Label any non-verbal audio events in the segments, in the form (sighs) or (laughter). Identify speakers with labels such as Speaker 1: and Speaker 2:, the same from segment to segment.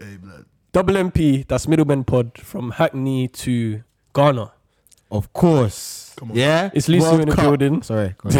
Speaker 1: Hey, blood.
Speaker 2: Double MP, that's Middleman Pod from Hackney to Ghana.
Speaker 3: Of course.
Speaker 1: Come on.
Speaker 3: Yeah?
Speaker 2: It's Lucio
Speaker 3: World
Speaker 2: in the
Speaker 3: Cup. (laughs)
Speaker 2: building.
Speaker 3: Sorry. go on.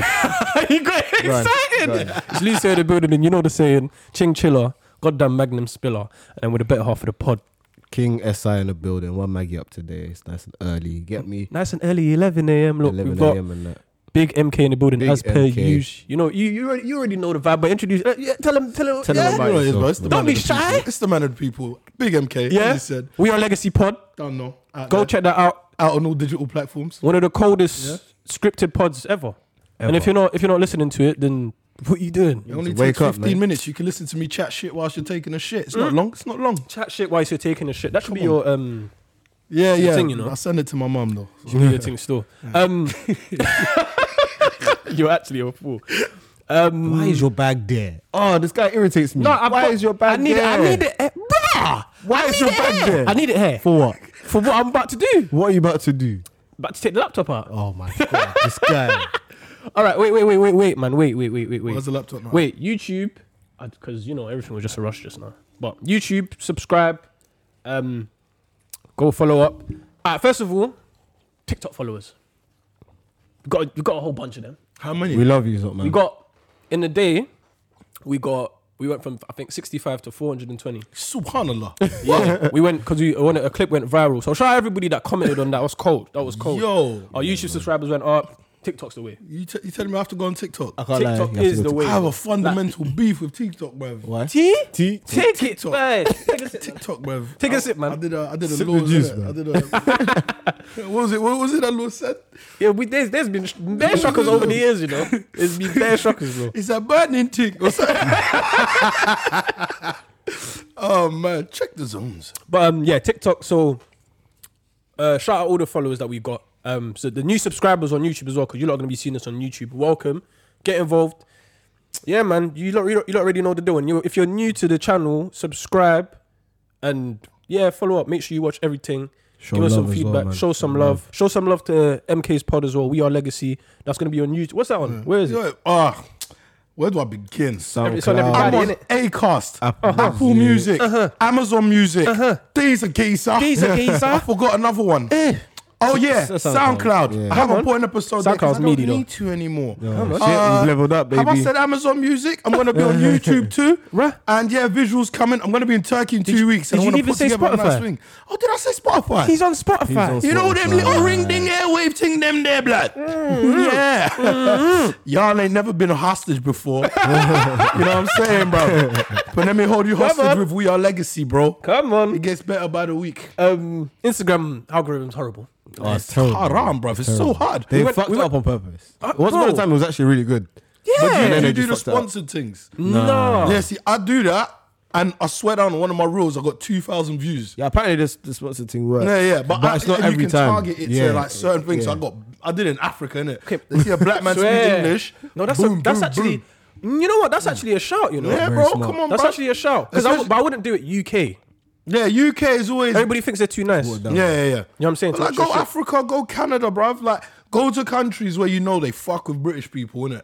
Speaker 2: he got
Speaker 3: Go on,
Speaker 2: excited.
Speaker 3: go on.
Speaker 2: It's Lucio in the building, and you know the saying, Ching Chiller, goddamn Magnum Spiller, and then with the better half of the pod.
Speaker 3: King SI in the building. One Maggie up today. It's nice and early. Get me.
Speaker 2: Nice and early, 11 a.m. Look, we've
Speaker 3: 11
Speaker 2: got
Speaker 3: a.m. and that.
Speaker 2: big MK in the building
Speaker 3: Big
Speaker 2: as per
Speaker 3: MK.
Speaker 2: usual. You know, you, you, already, you already know the vibe, but introduce, uh, yeah, tell him, tell him,
Speaker 3: Tell 'em
Speaker 2: yeah.
Speaker 3: about
Speaker 1: You know what it is,
Speaker 3: yourself,
Speaker 1: bro. It's the
Speaker 3: bro.
Speaker 1: man
Speaker 2: Don't be
Speaker 1: of the people.
Speaker 2: shy.
Speaker 1: It's the man of the people. Big MK. Yeah.
Speaker 2: Yeah.
Speaker 1: He said,
Speaker 2: We are Legacy Pod.
Speaker 1: don't know. Out
Speaker 2: Go
Speaker 1: there.
Speaker 2: check that out.
Speaker 1: out on all digital platforms.
Speaker 2: One of the coldest
Speaker 1: Yeah.
Speaker 2: scripted pods ever. And if
Speaker 3: Ever.
Speaker 2: you're not if you're not listening to it, then what are you doing?
Speaker 1: It only
Speaker 3: So wake
Speaker 1: takes
Speaker 3: up,
Speaker 1: 15
Speaker 3: mate.
Speaker 1: minutes. You can listen to me chat shit whilst you're taking a shit. It's not long. It's not long.
Speaker 2: Chat shit whilst you're taking a shit. That should be
Speaker 1: Come
Speaker 2: your
Speaker 3: (laughs)
Speaker 2: um
Speaker 1: Yeah,
Speaker 2: It's a
Speaker 1: yeah.
Speaker 2: thing, you know.
Speaker 1: I send it to my mum though.
Speaker 2: should be (laughs) your thing still.
Speaker 3: (laughs)
Speaker 2: Um You're actually a fool. Um
Speaker 3: Why is your bag there? Oh, this guy irritates me.
Speaker 2: no, I've
Speaker 3: Why
Speaker 2: got-
Speaker 3: is your bag
Speaker 2: I need
Speaker 3: there?
Speaker 2: it. I need it. eh, bruh!
Speaker 3: Why
Speaker 2: I
Speaker 3: is
Speaker 2: need
Speaker 3: your
Speaker 2: it
Speaker 3: bag
Speaker 2: here.
Speaker 3: there?
Speaker 2: I need it here. For,
Speaker 3: For what?
Speaker 2: for what I'm about to do.
Speaker 3: What are you about to do?
Speaker 2: About to take the laptop out.
Speaker 3: Oh my god, this guy. Oh.
Speaker 2: All right, wait, wait, wait, wait, wait, man. Wait, wait, wait, wait, wait.
Speaker 1: Where's the laptop now?
Speaker 2: Wait, YouTube, because you know everything was just a rush just now. But YouTube, subscribe, um, go follow up. All right, first of all, TikTok followers. We got we got a whole bunch of them.
Speaker 1: How many?
Speaker 3: We love you, Zot man.
Speaker 2: We got in the day, we got we went from I think sixty five to four hundred and twenty.
Speaker 1: Subhanallah.
Speaker 2: (laughs) Yeah, we went because we when a clip went viral. So shout out everybody that commented on that. It was cold. That was cold.
Speaker 1: Yo,
Speaker 2: Our YouTube subscribers went up. TikTok's the way.
Speaker 1: you, t- you telling me I have to go on TikTok?
Speaker 3: I
Speaker 1: I,
Speaker 3: can't lie, you
Speaker 2: TikTok
Speaker 3: have to
Speaker 2: is
Speaker 3: go
Speaker 2: the
Speaker 3: to-
Speaker 2: way.
Speaker 1: have a fundamental beef with TikTok, bruv.
Speaker 3: Why?
Speaker 2: T
Speaker 3: T-
Speaker 2: Take it,
Speaker 1: TikTok.
Speaker 2: man. Take a sip, man.
Speaker 1: TikTok, bruv.
Speaker 2: Take a
Speaker 1: I-
Speaker 2: sip, man.
Speaker 1: I did a, I did a
Speaker 3: Sip the
Speaker 1: laws,
Speaker 3: juice,
Speaker 1: innit? I did a. (laughs) what was it? What was it that law said?
Speaker 2: Yeah, we, there's, there's been sh- bear shockers over the years, you know. There's been bear shockers, bro.
Speaker 1: It's a burning tick. Or something. (laughs) oh man, check the zones.
Speaker 2: But um, yeah, TikTok. So uh, shout out all the followers that we've got. Um, so the new subscribers on YouTube as well, because you're not going to be seeing this on YouTube. Welcome. Get involved. Yeah, man. You lot, you lot, you lot already know the deal. And you, if you're new to the channel, subscribe and yeah, follow up. Make sure you watch everything.
Speaker 3: Show
Speaker 2: Give us some
Speaker 3: love as well,
Speaker 2: feedback.
Speaker 3: man.
Speaker 2: Show some love. Show some love to MK's pod as well. We are legacy. That's going to be on YouTube. What's that on? Where is it?
Speaker 1: Yo, Ah, where do I begin?
Speaker 2: Every- it's on everybody.
Speaker 1: I'm on
Speaker 2: innit?
Speaker 1: Acast,
Speaker 3: Apple
Speaker 1: Apple,
Speaker 3: Music.
Speaker 1: Music, Amazon Music. These are geezer. (laughs)
Speaker 2: These are Uh-huh. geezer. Eh.
Speaker 1: I forgot another one. Oh yeah,
Speaker 3: S- SoundCloud.
Speaker 1: SoundCloud.
Speaker 3: Yeah.
Speaker 1: I haven't put an episode there 'cause
Speaker 2: SoundCloud's
Speaker 1: I don't
Speaker 2: meaty, though.
Speaker 1: need to anymore.
Speaker 3: Oh, shit,
Speaker 1: Uh,
Speaker 3: you've leveled up, baby.
Speaker 1: Have I said Amazon Music? I'm gonna be
Speaker 3: (laughs)
Speaker 1: on YouTube too.
Speaker 2: Right.
Speaker 1: And yeah, visuals coming. I'm gonna be in Turkey in two
Speaker 2: you-
Speaker 1: weeks. and
Speaker 2: did
Speaker 1: I
Speaker 2: you
Speaker 1: wanna
Speaker 2: even
Speaker 1: put
Speaker 2: say
Speaker 1: together a nice
Speaker 2: Spotify?
Speaker 1: thing. Oh, did I say Spotify?
Speaker 2: He's on Spotify.
Speaker 3: on
Speaker 1: You know them little ring ding airwave thing, them there, blood.
Speaker 2: Mm.
Speaker 1: Mm. Yeah.
Speaker 3: (laughs)
Speaker 1: Y'all ain't never been a hostage before. (laughs) you know what I'm saying, bro? But let me hold you hostage
Speaker 2: on.
Speaker 1: with We Are Legacy, bro.
Speaker 2: Come
Speaker 1: It
Speaker 2: on.
Speaker 1: gets better by the week.
Speaker 2: Um, Instagram algorithm's horrible.
Speaker 3: Oh, it's terrible.
Speaker 1: Haram, bro. It's so hard.
Speaker 3: They
Speaker 1: When
Speaker 2: went-
Speaker 3: fucked
Speaker 2: we
Speaker 3: it
Speaker 2: went-
Speaker 3: up on purpose.
Speaker 2: Uh,
Speaker 3: Once upon a
Speaker 2: bro.
Speaker 3: time, it was actually really good.
Speaker 2: Yeah.
Speaker 3: then
Speaker 1: you
Speaker 3: they
Speaker 1: do
Speaker 3: just
Speaker 1: the
Speaker 3: fucked it up.
Speaker 1: sponsored things.
Speaker 2: No.
Speaker 1: Yeah, see, I do that, and I swear down on one of my rules, I got 2,000 views.
Speaker 3: Yeah, apparently this the sponsor thing works.
Speaker 1: Yeah, yeah, but, I,
Speaker 3: it's not
Speaker 1: you
Speaker 3: every
Speaker 1: can
Speaker 3: time.
Speaker 1: target it to like certain things. So I got, I did it in Africa, innit?
Speaker 2: Okay.
Speaker 1: They see a black man speak
Speaker 2: (laughs) Swear.
Speaker 1: English.
Speaker 2: No, that's
Speaker 1: boom,
Speaker 2: a, that's
Speaker 1: boom,
Speaker 2: actually.
Speaker 1: boom.
Speaker 2: You know what? That's actually a shout. You know.
Speaker 1: Yeah,
Speaker 3: Very
Speaker 1: bro,
Speaker 3: smart.
Speaker 1: come on,
Speaker 2: That's
Speaker 1: bro.
Speaker 2: actually a shout. Because I, w-
Speaker 1: Especially-
Speaker 2: but I wouldn't do it UK.
Speaker 1: Yeah, UK is always.
Speaker 2: Everybody thinks they're too nice.
Speaker 1: yeah, yeah, yeah. You know
Speaker 2: what I'm saying?
Speaker 1: Like,
Speaker 2: Touch your
Speaker 1: go
Speaker 2: shit.
Speaker 1: Africa, go Canada, bruv. Like, go to countries where you know they fuck with British people, innit?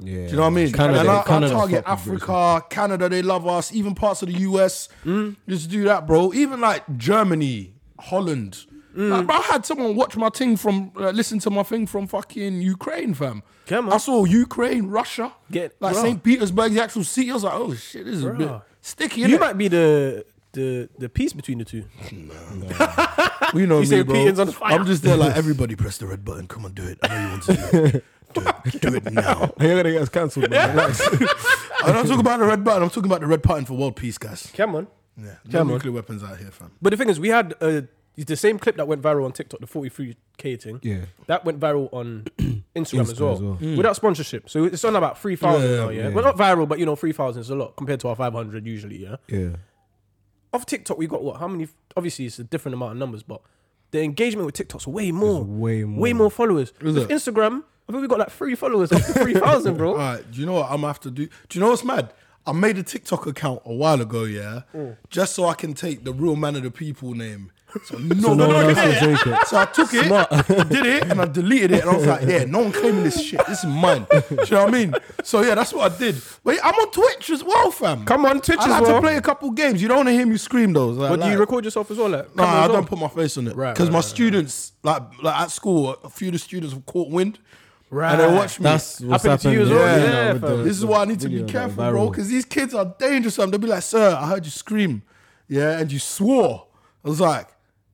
Speaker 3: Yeah.
Speaker 1: Do you know what I mean?
Speaker 3: Canada,
Speaker 1: and I, I
Speaker 3: Canada
Speaker 1: target
Speaker 3: fuck with
Speaker 1: (laughs) Africa, Canada, they love us, even parts of the US.
Speaker 2: Mm.
Speaker 1: Just do that, bro. Even like Germany, Holland.
Speaker 2: Mm.
Speaker 1: Like, bro, I had someone watch my thing from, uh, listen to my thing from fucking Ukraine, fam.
Speaker 2: Come on.
Speaker 1: I saw Ukraine, Russia,
Speaker 2: Get-
Speaker 1: like
Speaker 2: bruh.
Speaker 1: St. Petersburg, the actual city. I was like, oh shit, this is a bit
Speaker 2: Bruh.
Speaker 1: sticky.
Speaker 2: You
Speaker 1: innit?
Speaker 2: might be the the the peace between the two.
Speaker 1: We know
Speaker 2: You
Speaker 1: me,
Speaker 2: say
Speaker 1: bro.
Speaker 2: Putin's on fire.
Speaker 1: I'm just there like everybody press the red button. Come on, do it. I know you want to do (laughs) it. Do it, do it now.
Speaker 3: You're gonna get us cancelled, man. Relax.
Speaker 1: I'm not talking about the red button. I'm talking about the red button for world peace, guys.
Speaker 2: Come on.
Speaker 1: Yeah, no
Speaker 2: Come on.
Speaker 1: nuclear weapons out here, fam.
Speaker 2: But the thing is, we had uh, the same clip that went viral on TikTok, the 43k thing.
Speaker 3: Yeah.
Speaker 2: That went viral
Speaker 3: (clears throat)
Speaker 2: on Instagram, as
Speaker 3: Instagram
Speaker 2: well,
Speaker 3: as well.
Speaker 1: Mm.
Speaker 2: without sponsorship. So it's on about 3,000
Speaker 1: Yeah, yeah,
Speaker 2: now, yeah?
Speaker 3: yeah.
Speaker 2: Well, not viral, but you know, 3,000 is a lot compared to our 500 usually, yeah?
Speaker 3: Yeah.
Speaker 2: Off TikTok, we got what? How many? Obviously, it's a different amount of numbers, but the engagement with TikTok's way more.
Speaker 3: way more.
Speaker 2: Way more followers.
Speaker 1: Is
Speaker 2: with
Speaker 1: it?
Speaker 2: Instagram, I think we got like three followers up to 3,000,
Speaker 1: (laughs)
Speaker 2: bro.
Speaker 1: All right, do you know what I'm gonna have to do? Do you know what's mad? I
Speaker 2: Mm.
Speaker 1: made a TikTok account a while ago, yeah, just so I can take the real man of the people name
Speaker 2: (laughs)
Speaker 1: So no,
Speaker 3: no
Speaker 1: one
Speaker 3: one
Speaker 1: did
Speaker 3: else will
Speaker 1: it.
Speaker 3: take it.
Speaker 1: So I took it, I (laughs) did it, and I deleted it. And I was like, yeah, no one claiming this shit. This is mine. Do you know what I mean? So yeah, that's what I did. But I'm on Twitch as well, fam.
Speaker 2: Come on, Twitch
Speaker 1: I
Speaker 2: as
Speaker 1: like
Speaker 2: well.
Speaker 1: to play a couple games. You don't want to hear me scream though. Like,
Speaker 2: But do you
Speaker 1: like-
Speaker 2: record yourself as well? Like,
Speaker 1: Nah, I
Speaker 2: camera as well?
Speaker 1: don't put my face on it.
Speaker 2: Right,
Speaker 1: Because
Speaker 2: right,
Speaker 1: my
Speaker 2: right,
Speaker 1: students, like, like at school, a few of the students have caught wind. And they
Speaker 2: Right.
Speaker 1: watch me.
Speaker 3: That's what's
Speaker 2: Happened to
Speaker 3: happening.
Speaker 2: you as well, yeah, fam.
Speaker 1: this is why I need to be
Speaker 3: video, like,
Speaker 1: careful, bro,
Speaker 3: viral.
Speaker 1: because these kids are dangerous. fam. They'll be like, sir, I heard you scream. Yeah, and you swore. I was like,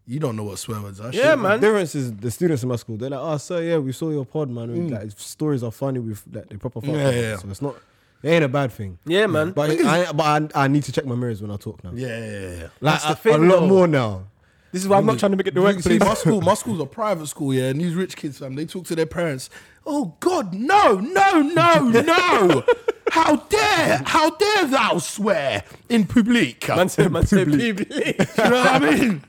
Speaker 1: you don't know what swear words are.
Speaker 2: Yeah,
Speaker 1: shit."
Speaker 2: man.
Speaker 3: The difference is the students in my school. They're like, "Oh, sir, yeah, we saw your pod, man. We,
Speaker 2: Mm.
Speaker 3: like, stories are funny with like, the proper fuck.
Speaker 1: Yeah, yeah, yeah.
Speaker 3: So it's not, it ain't a bad thing.
Speaker 2: Yeah, man.
Speaker 3: But I, but I, I need to check my mirrors when I talk now.
Speaker 1: Yeah, yeah, yeah.
Speaker 3: like
Speaker 2: the
Speaker 3: a-
Speaker 2: thing,
Speaker 3: a lot
Speaker 2: though.
Speaker 3: more now.
Speaker 2: This is why I'm not trying to make it the
Speaker 1: You see,
Speaker 2: workplace.
Speaker 1: my school, my school's a private school, yeah, and these rich kids, fam, they talk to their parents. Oh God, no, no, no,
Speaker 2: (laughs)
Speaker 1: no! how dare, how dare thou swear in public?
Speaker 2: (laughs) Man said, man said,
Speaker 1: Do (laughs) you know
Speaker 2: (laughs)
Speaker 1: what I mean?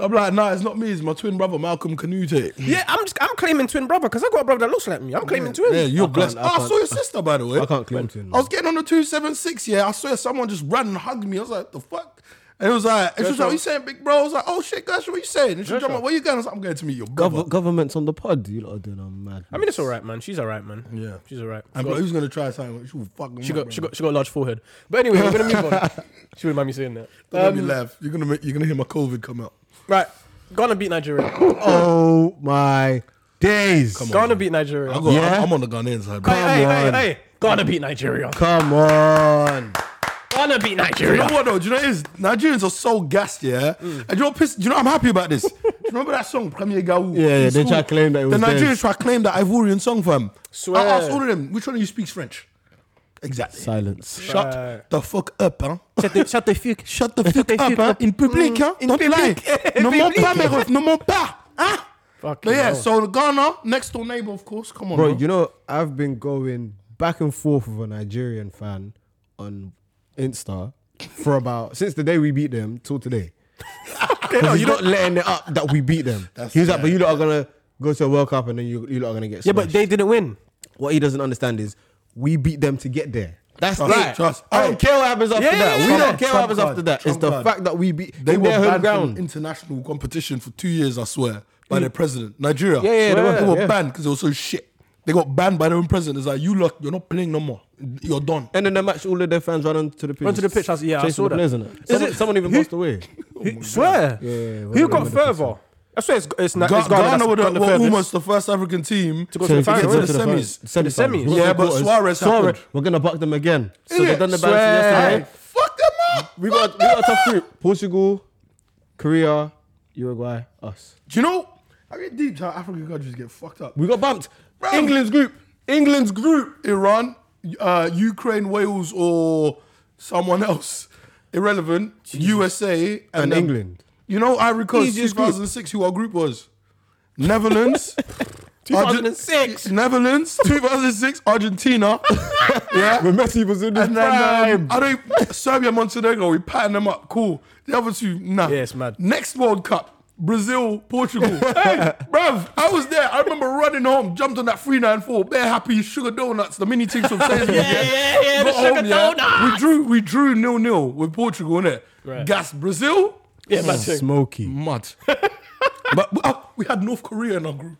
Speaker 1: I'm like, nah, it's not me. It's my twin brother, Malcolm Canute.
Speaker 2: Yeah, I'm just, I'm claiming twin brother because I got a brother that looks like me. I'm claiming twin.
Speaker 1: Yeah, you're blessed.
Speaker 3: I
Speaker 1: Oh, I
Speaker 3: can't-
Speaker 1: saw your sister, by the way.
Speaker 3: I can't claim to.
Speaker 1: I was getting on the 276, yeah. I swear someone just ran and hugged me. I was like, the fuck? And it was like, and she was like,
Speaker 2: Gershon.
Speaker 1: what you saying, big bro? I was like, oh shit, Gershon, what you saying? And she was like,
Speaker 2: Gershon.
Speaker 1: where you going? I was like, I'm going to meet your brother.
Speaker 3: Gov- government's on the pod. You lot are doing a mad.
Speaker 2: I mean, it's all right, man. She's all right, man.
Speaker 1: Yeah.
Speaker 2: she's all right.
Speaker 1: And bro, who's going to try something? She will fucking
Speaker 2: She got, she got, she got a large forehead. But anyway, we're gonna
Speaker 1: (laughs)
Speaker 2: move on. She wouldn't mind me saying that.
Speaker 1: Don't
Speaker 2: Um,
Speaker 1: make me laugh. You're gonna make, you're gonna hear my COVID come out.
Speaker 2: right, Ghana beat Nigeria.
Speaker 3: oh my days! Come
Speaker 2: Ghana beat Nigeria.
Speaker 1: I got,
Speaker 3: Yeah?
Speaker 1: I'm on the Ghanaian side. Bro.
Speaker 2: hey, hey, hey,
Speaker 3: on.
Speaker 2: hey, Ghana beat Nigeria.
Speaker 3: Come on.
Speaker 2: Ghana beat
Speaker 1: You know
Speaker 2: Nigeria.
Speaker 1: what though? Do you know what it is? Nigerians are so gassed, yeah.
Speaker 3: Mm.
Speaker 1: And do you know what piss? Do you know I'm happy about this? (laughs) do you remember that song Premier Gaou?
Speaker 3: Yeah, yeah,
Speaker 1: In
Speaker 3: they
Speaker 1: school?
Speaker 3: try to claim that it was
Speaker 1: The
Speaker 3: theirs.
Speaker 1: Nigerians try to claim that Ivorian song for him.
Speaker 2: Swear.
Speaker 1: I asked all of them, which one of you speaks French? Exactly.
Speaker 3: Silence.
Speaker 1: Shut
Speaker 2: Right.
Speaker 1: the fuck up, hein? (laughs)
Speaker 2: Shut the fuck.
Speaker 1: Shut the fuck up, hein? In public, hein? Don't lie. ne mens pas, mes refs. Ne mens pas, hein?
Speaker 2: Fuck.
Speaker 1: But yeah, so Ghana, next door neighbor, of course. Come on,
Speaker 3: Bro,
Speaker 1: man.
Speaker 3: you know, I've been going back and forth with a Nigerian fan on Insta for about (laughs) since the day we beat them till today.
Speaker 2: (laughs)
Speaker 3: no, you're not letting it up that we beat them. he was like, but you lot are gonna go to a World Cup and then you, you lot are gonna get.
Speaker 2: yeah, but
Speaker 3: smashed."
Speaker 2: they didn't win.
Speaker 3: what he doesn't understand is we beat them to get there. That's
Speaker 1: Trust-
Speaker 3: right.
Speaker 1: trust.
Speaker 3: I don't
Speaker 1: Hey.
Speaker 3: care what happens after
Speaker 2: Yeah,
Speaker 3: that.
Speaker 2: yeah,
Speaker 3: we
Speaker 2: yeah.
Speaker 3: don't care
Speaker 1: Trump
Speaker 3: what happens
Speaker 1: card.
Speaker 3: after that.
Speaker 1: Trump
Speaker 3: it's the
Speaker 1: card.
Speaker 3: fact that we beat
Speaker 1: They
Speaker 3: in
Speaker 1: were
Speaker 3: their home
Speaker 1: banned
Speaker 3: ground.
Speaker 1: from international competition for two years, I swear, by their president, Nigeria.
Speaker 3: Yeah, yeah, they were-
Speaker 1: they were
Speaker 3: yeah.
Speaker 1: banned because they were so shit. They got banned by their own president. It's like you lot, you're not playing no more. You're done.
Speaker 3: And then the match, all of their fans ran onto the pitch.
Speaker 2: Run to the pitch. I was- yeah, I
Speaker 3: chasing
Speaker 2: saw
Speaker 3: the
Speaker 2: that.
Speaker 3: Players, innit?
Speaker 2: Is
Speaker 3: someone,
Speaker 2: it-
Speaker 3: someone even
Speaker 2: who-
Speaker 3: passed away.
Speaker 2: Oh Swear.
Speaker 3: Yeah, yeah, yeah.
Speaker 2: Who got
Speaker 3: Remember the
Speaker 2: further? I swear it's, it's, not,
Speaker 1: Ga-
Speaker 2: it's Ghana.
Speaker 1: Ghana
Speaker 2: that's
Speaker 1: were, the,
Speaker 2: gone the
Speaker 1: were
Speaker 2: furthest.
Speaker 1: almost the first African team to
Speaker 2: go to the final,
Speaker 1: get to
Speaker 2: innit?
Speaker 1: the semis.
Speaker 3: The semis.
Speaker 2: semis.
Speaker 3: We're
Speaker 1: Yeah,
Speaker 3: gonna
Speaker 1: but
Speaker 3: quarters.
Speaker 1: Suarez happened.
Speaker 3: We're gonna buck them again. So
Speaker 1: Isn't
Speaker 3: they've
Speaker 1: it?
Speaker 3: done the balancing
Speaker 2: Swear.
Speaker 3: yesterday.
Speaker 1: Fuck them up.
Speaker 3: We got we got a tough group. Portugal, Korea, Uruguay, us.
Speaker 1: Do you know? I get deep how African countries get fucked up.
Speaker 3: We got bumped.
Speaker 1: Bro.
Speaker 3: England's group.
Speaker 1: England's group: Iran, uh, Ukraine, Wales, or someone else. Irrelevant. USA and,
Speaker 3: And
Speaker 1: then-
Speaker 3: England.
Speaker 1: You know Ivory Coast
Speaker 3: Easiest group.
Speaker 1: 2006. Who our group was? (laughs) Netherlands. Argen-
Speaker 2: 2006.
Speaker 1: Netherlands. 2006. (laughs) Argentina. yeah.
Speaker 3: When Messi was in his
Speaker 1: And then
Speaker 3: prime.
Speaker 1: um, I don't Serbia, Montenegro. We pattern them up. Cool. The other two, nah.
Speaker 2: Yeah, it's mad.
Speaker 1: Next World Cup. Brazil,
Speaker 2: (laughs)
Speaker 1: Portugal. hey, bruv, I was there. I remember running home, jumped on that 394, bare happy sugar donuts, the mini things from Sainsbury's. yeah,
Speaker 2: yeah, yeah, the sugar donuts.
Speaker 1: We drew, we drew nil nil with Portugal, innit?
Speaker 2: Right.
Speaker 1: Gas Brazil,
Speaker 2: Yeah, man. (laughs)
Speaker 3: Smoky.
Speaker 1: mud. but we- oh, we had North Korea in our group.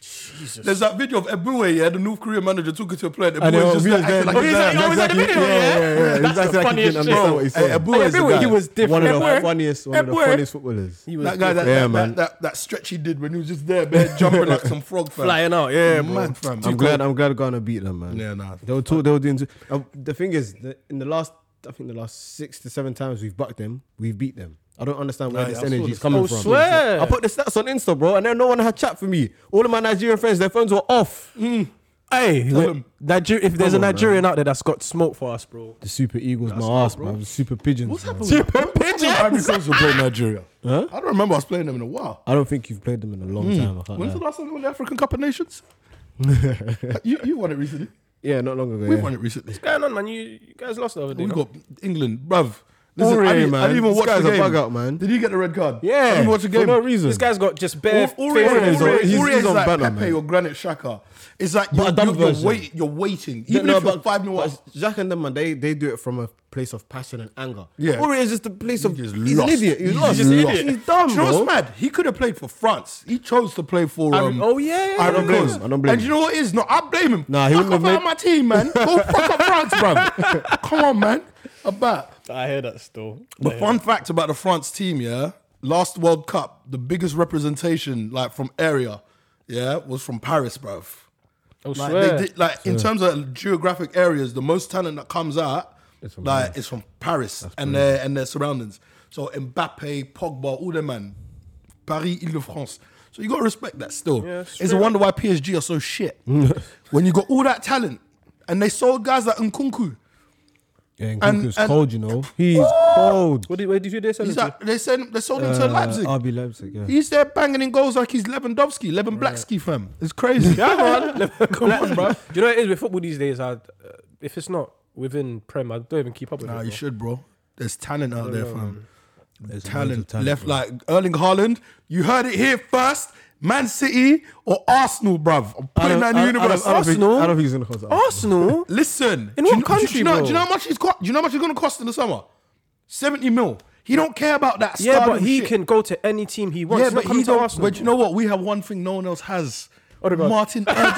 Speaker 1: Jesus. There's that video of Ebue, yeah, the North Korean manager talking to a player. And
Speaker 3: And
Speaker 1: Ebue
Speaker 3: then
Speaker 1: just
Speaker 3: we
Speaker 1: like,
Speaker 3: was there,
Speaker 1: acting like
Speaker 3: oh,
Speaker 1: he's
Speaker 3: he's
Speaker 1: there.
Speaker 2: like, oh, he's at
Speaker 1: (laughs)
Speaker 2: the
Speaker 3: exactly.
Speaker 2: video,
Speaker 3: Yeah,
Speaker 2: yeah?
Speaker 3: yeah, yeah.
Speaker 2: That's
Speaker 3: Exactly.
Speaker 2: the
Speaker 3: I can
Speaker 2: funniest
Speaker 3: understand
Speaker 2: shit.
Speaker 3: what he's
Speaker 1: Hey,
Speaker 3: saying.
Speaker 1: Ebue is the
Speaker 2: Ebue, he
Speaker 1: guy.
Speaker 2: was
Speaker 3: One of
Speaker 2: Ebue.
Speaker 3: the funniest, one of the
Speaker 2: Ebue.
Speaker 3: funniest footballers.
Speaker 2: He was
Speaker 1: That guy, that,
Speaker 3: Yeah,
Speaker 1: that,
Speaker 3: man.
Speaker 1: that, that, that stretch he did when he was just there, man, jumping like some frog, fam.
Speaker 2: flying out. Yeah,
Speaker 1: Man, fam.
Speaker 3: I'm glad. I'm glad Ghana beat them, man.
Speaker 1: Yeah, nah.
Speaker 3: They were talk, They were doing. Uh, the thing is, the, in the last, I think the last six to seven times we've bucked them, we've beat them. I don't understand where
Speaker 1: Nah, yeah,
Speaker 3: this
Speaker 1: I saw
Speaker 3: energy
Speaker 1: the
Speaker 3: is coming
Speaker 2: stats.
Speaker 3: from.
Speaker 2: I swear.
Speaker 3: I put the stats on Insta, bro, and then no one had chat for me. All of my Nigerian friends, their phones were off.
Speaker 1: Hmm.
Speaker 2: Hey,
Speaker 1: him.
Speaker 2: Nigeria, if there's
Speaker 3: Come
Speaker 2: a
Speaker 3: on,
Speaker 2: Nigerian out there that's got smoke for us, bro.
Speaker 3: The super eagles, my ass, man. The super pigeons.
Speaker 1: What's
Speaker 3: man.
Speaker 1: happened?
Speaker 2: Super
Speaker 1: Ivory
Speaker 2: pigeons.
Speaker 1: Coast were playing Nigeria. I don't remember us playing them in a while.
Speaker 3: I don't think you've played them in a long time. I can't
Speaker 1: Hmm. When's the
Speaker 3: lie.
Speaker 1: last time we won the African Cup of
Speaker 3: (laughs)
Speaker 1: Nations? you, you won it recently.
Speaker 3: Yeah, not long ago.
Speaker 1: We
Speaker 3: yeah.
Speaker 1: won it recently.
Speaker 2: What's going on, man? You, you guys lost the other day.
Speaker 1: We
Speaker 2: no?
Speaker 1: got England, bruv.
Speaker 3: Listen,
Speaker 1: Ori,
Speaker 3: I didn't- I didn't even
Speaker 1: This
Speaker 3: watch
Speaker 1: guy's
Speaker 3: the
Speaker 1: a
Speaker 3: game.
Speaker 1: bug out, man. Did he get the red card? I
Speaker 3: Yeah,
Speaker 1: didn't watch the
Speaker 3: for
Speaker 1: game.
Speaker 3: no reason.
Speaker 2: This guy's got just bare.
Speaker 1: Ori- Ori-
Speaker 2: faith in
Speaker 3: is
Speaker 2: his-
Speaker 3: on-
Speaker 1: Ori-
Speaker 3: he's-
Speaker 1: Ori
Speaker 3: he's
Speaker 1: is
Speaker 3: on
Speaker 1: like
Speaker 3: banner,
Speaker 1: Pepe
Speaker 3: man.
Speaker 1: or Granit Xhaka. It's like you're,
Speaker 3: a dumb
Speaker 1: you're, you're,
Speaker 3: version.
Speaker 1: wait, you're waiting.
Speaker 3: Yeah,
Speaker 1: Even
Speaker 3: no,
Speaker 1: if you're
Speaker 3: but-
Speaker 1: five 0
Speaker 3: but Jacques and them, man, they, they do it from a place of passion and anger.
Speaker 1: Yeah.
Speaker 3: Ori is just a place of.
Speaker 1: just
Speaker 3: he's
Speaker 1: lost.
Speaker 3: an idiot. He's,
Speaker 1: He's
Speaker 3: lost.
Speaker 1: just an
Speaker 3: He's
Speaker 1: idiot.
Speaker 3: He's dumb,
Speaker 1: Do you know
Speaker 3: bro.
Speaker 1: what's mad? He could have played for France. He chose to play for.
Speaker 2: I-
Speaker 1: Um,
Speaker 2: oh, yeah, yeah, yeah.
Speaker 1: I
Speaker 2: I don't
Speaker 3: blame him. I don't blame
Speaker 1: And you know what it is? No, I blame him.
Speaker 3: Nah, he
Speaker 1: fuck
Speaker 3: wouldn't
Speaker 1: up
Speaker 3: have
Speaker 1: out my team, man.
Speaker 3: (laughs)
Speaker 1: Go fuck up France, bro. Come on, man. About.
Speaker 2: I hear that still.
Speaker 1: But fun fact about the France team, yeah, last World Cup, the biggest representation like from area, yeah, was from Paris, bruv.
Speaker 2: I
Speaker 1: Like,
Speaker 2: swear.
Speaker 1: they did, like in terms of geographic areas, the most talent that comes out, like, is from Paris and their and their surroundings. So Mbappe, Pogba, all them man, Paris, Ile-de-France. So you gotta respect that still. it's a
Speaker 2: straight
Speaker 1: wonder why PSG are so shit (laughs) when you got all that talent and they sold guys like Nkunku.
Speaker 3: Yeah, and
Speaker 1: And-
Speaker 3: Kunku's
Speaker 1: and-
Speaker 3: cold, you know. He's cold.
Speaker 2: what did, where did you do?
Speaker 1: He's like, they sent they sold him to Leipzig.
Speaker 3: RB Leipzig, yeah.
Speaker 1: He's there banging in goals like he's Lewandowski, Lewin Blacksky, fam. It's crazy. (laughs)
Speaker 2: (laughs) Come on, bro. Do you know what it is with football these days? I, uh, if it's not within Prem, I don't even keep up with
Speaker 1: Nah,
Speaker 2: it.
Speaker 1: you
Speaker 2: bro.
Speaker 1: should, bro. There's talent
Speaker 2: Oh,
Speaker 1: out there, fam. There's talent.
Speaker 3: of talent,
Speaker 1: Left like Erling Haaland. You heard it here first. Man City or Arsenal, bruv. I'm putting that in the universe.
Speaker 3: I don't think-
Speaker 2: Arsenal?
Speaker 3: I don't think he's in the house.
Speaker 2: Arsenal.
Speaker 1: Listen. do
Speaker 2: In
Speaker 1: you kn-
Speaker 2: what
Speaker 1: do you-
Speaker 2: country,
Speaker 1: do you know,
Speaker 2: bro?
Speaker 1: Do you know how much he's co- Do you know how much he's gonna cost in the summer? Seventy mil. He don't care about that.
Speaker 2: (laughs) Yeah, but
Speaker 1: stardom
Speaker 2: he
Speaker 1: shit.
Speaker 2: can go to any team he wants.
Speaker 1: Yeah,
Speaker 2: He's not
Speaker 1: but
Speaker 2: coming
Speaker 1: he
Speaker 2: to
Speaker 1: don't.
Speaker 2: Arsenal.
Speaker 1: But you know what? We have one thing no one else has.
Speaker 2: Odegaard.
Speaker 1: Martin Odegaard.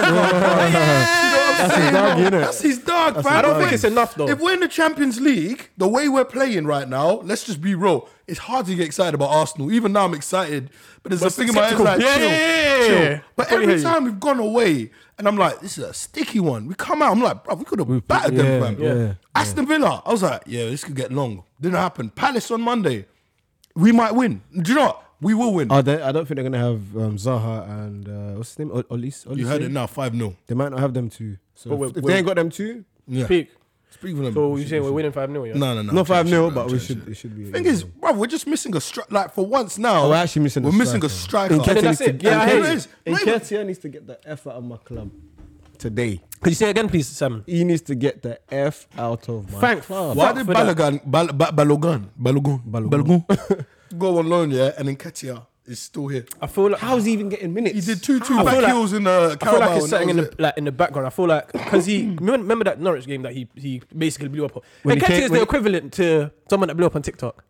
Speaker 1: yeah.
Speaker 3: his dog, innit?
Speaker 1: That's his dog, fam.
Speaker 2: I don't think it's enough, though.
Speaker 1: If we're in the Champions League, the way we're playing right now, let's just be real. It's hard to get excited about Arsenal. Even now, I'm excited, but there's a
Speaker 2: it's
Speaker 1: thing in my head
Speaker 2: skeptical.
Speaker 1: like,
Speaker 2: Yeah,
Speaker 1: chill,
Speaker 2: yeah, yeah,
Speaker 1: chill.
Speaker 2: yeah.
Speaker 1: But
Speaker 2: Fully hear
Speaker 1: every
Speaker 2: you.
Speaker 1: time we've gone away, and I'm like, this is a sticky one. We come out, I'm like, bro, we could have battered
Speaker 3: yeah,
Speaker 1: them, fam.
Speaker 3: yeah,
Speaker 1: Aston Villa, I was like, yeah, this could get long. Didn't happen. Palace on Monday, we might win. Do you know what? We will win.
Speaker 3: I don't, I don't think they're going to have um, Zaha and uh, what's his name? O- Olis,
Speaker 1: You heard it now, 5 0.
Speaker 3: They might not have them two. So
Speaker 2: But we're-
Speaker 3: if if
Speaker 2: we're-
Speaker 3: they ain't got them two,
Speaker 1: Yeah.
Speaker 2: Peak.
Speaker 1: Speak for them.
Speaker 2: So you're saying we're winning 5 0? Yeah?
Speaker 1: no, no, no.
Speaker 3: not 5 0,
Speaker 1: nil,
Speaker 3: but we should, it should be.
Speaker 1: Thing is, bro, we're just missing a strike. Like for once now,
Speaker 3: Oh, we're actually missing a
Speaker 1: We're missing a
Speaker 3: striker.
Speaker 1: striker.
Speaker 2: And then that's it. Yeah, I
Speaker 1: There
Speaker 2: hear
Speaker 1: it
Speaker 2: you.
Speaker 1: is. Not even-
Speaker 3: Nketiah needs to get the F out of my club today.
Speaker 2: Could you say it again, please, Sam?
Speaker 3: He needs to get the F out of my
Speaker 2: Thank
Speaker 3: club.
Speaker 1: Why
Speaker 2: fuck
Speaker 1: did
Speaker 2: for that.
Speaker 1: Balogun, Bal, ba, Balogun, Balogun, Balogun,
Speaker 3: (laughs)
Speaker 1: go on loan? Yeah, and then Ketia is still here.
Speaker 2: I feel like
Speaker 3: How's he even getting minutes?
Speaker 1: He did two two
Speaker 2: I
Speaker 1: back
Speaker 2: feel like-
Speaker 1: heels in the
Speaker 2: I feel
Speaker 1: Carabao.
Speaker 2: like it's
Speaker 1: and
Speaker 2: sitting
Speaker 1: that
Speaker 2: in
Speaker 1: was
Speaker 2: the like in the background. I feel like because he (laughs) remember, remember that Norwich game that he he basically blew up. on.
Speaker 3: When
Speaker 2: And
Speaker 3: he
Speaker 2: Ketty
Speaker 3: came-
Speaker 2: is
Speaker 3: when
Speaker 2: the
Speaker 3: he-
Speaker 2: equivalent to someone that blew up on TikTok.
Speaker 1: it.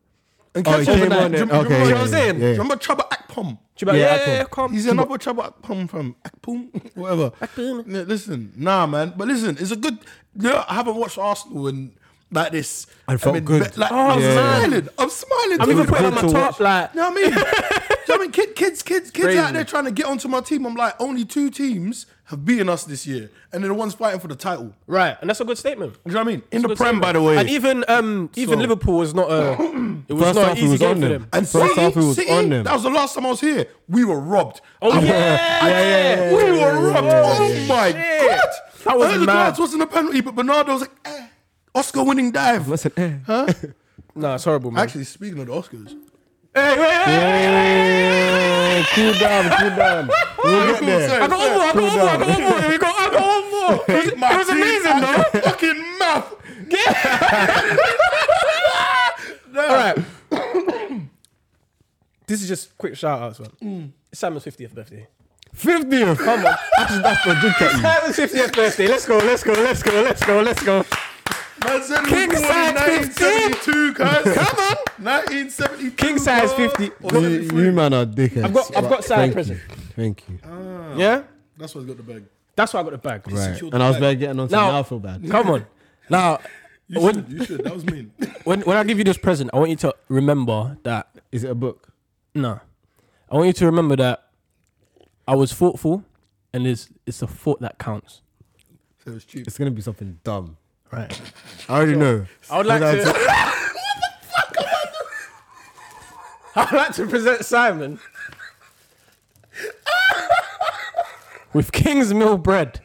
Speaker 1: And
Speaker 3: Oh, he
Speaker 1: Nketiah
Speaker 3: came
Speaker 1: was
Speaker 3: on
Speaker 1: there.
Speaker 3: it.
Speaker 1: Do you
Speaker 3: Okay,
Speaker 1: remember- do
Speaker 3: yeah,
Speaker 1: you know what I'm
Speaker 3: yeah,
Speaker 1: saying?
Speaker 3: yeah.
Speaker 1: Do you remember Chaba Akpom?
Speaker 2: She'd be like, yeah,
Speaker 3: Yeah, I
Speaker 2: yeah, yeah,
Speaker 3: thought-
Speaker 2: calm.
Speaker 1: He's another Chaba Akpom from Akpom, whatever.
Speaker 2: Akpom.
Speaker 1: Yeah, Listen, nah, man. But listen, it's a good. Yeah, I haven't watched Arsenal in like this.
Speaker 3: I felt
Speaker 1: mean,
Speaker 3: good.
Speaker 1: Like,
Speaker 2: Oh,
Speaker 1: I'm
Speaker 2: yeah.
Speaker 1: smiling. I'm smiling.
Speaker 2: I'm
Speaker 1: too.
Speaker 2: even putting on my
Speaker 3: to
Speaker 2: top like
Speaker 1: You know what I mean? (laughs) Do you know what I mean? Kid, kids, kids, kids
Speaker 2: Crazy.
Speaker 1: out there trying to get onto my team. I'm like, only two teams have beaten us this year, and they're the ones fighting for the title.
Speaker 2: right, and that's a good statement.
Speaker 1: Do you know what I mean? In the
Speaker 2: Good
Speaker 1: prem,
Speaker 2: statement.
Speaker 1: by the way.
Speaker 2: and even um even
Speaker 1: So-
Speaker 2: Liverpool was not a it was
Speaker 3: First
Speaker 2: not an
Speaker 3: half he
Speaker 2: easy
Speaker 3: was
Speaker 2: game
Speaker 3: on
Speaker 2: for
Speaker 3: them.
Speaker 2: them.
Speaker 1: And
Speaker 3: First
Speaker 1: City,
Speaker 3: half, we was
Speaker 1: City,
Speaker 3: on them.
Speaker 1: that was the last time I was here. We were robbed.
Speaker 2: Oh
Speaker 1: I-
Speaker 2: yeah,
Speaker 1: I-
Speaker 2: yeah,
Speaker 1: we were robbed. oh
Speaker 2: yeah.
Speaker 1: my
Speaker 2: Shit.
Speaker 1: god,
Speaker 2: That was
Speaker 1: Erling
Speaker 2: mad.
Speaker 1: Haaland wasn't a penalty, but Bernardo was like, eh. Oscar winning dive.
Speaker 3: Listen, eh.
Speaker 2: Nah, it's horrible, man.
Speaker 1: Actually, speaking of the Oscars,
Speaker 2: Hey, wait, wait, wait.
Speaker 3: Hey, cool down, cool down. We'll get
Speaker 1: Cool,
Speaker 3: there.
Speaker 1: sorry.
Speaker 2: I got one more, I got one more, I got one more. We got, I got one more. It was, it was amazing, though.
Speaker 1: though. Fucking mouth.
Speaker 2: All right. this is just quick shout outs, man. It's Simon's 50th birthday.
Speaker 3: 50th. Come on. That's, that's the drink at you.
Speaker 2: Simon's 50th birthday. Let's go, let's go, let's go, let's go, let's go.
Speaker 1: Man said
Speaker 2: King
Speaker 1: we were born
Speaker 2: size
Speaker 1: in 1972, cuz.
Speaker 2: (laughs) Come on.
Speaker 1: 1972.
Speaker 2: King size
Speaker 1: bro.
Speaker 2: 50.
Speaker 1: Or
Speaker 3: You,
Speaker 1: 73.
Speaker 3: you man are dickheads.
Speaker 2: I've got- I've
Speaker 3: But
Speaker 2: got side
Speaker 3: thank
Speaker 2: present.
Speaker 3: You. Thank you.
Speaker 2: Yeah?
Speaker 1: That's what's got the bag.
Speaker 2: That's why I got the bag.
Speaker 3: right.
Speaker 1: secured
Speaker 3: And I was
Speaker 1: the
Speaker 3: better getting on to now,
Speaker 2: Now-
Speaker 3: now I feel bad.
Speaker 2: Come on. Now,
Speaker 1: You
Speaker 2: when,
Speaker 1: should, you should. That was mean. (laughs)
Speaker 2: when, when I give you this present, I want you to remember that,
Speaker 3: Is it a book?
Speaker 2: no. I want you to remember that I was thoughtful and it's, it's the thought that counts.
Speaker 1: so it was cheap.
Speaker 3: It's gonna be something dumb.
Speaker 2: Right.
Speaker 3: I already know.
Speaker 2: I would like
Speaker 3: Hold
Speaker 2: to.
Speaker 3: on
Speaker 2: (laughs) I would like to present Simon with King's Mill bread.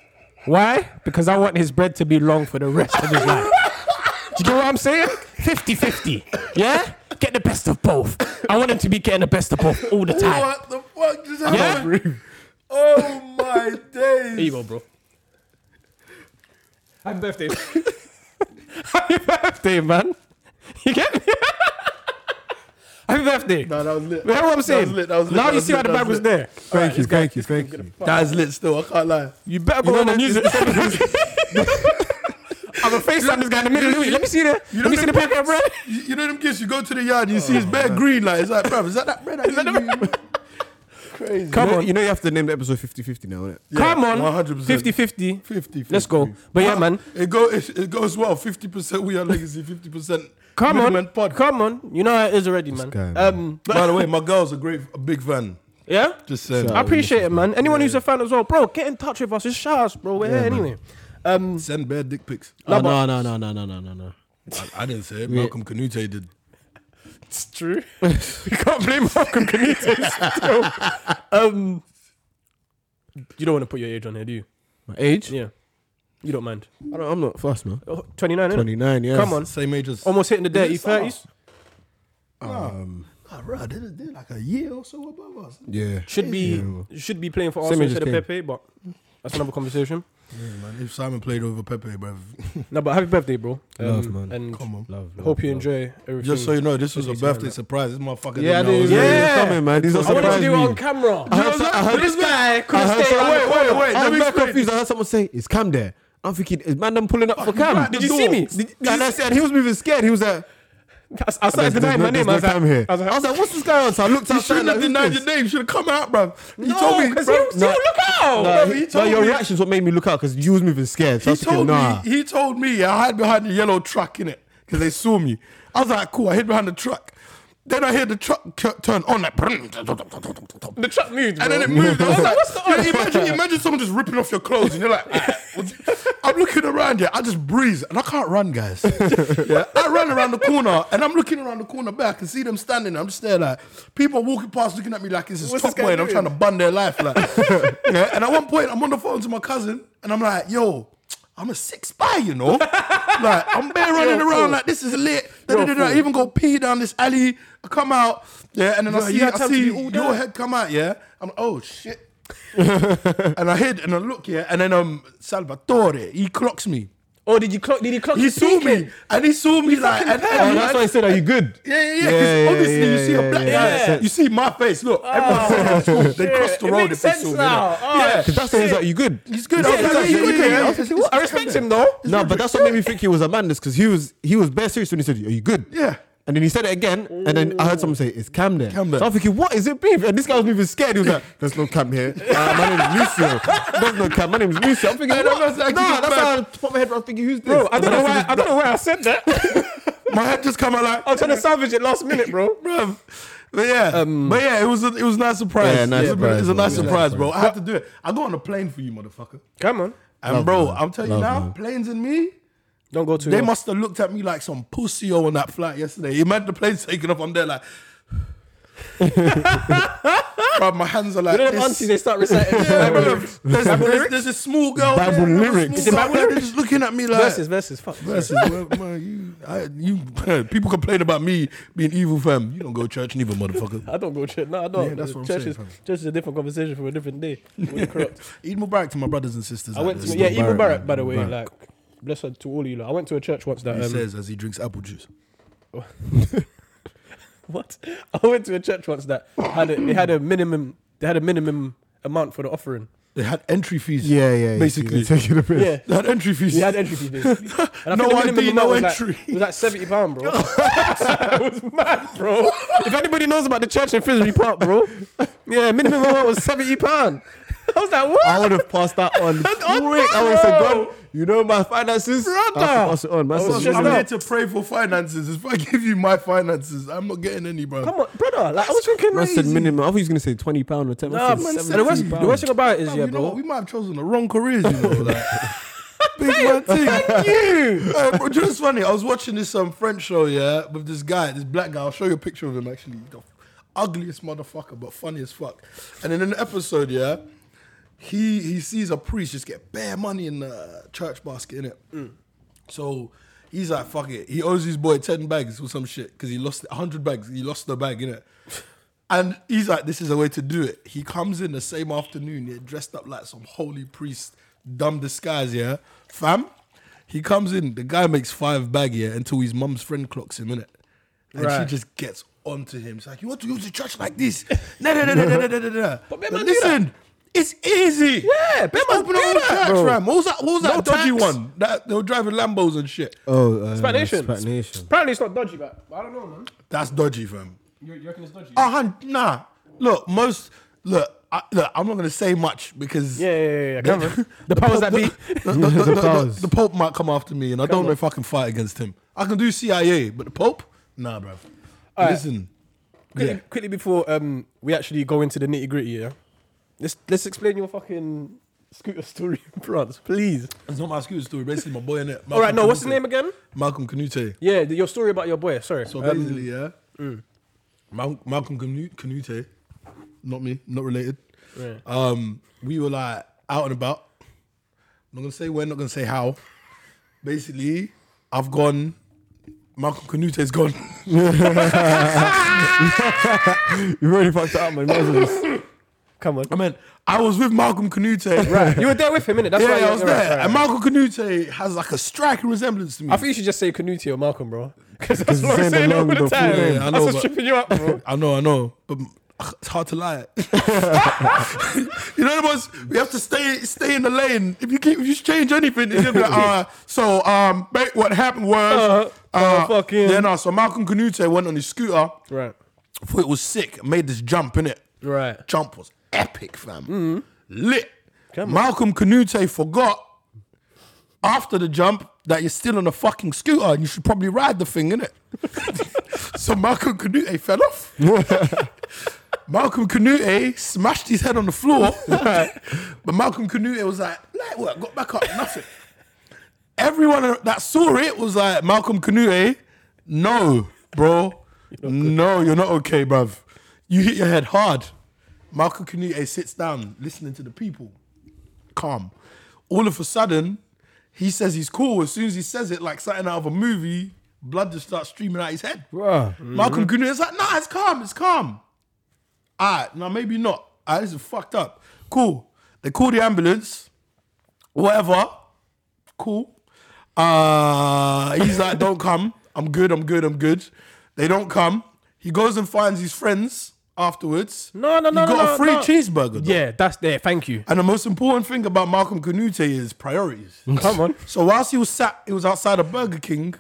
Speaker 2: Why? Because I want his bread to be long for the rest of his life. Do you get what I'm saying? 50 50. Yeah? Get the best of both. I want him to be getting the best of both all the time.
Speaker 1: What the fuck just
Speaker 2: Yeah?
Speaker 1: happened?
Speaker 2: Here (laughs)
Speaker 1: Oh my days.
Speaker 2: you go, bro. (laughs) Happy birthday. Happy birthday, man. You get me? (laughs) Happy birthday.
Speaker 1: No, that was lit.
Speaker 2: Remember what I'm saying?
Speaker 1: That was lit. That was lit.
Speaker 2: now
Speaker 1: that
Speaker 2: you
Speaker 1: was
Speaker 2: see
Speaker 1: lit,
Speaker 2: how the
Speaker 1: that
Speaker 2: bag was
Speaker 1: lit.
Speaker 2: there.
Speaker 3: Thank you, thank you, thank you.
Speaker 1: That is lit still. I can't lie.
Speaker 2: You better go
Speaker 1: You know
Speaker 2: on the
Speaker 1: that-
Speaker 2: music. (laughs)
Speaker 1: (laughs)
Speaker 2: I'm a FaceTime this guy in the middle. Let me see the. Let me see the paper, Oh, bro.
Speaker 1: You, you know them kids. You go to the yard. You see it's bare green. Like it's like, bruv, is that that bread? Is that the (laughs) Crazy.
Speaker 2: Come
Speaker 3: You know,
Speaker 2: on.
Speaker 3: you know you have to name the episode 50-50 now, innit?
Speaker 2: Come on.
Speaker 1: 100%.
Speaker 2: 50 50.
Speaker 1: 50,
Speaker 2: Let's go.
Speaker 1: 50.
Speaker 2: But yeah, man.
Speaker 1: It go. It, it goes well. Fifty percent. We are legacy. Fifty percent.
Speaker 2: Come on.
Speaker 1: Pod.
Speaker 2: Come on. You know how it is already, man.
Speaker 3: guy, man.
Speaker 2: Um,
Speaker 1: By the way, my girl's a great, a big fan.
Speaker 2: yeah?
Speaker 1: Just saying.
Speaker 2: I appreciate it, man. Anyone who's a fan as well, bro, get in touch with us. Just shout us, bro. We're here anyway. Um,
Speaker 1: Send bare dick pics.
Speaker 3: Oh, no, no, no, no, no, no, no, no.
Speaker 1: I, I didn't say it. Malcolm Canute did.
Speaker 2: it's true. (laughs) you can't blame Malcolm Benitez. still. um, you don't want to put your age on here, do you?
Speaker 3: My age?
Speaker 2: Yeah. You don't mind.
Speaker 3: I don't, I'm not fast, man.
Speaker 2: Oh, 29, innit?
Speaker 3: 29, yeah.
Speaker 2: Come on.
Speaker 1: Same age as.
Speaker 2: Almost hitting the dirty
Speaker 1: Is it
Speaker 2: 30s.
Speaker 1: Um, oh, bro, they're, they're like a year or so above us.
Speaker 3: Yeah.
Speaker 2: Should be should be playing for Arsenal
Speaker 3: age as
Speaker 2: instead of
Speaker 3: Kane.
Speaker 2: Pepe, but that's another conversation.
Speaker 1: Yeah, man. If Simon played over Pepe, bro.
Speaker 2: No, but happy birthday, bro. Um,
Speaker 3: Love, man.
Speaker 2: And
Speaker 1: (laughs) Come on.
Speaker 3: Love, love,
Speaker 2: hope you
Speaker 3: love.
Speaker 2: enjoy everything.
Speaker 1: Just so you know, this was a
Speaker 2: Please, man.
Speaker 1: birthday surprise. This motherfucker.
Speaker 3: Yeah, I
Speaker 1: didn't know
Speaker 3: didn't
Speaker 1: I was-
Speaker 3: know.
Speaker 2: Yeah.
Speaker 3: Yeah, coming, man. These are
Speaker 2: I wanted to
Speaker 3: surprise
Speaker 2: do it
Speaker 3: me.
Speaker 2: on camera.
Speaker 3: I heard, some- I heard
Speaker 2: this guy
Speaker 3: I
Speaker 2: couldn't
Speaker 3: heard
Speaker 2: stay.
Speaker 3: some-
Speaker 2: Wait, wait, wait.
Speaker 1: Uh-huh. wait, let
Speaker 3: I'm
Speaker 1: me
Speaker 3: not
Speaker 1: explain.
Speaker 3: confused. I heard someone say, "Is Cam there?" I'm thinking, "Is man them pulling up for Cam?"
Speaker 1: right,
Speaker 2: Did you see me? Did- did
Speaker 3: and
Speaker 2: you
Speaker 3: I
Speaker 2: see-
Speaker 3: said he was moving scared. He was like,
Speaker 2: I I started
Speaker 3: "There's no,
Speaker 2: denying my
Speaker 3: there's
Speaker 2: name. I
Speaker 3: no
Speaker 2: was like-
Speaker 3: Cam here."
Speaker 2: I was like,
Speaker 3: "What's this guy on?" So I looked
Speaker 1: You
Speaker 3: outside.
Speaker 1: shouldn't have
Speaker 3: like, who's
Speaker 1: denied
Speaker 3: this?
Speaker 1: your name. You should have come out, bro. He
Speaker 2: no,
Speaker 1: told me.
Speaker 2: 'cause
Speaker 1: bruv,
Speaker 2: he was- he was- look out.
Speaker 3: No,
Speaker 2: Bruv, he
Speaker 3: no,
Speaker 2: told
Speaker 3: your
Speaker 2: me.
Speaker 3: reactions what made me look out because you was moving scared.
Speaker 1: He
Speaker 3: So I was thinking,
Speaker 1: told
Speaker 3: "Nah." Oh,
Speaker 1: me. He told me I hid behind the yellow truck in it because they saw me. I was like, cool. I hid behind the truck. Then I hear the truck cu- turn on like. (laughs)
Speaker 2: (laughs) the truck moved.
Speaker 1: And then
Speaker 2: bro.
Speaker 1: it moved. I was like,
Speaker 2: What's the
Speaker 1: you know, imagine, imagine someone just ripping off your clothes and you're like, "Ah, what you-" I'm looking around here. I just breeze and I can't run,
Speaker 2: (laughs)
Speaker 1: guys. yeah, I run around the corner and I'm looking around the corner back and see them standing. there. I'm just there like people walking past looking at me like this is
Speaker 2: What's
Speaker 1: top
Speaker 2: this guy
Speaker 1: boy and I'm
Speaker 2: doing?
Speaker 1: trying to bun their life.
Speaker 2: (laughs)
Speaker 1: Like, yeah. And at one point, I'm on the phone to my cousin and I'm like, yo. I'm a six spy, you know. like I'm bare running
Speaker 2: You're a
Speaker 1: around
Speaker 2: fool.
Speaker 1: like this is lit. Da,
Speaker 2: You're a
Speaker 1: da, da, da. I
Speaker 2: fool.
Speaker 1: even go pee down this alley. I come out, yeah, and then I
Speaker 2: Yo,
Speaker 1: see
Speaker 2: you had
Speaker 1: I
Speaker 2: time to
Speaker 1: see
Speaker 2: do all
Speaker 1: your
Speaker 2: that.
Speaker 1: head come out, yeah. I'm oh shit. and I hid and I look, yeah, and then um Salvatore, he clocks me.
Speaker 2: Oh, did you clock? Did he clock?
Speaker 1: He
Speaker 2: you
Speaker 1: saw
Speaker 2: peeking?
Speaker 1: me and he saw me like and,
Speaker 2: fucking
Speaker 1: and-
Speaker 3: Oh, that's why I said, "Are you good?"
Speaker 1: yeah, yeah, yeah. 'cause
Speaker 3: Yeah, yeah,
Speaker 1: obviously you
Speaker 3: yeah,
Speaker 1: see a black
Speaker 3: yeah,
Speaker 2: yeah.
Speaker 1: guy,
Speaker 2: Yeah.
Speaker 1: you see my face. Look, everyone's everyone (laughs) they cross the
Speaker 2: It
Speaker 1: road.
Speaker 2: makes
Speaker 1: if they
Speaker 2: sense
Speaker 1: saw me.
Speaker 2: now. Oh,
Speaker 1: Yeah,
Speaker 3: Because that's the thing. "Are you good?"
Speaker 1: he's good.
Speaker 2: Yeah,
Speaker 1: I was like,
Speaker 2: yeah,
Speaker 1: yeah,
Speaker 2: yeah,
Speaker 1: yeah,
Speaker 2: yeah,
Speaker 1: yeah.
Speaker 2: yeah.
Speaker 1: It's- it's-
Speaker 2: I respect him though.
Speaker 3: No, but that's what made me think he was a man. This because he was he was bare serious when he said, "Are you good?"
Speaker 1: Yeah.
Speaker 3: And then he said it again, and then I heard someone say, "It's Cam there."
Speaker 1: Cam there.
Speaker 3: So I'm thinking, "What is it, beef?" And this guy was even scared. He was like, "There's no Cam here. Uh, my name is Lucio. There's no Cam. My name is Lucio." I'm thinking,
Speaker 1: I
Speaker 3: "What?"
Speaker 1: know,
Speaker 3: Nah,
Speaker 1: that's
Speaker 3: that's
Speaker 1: like you got
Speaker 3: how I
Speaker 1: mad.
Speaker 3: popped my head. around thinking, "Who's this?"
Speaker 2: Bro, I don't know why. I don't know why I said that. I
Speaker 1: My head just come out like
Speaker 2: was trying to salvage it last minute, bro.
Speaker 1: Bruv. But yeah, but yeah, it was a, it was a nice surprise.
Speaker 3: Um, Yeah,
Speaker 1: It
Speaker 3: nice
Speaker 1: was a-
Speaker 3: surprise,
Speaker 1: It was a
Speaker 3: bro.
Speaker 1: nice
Speaker 3: Yeah.
Speaker 1: surprise, bro. I had to do it. I go on a plane for you, motherfucker.
Speaker 2: Come on,
Speaker 1: And
Speaker 3: Love,
Speaker 1: bro,
Speaker 3: man.
Speaker 1: I'm telling
Speaker 3: Love,
Speaker 1: you now,
Speaker 3: man.
Speaker 1: planes and me,
Speaker 2: don't go too.
Speaker 1: they
Speaker 2: hard.
Speaker 1: must have looked at me like some pussy on that flight yesterday. Imagine the plane's taking off. I'm there like, (laughs) bro, my hands are like
Speaker 2: You know them
Speaker 1: this.
Speaker 2: aunties, they start reciting
Speaker 1: Yeah,
Speaker 2: Bible
Speaker 1: bro,
Speaker 2: lyrics.
Speaker 1: there's, there's, there's a small girl. there,
Speaker 3: Bible
Speaker 1: another
Speaker 3: lyrics.
Speaker 1: small
Speaker 3: Is it
Speaker 1: girl
Speaker 2: Bible
Speaker 1: there,
Speaker 2: lyrics?
Speaker 1: Just looking at me like
Speaker 2: Verses, verses, fuck.
Speaker 1: Versus, well, man, you, I, you, (laughs) people complain about me being evil, fam. You don't go to church neither, motherfucker.
Speaker 2: I don't go to church. No, I don't.
Speaker 1: Yeah, that's what I'm
Speaker 2: church
Speaker 1: saying,
Speaker 2: is
Speaker 1: fam.
Speaker 2: church is a different conversation from a different day. We're corrupt.
Speaker 1: Eid Mubarak to my brothers and sisters.
Speaker 2: I went to yeah,
Speaker 1: yeah,
Speaker 2: even
Speaker 3: Mubarak,
Speaker 2: Barrett, by the way.
Speaker 3: Mubarak.
Speaker 2: Like, bless her to all of you. Like, I went to a church once that
Speaker 1: he
Speaker 2: um,
Speaker 1: says as he drinks apple juice.
Speaker 2: (laughs) what? I went to a church once that had a, they had a minimum they had a minimum amount for the offering.
Speaker 1: They had entry fees.
Speaker 3: Yeah, yeah, yeah.
Speaker 1: Basically,
Speaker 3: taking the piss.
Speaker 2: Yeah.
Speaker 1: they had entry fees.
Speaker 2: We had entry fees. basically. (laughs) And I
Speaker 1: No
Speaker 2: think the
Speaker 1: ID,
Speaker 2: minimum
Speaker 1: no
Speaker 2: amount was
Speaker 1: entry.
Speaker 2: Like, it was like seventy pound, (laughs) bro. it was mad, bro. If anybody knows about the church in Finsbury Park, bro, yeah, minimum amount was seventy pound. I was like, what?
Speaker 3: I would have passed that on quick.
Speaker 2: on,
Speaker 3: I would have said,
Speaker 2: bro.
Speaker 3: "God, you know my finances. I have to
Speaker 2: Brother.
Speaker 3: pass it on. Man,
Speaker 2: I was
Speaker 3: said,
Speaker 2: just
Speaker 1: I'm
Speaker 3: "Listen,
Speaker 1: here to pray for finances. If I give you my finances, I'm not getting any, bro.
Speaker 2: Come on, brother. Like, I was thinking.
Speaker 3: Man said
Speaker 2: crazy.
Speaker 3: minimum. I thought he was gonna say twenty pound or ten.
Speaker 2: Nah, man,
Speaker 3: man,
Speaker 2: and the worst, the worst thing about it is,
Speaker 1: Fam,
Speaker 2: yeah,
Speaker 1: you know what?
Speaker 2: bro.
Speaker 1: We might have chosen the wrong careers, you know. Like, big man thing.
Speaker 2: Thank (laughs) you.
Speaker 1: (laughs) Hey, bro, do you know what's funny? I was watching this um, French show, yeah, with this guy, this black guy. I'll show you a picture of him actually. The ugliest motherfucker, but funny as fuck. And then in the episode, yeah, he he sees a priest just get bare money in the church basket, innit?
Speaker 2: Mm.
Speaker 1: So he's like, fuck it. He owes his boy 10 bags or some shit because he lost 100 bags. He lost the bag,
Speaker 2: (laughs)
Speaker 1: innit? And he's like, this is a way to do it. He comes in the same afternoon, yeah, dressed up like some holy priest, dumb disguise, yeah? Fam, He comes in, the guy makes five bag here until his mum's friend clocks him in it, and
Speaker 2: Right.
Speaker 1: she just gets onto him. It's like you want to use the church like this? (laughs) Nah, nah, nah, nah, nah, nah, nah, nah, nah.
Speaker 2: But
Speaker 1: But
Speaker 2: Bearman do
Speaker 1: listen, it's easy.
Speaker 2: Yeah,
Speaker 1: Just
Speaker 2: Bearman
Speaker 1: open
Speaker 2: do
Speaker 1: our own
Speaker 2: that,
Speaker 1: church,
Speaker 2: bro.
Speaker 1: fam. What was that? What was that
Speaker 2: No
Speaker 1: dodgy
Speaker 2: tax.
Speaker 1: one? That they were driving Lambos and shit.
Speaker 3: Oh, uh,
Speaker 2: Spat Nation.
Speaker 3: Spat Nation.
Speaker 2: Apparently it's not dodgy, but I don't know, man.
Speaker 1: That's dodgy, fam.
Speaker 2: You, you reckon it's dodgy?
Speaker 1: Oh, hun- nah. Look, most look. I, look, I'm not gonna say much because
Speaker 2: yeah, yeah, yeah. yeah.
Speaker 1: (laughs)
Speaker 2: Come on. (laughs) the powers that be.
Speaker 1: the, the, the, the,
Speaker 3: powers.
Speaker 1: the Pope might come after me, and I don't know if I can fight against him. I can do CIA, but the Pope, nah, bruv. Listen,
Speaker 2: quickly,
Speaker 1: yeah.
Speaker 2: quickly before um, we actually go into the nitty gritty, yeah. Let's let's explain your fucking scooter story in France, please.
Speaker 1: it's not my school story. Basically, my boy in it.
Speaker 2: All right, no, what's his name again?
Speaker 1: Malcolm Canute.
Speaker 2: Yeah, the, your story about your boy. Sorry.
Speaker 1: So
Speaker 2: Um,
Speaker 1: basically, yeah, Mal- Mm. Malcolm Canu- Canute, not me, not related.
Speaker 2: Right.
Speaker 1: Um, we were like out and about. Not gonna say when, not gonna say how. Basically, I've gone. Malcolm Canute's gone. (laughs)
Speaker 3: You already fucked it up, man. Might as well just-
Speaker 1: (laughs)
Speaker 2: come on.
Speaker 1: I mean, I was with Malcolm Canute. Right.
Speaker 2: You were there with him, innit? That's
Speaker 1: Yeah,
Speaker 2: right.
Speaker 1: I was
Speaker 2: you're right,
Speaker 1: there.
Speaker 2: right,
Speaker 1: And
Speaker 2: right.
Speaker 1: Malcolm Canute has like a striking resemblance to me.
Speaker 2: I think you should just say Canute or
Speaker 1: (laughs)
Speaker 2: Malcolm, bro. Because that's what I'm
Speaker 3: Zayn
Speaker 2: saying all
Speaker 3: along
Speaker 2: the
Speaker 3: the
Speaker 2: time.
Speaker 3: full name.
Speaker 1: Yeah, I
Speaker 2: that's
Speaker 1: know,
Speaker 2: what's
Speaker 1: but-
Speaker 2: tripping you up, bro.
Speaker 1: I know, I know, but ugh, it's hard to lie. (laughs) you know what it was? We have to stay stay in the lane. If you keep, if you change anything, it's gonna
Speaker 2: (laughs)
Speaker 1: be like, uh, so um, ba- what happened was,
Speaker 2: Uh, motherfucking-
Speaker 1: yeah, no. So Malcolm Canute went on his scooter,
Speaker 2: right.
Speaker 1: thought it was sick, made this jump in it.
Speaker 2: Right.
Speaker 1: Jump was epic, fam. Lit. Malcolm Canute forgot after the jump that you're still on a fucking scooter and you should probably ride the thing, innit? (laughs) so Malcolm Canute fell off. Malcolm Canute smashed his head on the floor, but Malcolm Canute was like, light work, got back up, nothing. Everyone that saw it was like, Malcolm Canute, no, bro, no, you're not okay, bruv. You hit your head hard. Malcolm Canute sits down, listening to the people, calm. All of a sudden, he says he's cool. As soon as he says it, like something out of a movie, blood just starts streaming out his head.
Speaker 3: Bruh.
Speaker 1: Malcolm Goodwin is like, nah, it's calm, it's calm. All right, now maybe not. All right, this is fucked up. Cool. They call the ambulance, whatever. Cool. Uh, he's like, don't come. I'm good, I'm good, I'm good. They don't come. He goes and finds his friends afterwards.
Speaker 2: No, no, no,
Speaker 1: He got
Speaker 2: no,
Speaker 1: a free
Speaker 2: no.
Speaker 1: cheeseburger. though.
Speaker 2: Yeah, that's there. Thank
Speaker 1: (laughs)
Speaker 2: you.
Speaker 1: And the most important thing about Malcolm Canute is priorities.
Speaker 2: Come on.
Speaker 1: So whilst he was sat, he was outside of Burger King.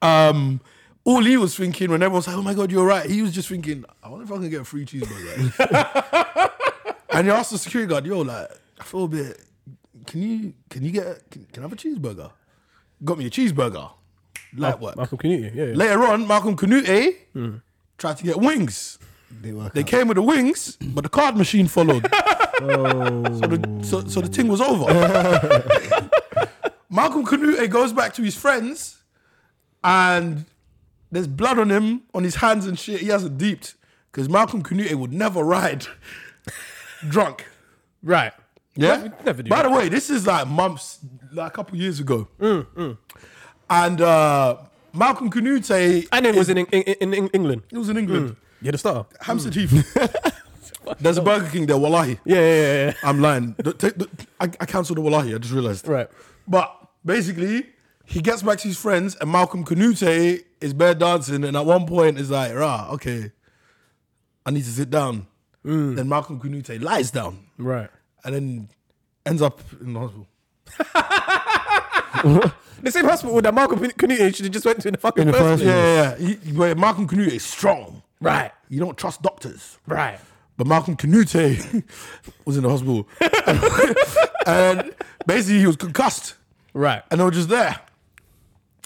Speaker 1: Um, all he was thinking when everyone was like, "Oh my god, you're right," he was just thinking, "I wonder if I can get a free cheeseburger." (laughs) and he asked the security guard, "Yo, like, I feel a bit. Can you can you get a- can, can I have a cheeseburger? Got me a cheeseburger. Light work.
Speaker 2: Malcolm Canute. Yeah. Hmm. yeah.
Speaker 1: Later on, Malcolm Canute eh, tried to get wings.
Speaker 3: They work
Speaker 1: They came with the wings, but the card machine
Speaker 2: (laughs)
Speaker 1: followed. So, the, so, so the thing was
Speaker 3: (laughs)
Speaker 1: over. Malcolm Canute goes back to his friends, and there's blood on him, on his hands and shit. He hasn't deeped because Malcolm Canute would never ride (laughs) drunk.
Speaker 2: Right.
Speaker 1: Yeah,
Speaker 2: never do
Speaker 1: By
Speaker 2: that.
Speaker 1: the way, this is like months, like a couple years ago,
Speaker 2: Mm,
Speaker 1: and uh, Malcolm Canute.
Speaker 2: And it was in, in, in, in England.
Speaker 1: It was in England.
Speaker 2: You're the star.
Speaker 1: Hampstead
Speaker 2: (laughs)
Speaker 1: Heath. There's a Burger King there, wallahi.
Speaker 2: Yeah, yeah, yeah. yeah.
Speaker 1: I'm lying. The- take the- I, I cancelled the wallahi, I just realised.
Speaker 2: Right.
Speaker 1: But basically, he gets back to his friends and Malcolm Canute is bare dancing and at one point is like, rah, okay, I need to sit down. Then Malcolm Canute lies down
Speaker 2: Right.
Speaker 1: and then ends up in the hospital.
Speaker 2: The same hospital that Malcolm Canute should have just went to in the fucking
Speaker 3: the
Speaker 2: first
Speaker 3: first
Speaker 2: place.
Speaker 3: place.
Speaker 1: Yeah, yeah, yeah. He- where Malcolm Canute is strong.
Speaker 2: Right.
Speaker 1: You don't trust doctors.
Speaker 2: Right.
Speaker 1: But Malcolm Canute (laughs) was in the hospital. (laughs) and basically, he was concussed.
Speaker 2: Right.
Speaker 1: And they were just there.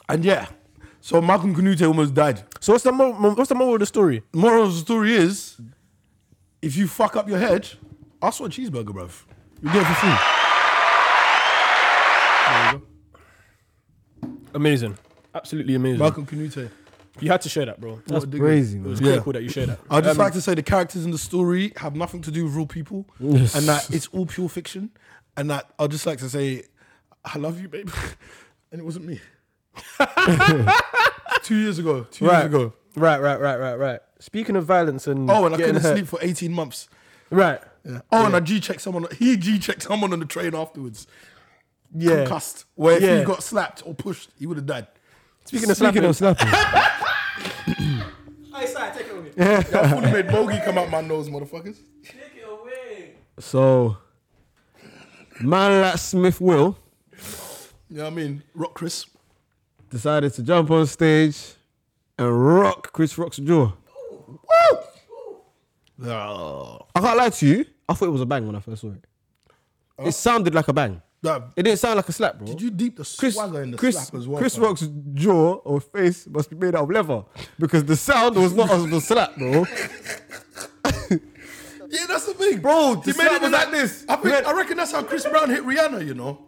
Speaker 1: And yeah, so Malcolm Canute almost died.
Speaker 2: So what's the mo- mo- what's the moral of the story?
Speaker 1: Moral of the story is if you fuck up your head, ask for a cheeseburger, bruv. You get it for free. There you go.
Speaker 2: Amazing. Absolutely amazing.
Speaker 1: Malcolm Canute.
Speaker 2: You had to share that, bro. That's
Speaker 1: What a digger.
Speaker 3: Crazy,
Speaker 2: it
Speaker 3: man.
Speaker 2: was
Speaker 1: Yeah.
Speaker 2: critical that you share that.
Speaker 1: I'd just
Speaker 2: Um,
Speaker 1: like to say the characters in the story have nothing to do with real people, and that it's all pure fiction. And that I'd just like to say, I love you, babe. (laughs) And it wasn't (laughs) me. two years ago. Two
Speaker 2: right.
Speaker 1: years ago.
Speaker 2: Right, right, right, right, right. Speaking of violence and
Speaker 1: Oh, and I
Speaker 2: getting
Speaker 1: couldn't
Speaker 2: hurt.
Speaker 1: sleep for 18 months.
Speaker 2: Right.
Speaker 1: Yeah. Oh, and I G checked someone. He G checked someone on the train afterwards.
Speaker 2: Yeah.
Speaker 1: concussed. Where if
Speaker 2: Yeah.
Speaker 1: he got slapped or pushed, he would have
Speaker 3: (laughs)
Speaker 1: died.
Speaker 2: Speaking of slapping,
Speaker 3: slapping,
Speaker 1: That fully made bogey come out my nose, motherfuckers.
Speaker 3: so man like Smith Will
Speaker 1: You know what I mean? Rock Chris.
Speaker 3: decided to jump on stage and rock Chris Rock's jaw.
Speaker 1: Oh.
Speaker 3: I can't lie to you. I thought it was a bang when I first saw it. It sounded like a bang.
Speaker 1: That-
Speaker 3: It didn't sound like a slap, bro.
Speaker 1: Oh. did you deep the
Speaker 3: Chris,
Speaker 1: swagger in the
Speaker 3: Chris,
Speaker 1: slap as well?
Speaker 3: Chris
Speaker 1: fam?
Speaker 3: Rock's jaw or face must be made out of leather because the sound was not of the
Speaker 1: (laughs)
Speaker 3: slap, bro.
Speaker 1: Yeah, that's the thing,
Speaker 3: Bro,
Speaker 1: He
Speaker 3: the
Speaker 1: made
Speaker 3: slap
Speaker 1: it
Speaker 3: was
Speaker 1: with
Speaker 3: like
Speaker 1: that-
Speaker 3: this.
Speaker 1: I, think,
Speaker 3: We had-
Speaker 1: I reckon that's how Chris Brown hit Rihanna. You know?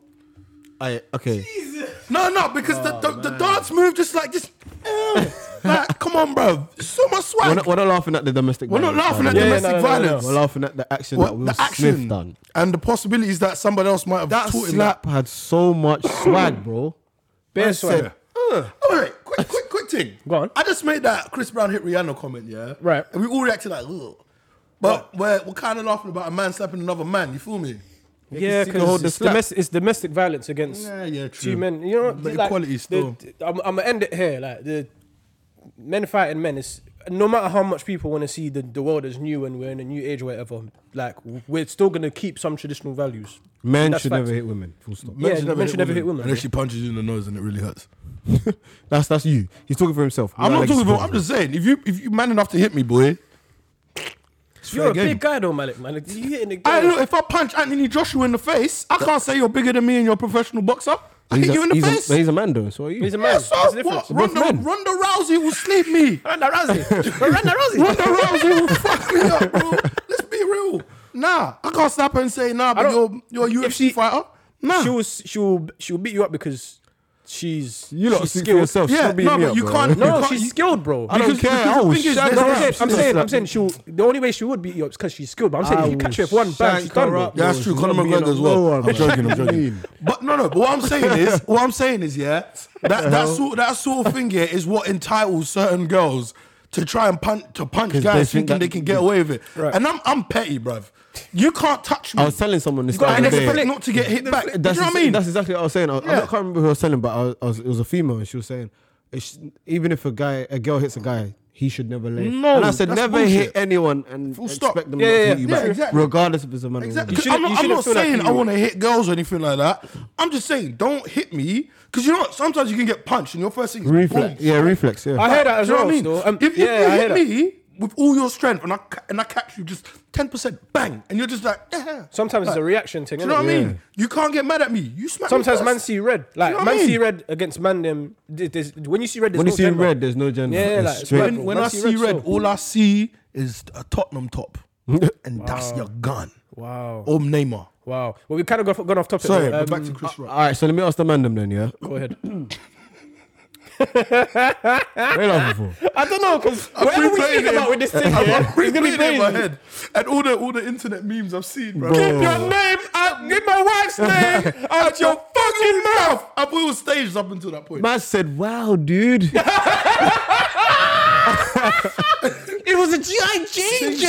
Speaker 3: I, okay.
Speaker 1: No, no, because
Speaker 3: Oh,
Speaker 1: the, the, the dance move just like just.
Speaker 3: (laughs)
Speaker 1: eh, like, come on, bro. So much swag.
Speaker 3: We're not, we're not laughing at the domestic.
Speaker 1: We're not laughing
Speaker 3: violence, by
Speaker 1: at
Speaker 3: the way.
Speaker 2: Yeah,
Speaker 1: domestic
Speaker 2: no, no, no, no, no.
Speaker 1: violence.
Speaker 3: We're laughing at the action
Speaker 1: What-
Speaker 3: that Will
Speaker 1: the action
Speaker 3: Smith done.
Speaker 1: and the possibilities that somebody else might have
Speaker 3: That
Speaker 1: taught him
Speaker 3: slap had
Speaker 1: (coughs)
Speaker 3: so much swag, bro.
Speaker 2: bare
Speaker 1: that.
Speaker 2: swag.
Speaker 1: Uh, oh, wait, wait, quick, quick, quick thing.
Speaker 2: Go on.
Speaker 1: I just made that Chris Brown hit Rihanna comment, yeah.
Speaker 2: Right.
Speaker 1: And we all reacted like, ugh. But we're, we're kind of laughing about a man slapping another man. You feel me?
Speaker 2: Yeah,
Speaker 3: can see the whole
Speaker 2: because it's,
Speaker 3: slap.
Speaker 2: domestic- it's domestic violence against
Speaker 1: Yeah, yeah, true.
Speaker 2: two men. You know, what,
Speaker 1: But
Speaker 2: like,
Speaker 1: equality
Speaker 2: the-
Speaker 1: still.
Speaker 2: I'm, I'm gonna end it here. Like the men fighting men is no matter how much people want to see the, the world as new and we're in a new age, or whatever. Like we're still gonna keep some traditional values.
Speaker 3: Men
Speaker 2: That's
Speaker 3: should
Speaker 2: facts.
Speaker 3: never hit women. Full stop.
Speaker 2: Yeah, men should never hit women.
Speaker 1: And then she punches you in the nose and it really hurts.
Speaker 3: That's that's you. He's talking for himself.
Speaker 1: I'm not
Speaker 3: Like,
Speaker 1: talking about. I'm just saying, if you if you man enough to hit me, boy.
Speaker 2: You're a
Speaker 3: game.
Speaker 2: big guy though, Malik. Malik, you hitting the
Speaker 1: I,
Speaker 2: girl.
Speaker 1: look, if I punch Anthony Joshua in the face, I can't say you're bigger than me and you're a professional boxer. I
Speaker 3: He's
Speaker 1: hit
Speaker 3: a-
Speaker 1: you in the
Speaker 3: he's a-
Speaker 1: face.
Speaker 3: but he's a man though. So are you?
Speaker 2: He's a
Speaker 1: Yeah,
Speaker 2: man.
Speaker 1: so
Speaker 2: There's a
Speaker 1: what?
Speaker 2: difference.
Speaker 1: Ronda,
Speaker 3: men.
Speaker 1: Ronda Rousey will sleep me.
Speaker 2: (laughs) Ronda
Speaker 1: (laughs)
Speaker 2: Rousey. Ronda Rousey.
Speaker 1: Ronda Rousey will fuck me up, bro. Let's be real. Nah, I can't snap her and say nah, but
Speaker 2: don't-
Speaker 1: you're you're a UFC
Speaker 2: if she-
Speaker 1: fighter. Nah.
Speaker 2: She'll she'll she'll beat you up because she's
Speaker 3: You lot
Speaker 2: she's
Speaker 3: speak for yourself.
Speaker 1: Yeah,
Speaker 3: Stop beating
Speaker 1: no,
Speaker 3: me
Speaker 1: but
Speaker 3: up,
Speaker 1: you
Speaker 3: bro.
Speaker 1: can't-
Speaker 2: No,
Speaker 1: You
Speaker 2: she's skilled, bro.
Speaker 3: I don't
Speaker 1: Because-
Speaker 3: care.
Speaker 1: because
Speaker 3: I
Speaker 1: the
Speaker 3: will
Speaker 1: thing is,
Speaker 3: shag
Speaker 1: there's
Speaker 2: No,
Speaker 3: her
Speaker 1: no-
Speaker 2: I'm
Speaker 3: up.
Speaker 2: saying, I'm
Speaker 1: She's
Speaker 2: saying,
Speaker 3: Slap
Speaker 2: I'm saying she'll. The only way she would beat you up is because she's skilled. But I'm saying, if you
Speaker 3: will
Speaker 2: catch her with one bang,
Speaker 3: shag
Speaker 2: she's done,
Speaker 3: her
Speaker 2: bro.
Speaker 3: up.
Speaker 1: Yeah, that's true.
Speaker 3: She's
Speaker 1: Conor
Speaker 3: not being
Speaker 1: McGregor
Speaker 3: a
Speaker 1: as well.
Speaker 3: blower,
Speaker 1: I'm
Speaker 3: bro.
Speaker 1: joking. I'm joking. (laughs)
Speaker 3: Mean.
Speaker 1: But no, no. But what I'm saying
Speaker 2: (laughs)
Speaker 1: is, what I'm saying is, yeah,
Speaker 2: Uh-huh.
Speaker 1: that that sort that sort of thing here is what entitles certain girls to try and punch to punch
Speaker 3: 'Cause
Speaker 1: guys
Speaker 3: they think
Speaker 1: thinking
Speaker 3: that-
Speaker 1: they can get away with it. And I'm I'm petty, bruv. You can't touch me.
Speaker 3: I was telling someone this.
Speaker 1: I
Speaker 3: the other
Speaker 1: expect
Speaker 3: day.
Speaker 1: not to get hit back. Do you know
Speaker 3: That's
Speaker 1: what I
Speaker 3: ex-
Speaker 1: mean?
Speaker 3: That's exactly what I was saying. I, I
Speaker 1: Yeah.
Speaker 3: can't remember who I was telling, but I was, I was, it was a female, and she was saying, it's, even if a guy, a girl hits a guy, he should never lay.
Speaker 1: No,
Speaker 3: and I said,
Speaker 1: that's
Speaker 3: never hit
Speaker 1: bullshit.
Speaker 3: anyone and
Speaker 1: Full
Speaker 3: expect
Speaker 1: stop.
Speaker 3: them
Speaker 2: Yeah,
Speaker 3: not
Speaker 2: yeah,
Speaker 3: to hit you
Speaker 1: yeah,
Speaker 3: back,
Speaker 1: exactly.
Speaker 3: regardless if it's a man
Speaker 1: Exactly.
Speaker 3: or
Speaker 2: You
Speaker 1: Because I'm
Speaker 2: shouldn't-
Speaker 1: not,
Speaker 2: you
Speaker 1: I'm
Speaker 2: shouldn't
Speaker 1: not
Speaker 2: feel like
Speaker 1: saying I
Speaker 2: you-
Speaker 1: want to hit girls or anything like that. I'm just saying don't hit me because you know what? Sometimes you can get punched and your first thing is
Speaker 3: a woman. Reflex,
Speaker 1: boom.
Speaker 3: yeah, reflex, yeah.
Speaker 2: I heard that as
Speaker 1: Do you know
Speaker 2: well.
Speaker 1: what I mean?
Speaker 2: still. Um,
Speaker 1: if if
Speaker 2: yeah,
Speaker 1: you
Speaker 2: I hear
Speaker 1: hit
Speaker 2: that.
Speaker 1: me with all your strength and I ca- and I catch you just ten percent bang and you're just like yeah.
Speaker 2: Sometimes
Speaker 1: like,
Speaker 2: it's a reaction thing.
Speaker 1: Do you know
Speaker 2: innit?
Speaker 1: what I mean? You can't get mad at me. You smack.
Speaker 2: Sometimes
Speaker 1: me
Speaker 2: man
Speaker 1: first.
Speaker 2: see red. Like
Speaker 1: You know what
Speaker 2: man
Speaker 1: I mean?
Speaker 2: see red against man. Them th- there's- when you see red, there's
Speaker 3: when
Speaker 2: no
Speaker 3: you see
Speaker 2: gender.
Speaker 3: red, there's no gender.
Speaker 2: Yeah,
Speaker 3: It's
Speaker 2: like, it's
Speaker 3: straight.
Speaker 2: red, bro.
Speaker 1: When
Speaker 2: Man
Speaker 1: I
Speaker 2: see
Speaker 1: see
Speaker 2: red
Speaker 1: red,
Speaker 2: soap.
Speaker 1: all I see is a Tottenham top,
Speaker 2: (laughs)
Speaker 1: and that's your gun.
Speaker 2: Wow, Um,
Speaker 1: Or Neymar.
Speaker 2: wow. Well, we kind of gone off topic.
Speaker 1: Sorry,
Speaker 2: though.
Speaker 1: but back
Speaker 2: Um,
Speaker 1: to Chris Rock.
Speaker 3: All right, so let me ask the man them then, yeah.
Speaker 2: go ahead.
Speaker 3: Very long before.
Speaker 2: I don't know because (laughs) whatever we
Speaker 1: replaying
Speaker 2: think
Speaker 1: it.
Speaker 2: about with this
Speaker 1: (laughs)
Speaker 2: thing,
Speaker 1: I'm
Speaker 2: yeah, it's gonna be
Speaker 1: replaying it in my
Speaker 2: crazy.
Speaker 1: head, and all the all the internet memes I've seen, bro.
Speaker 3: Bro.
Speaker 2: Keep your name out. Give my
Speaker 1: (laughs)
Speaker 2: wife's name out your fucking mouth.
Speaker 1: I've all staged up until that point.
Speaker 3: Man said,
Speaker 1: (laughs)
Speaker 3: "Wow, dude, it was a giant change."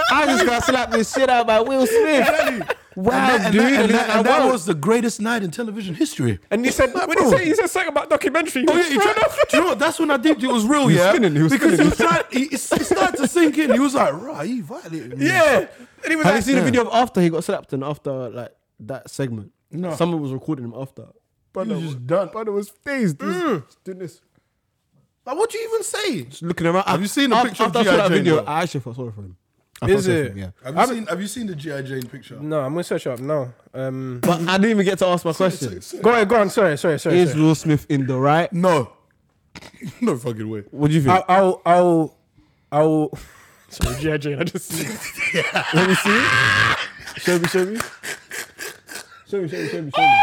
Speaker 3: (laughs) I just got slapped the shit out by Will Smith. Wow,
Speaker 1: and
Speaker 3: dude,
Speaker 1: that, and
Speaker 3: and
Speaker 1: that-
Speaker 3: I-
Speaker 1: and
Speaker 3: I
Speaker 1: that
Speaker 3: won't-
Speaker 1: was the greatest night in television history.
Speaker 2: And he said, what did he
Speaker 1: bro.
Speaker 2: say? He said something about documentary.
Speaker 1: Oh, (laughs) yeah, he
Speaker 2: (laughs) Fair
Speaker 1: tried-
Speaker 2: enough.
Speaker 1: do you know what? That's when I
Speaker 2: (laughs)
Speaker 1: did. It was real,
Speaker 3: was
Speaker 1: yeah.
Speaker 3: spinning, he was
Speaker 1: because
Speaker 3: spinning.
Speaker 1: he tried, he, he started to sink in. He was like, "Right, he violated me."
Speaker 2: Yeah. And he was
Speaker 3: (laughs) Have
Speaker 2: like,
Speaker 3: you seen the video of after he got slapped and after like that segment?
Speaker 1: No.
Speaker 3: someone was recording him after.
Speaker 1: he was just
Speaker 2: "Mm."
Speaker 1: done.
Speaker 3: Brother was phased. He was just doing this,
Speaker 1: Like, what do you even say?
Speaker 3: just looking around.
Speaker 1: Have you seen the
Speaker 3: Af-
Speaker 1: picture of
Speaker 3: after I saw
Speaker 1: G.I.
Speaker 3: that
Speaker 1: Jane,
Speaker 3: video?
Speaker 1: though?
Speaker 3: I actually felt sorry for him. I
Speaker 2: Is
Speaker 3: felt sorry
Speaker 2: it?
Speaker 3: for him, yeah.
Speaker 1: Have you seen? Have you seen the GI Jane picture?
Speaker 2: No, I'm gonna search it up now. Um,
Speaker 3: But I didn't even get to ask my question.
Speaker 2: go ahead, go on. Sorry, sorry, sorry.
Speaker 3: Is
Speaker 2: sorry.
Speaker 3: Will Smith in the right?
Speaker 1: No, (laughs) no fucking way.
Speaker 3: What do you think?
Speaker 1: Uh,
Speaker 2: I'll, I'll, I'll, I'll. (laughs) Sorry, G.I. Jane. I just.
Speaker 3: Let me see. Show me, show me. Show me, show me, show me, show me.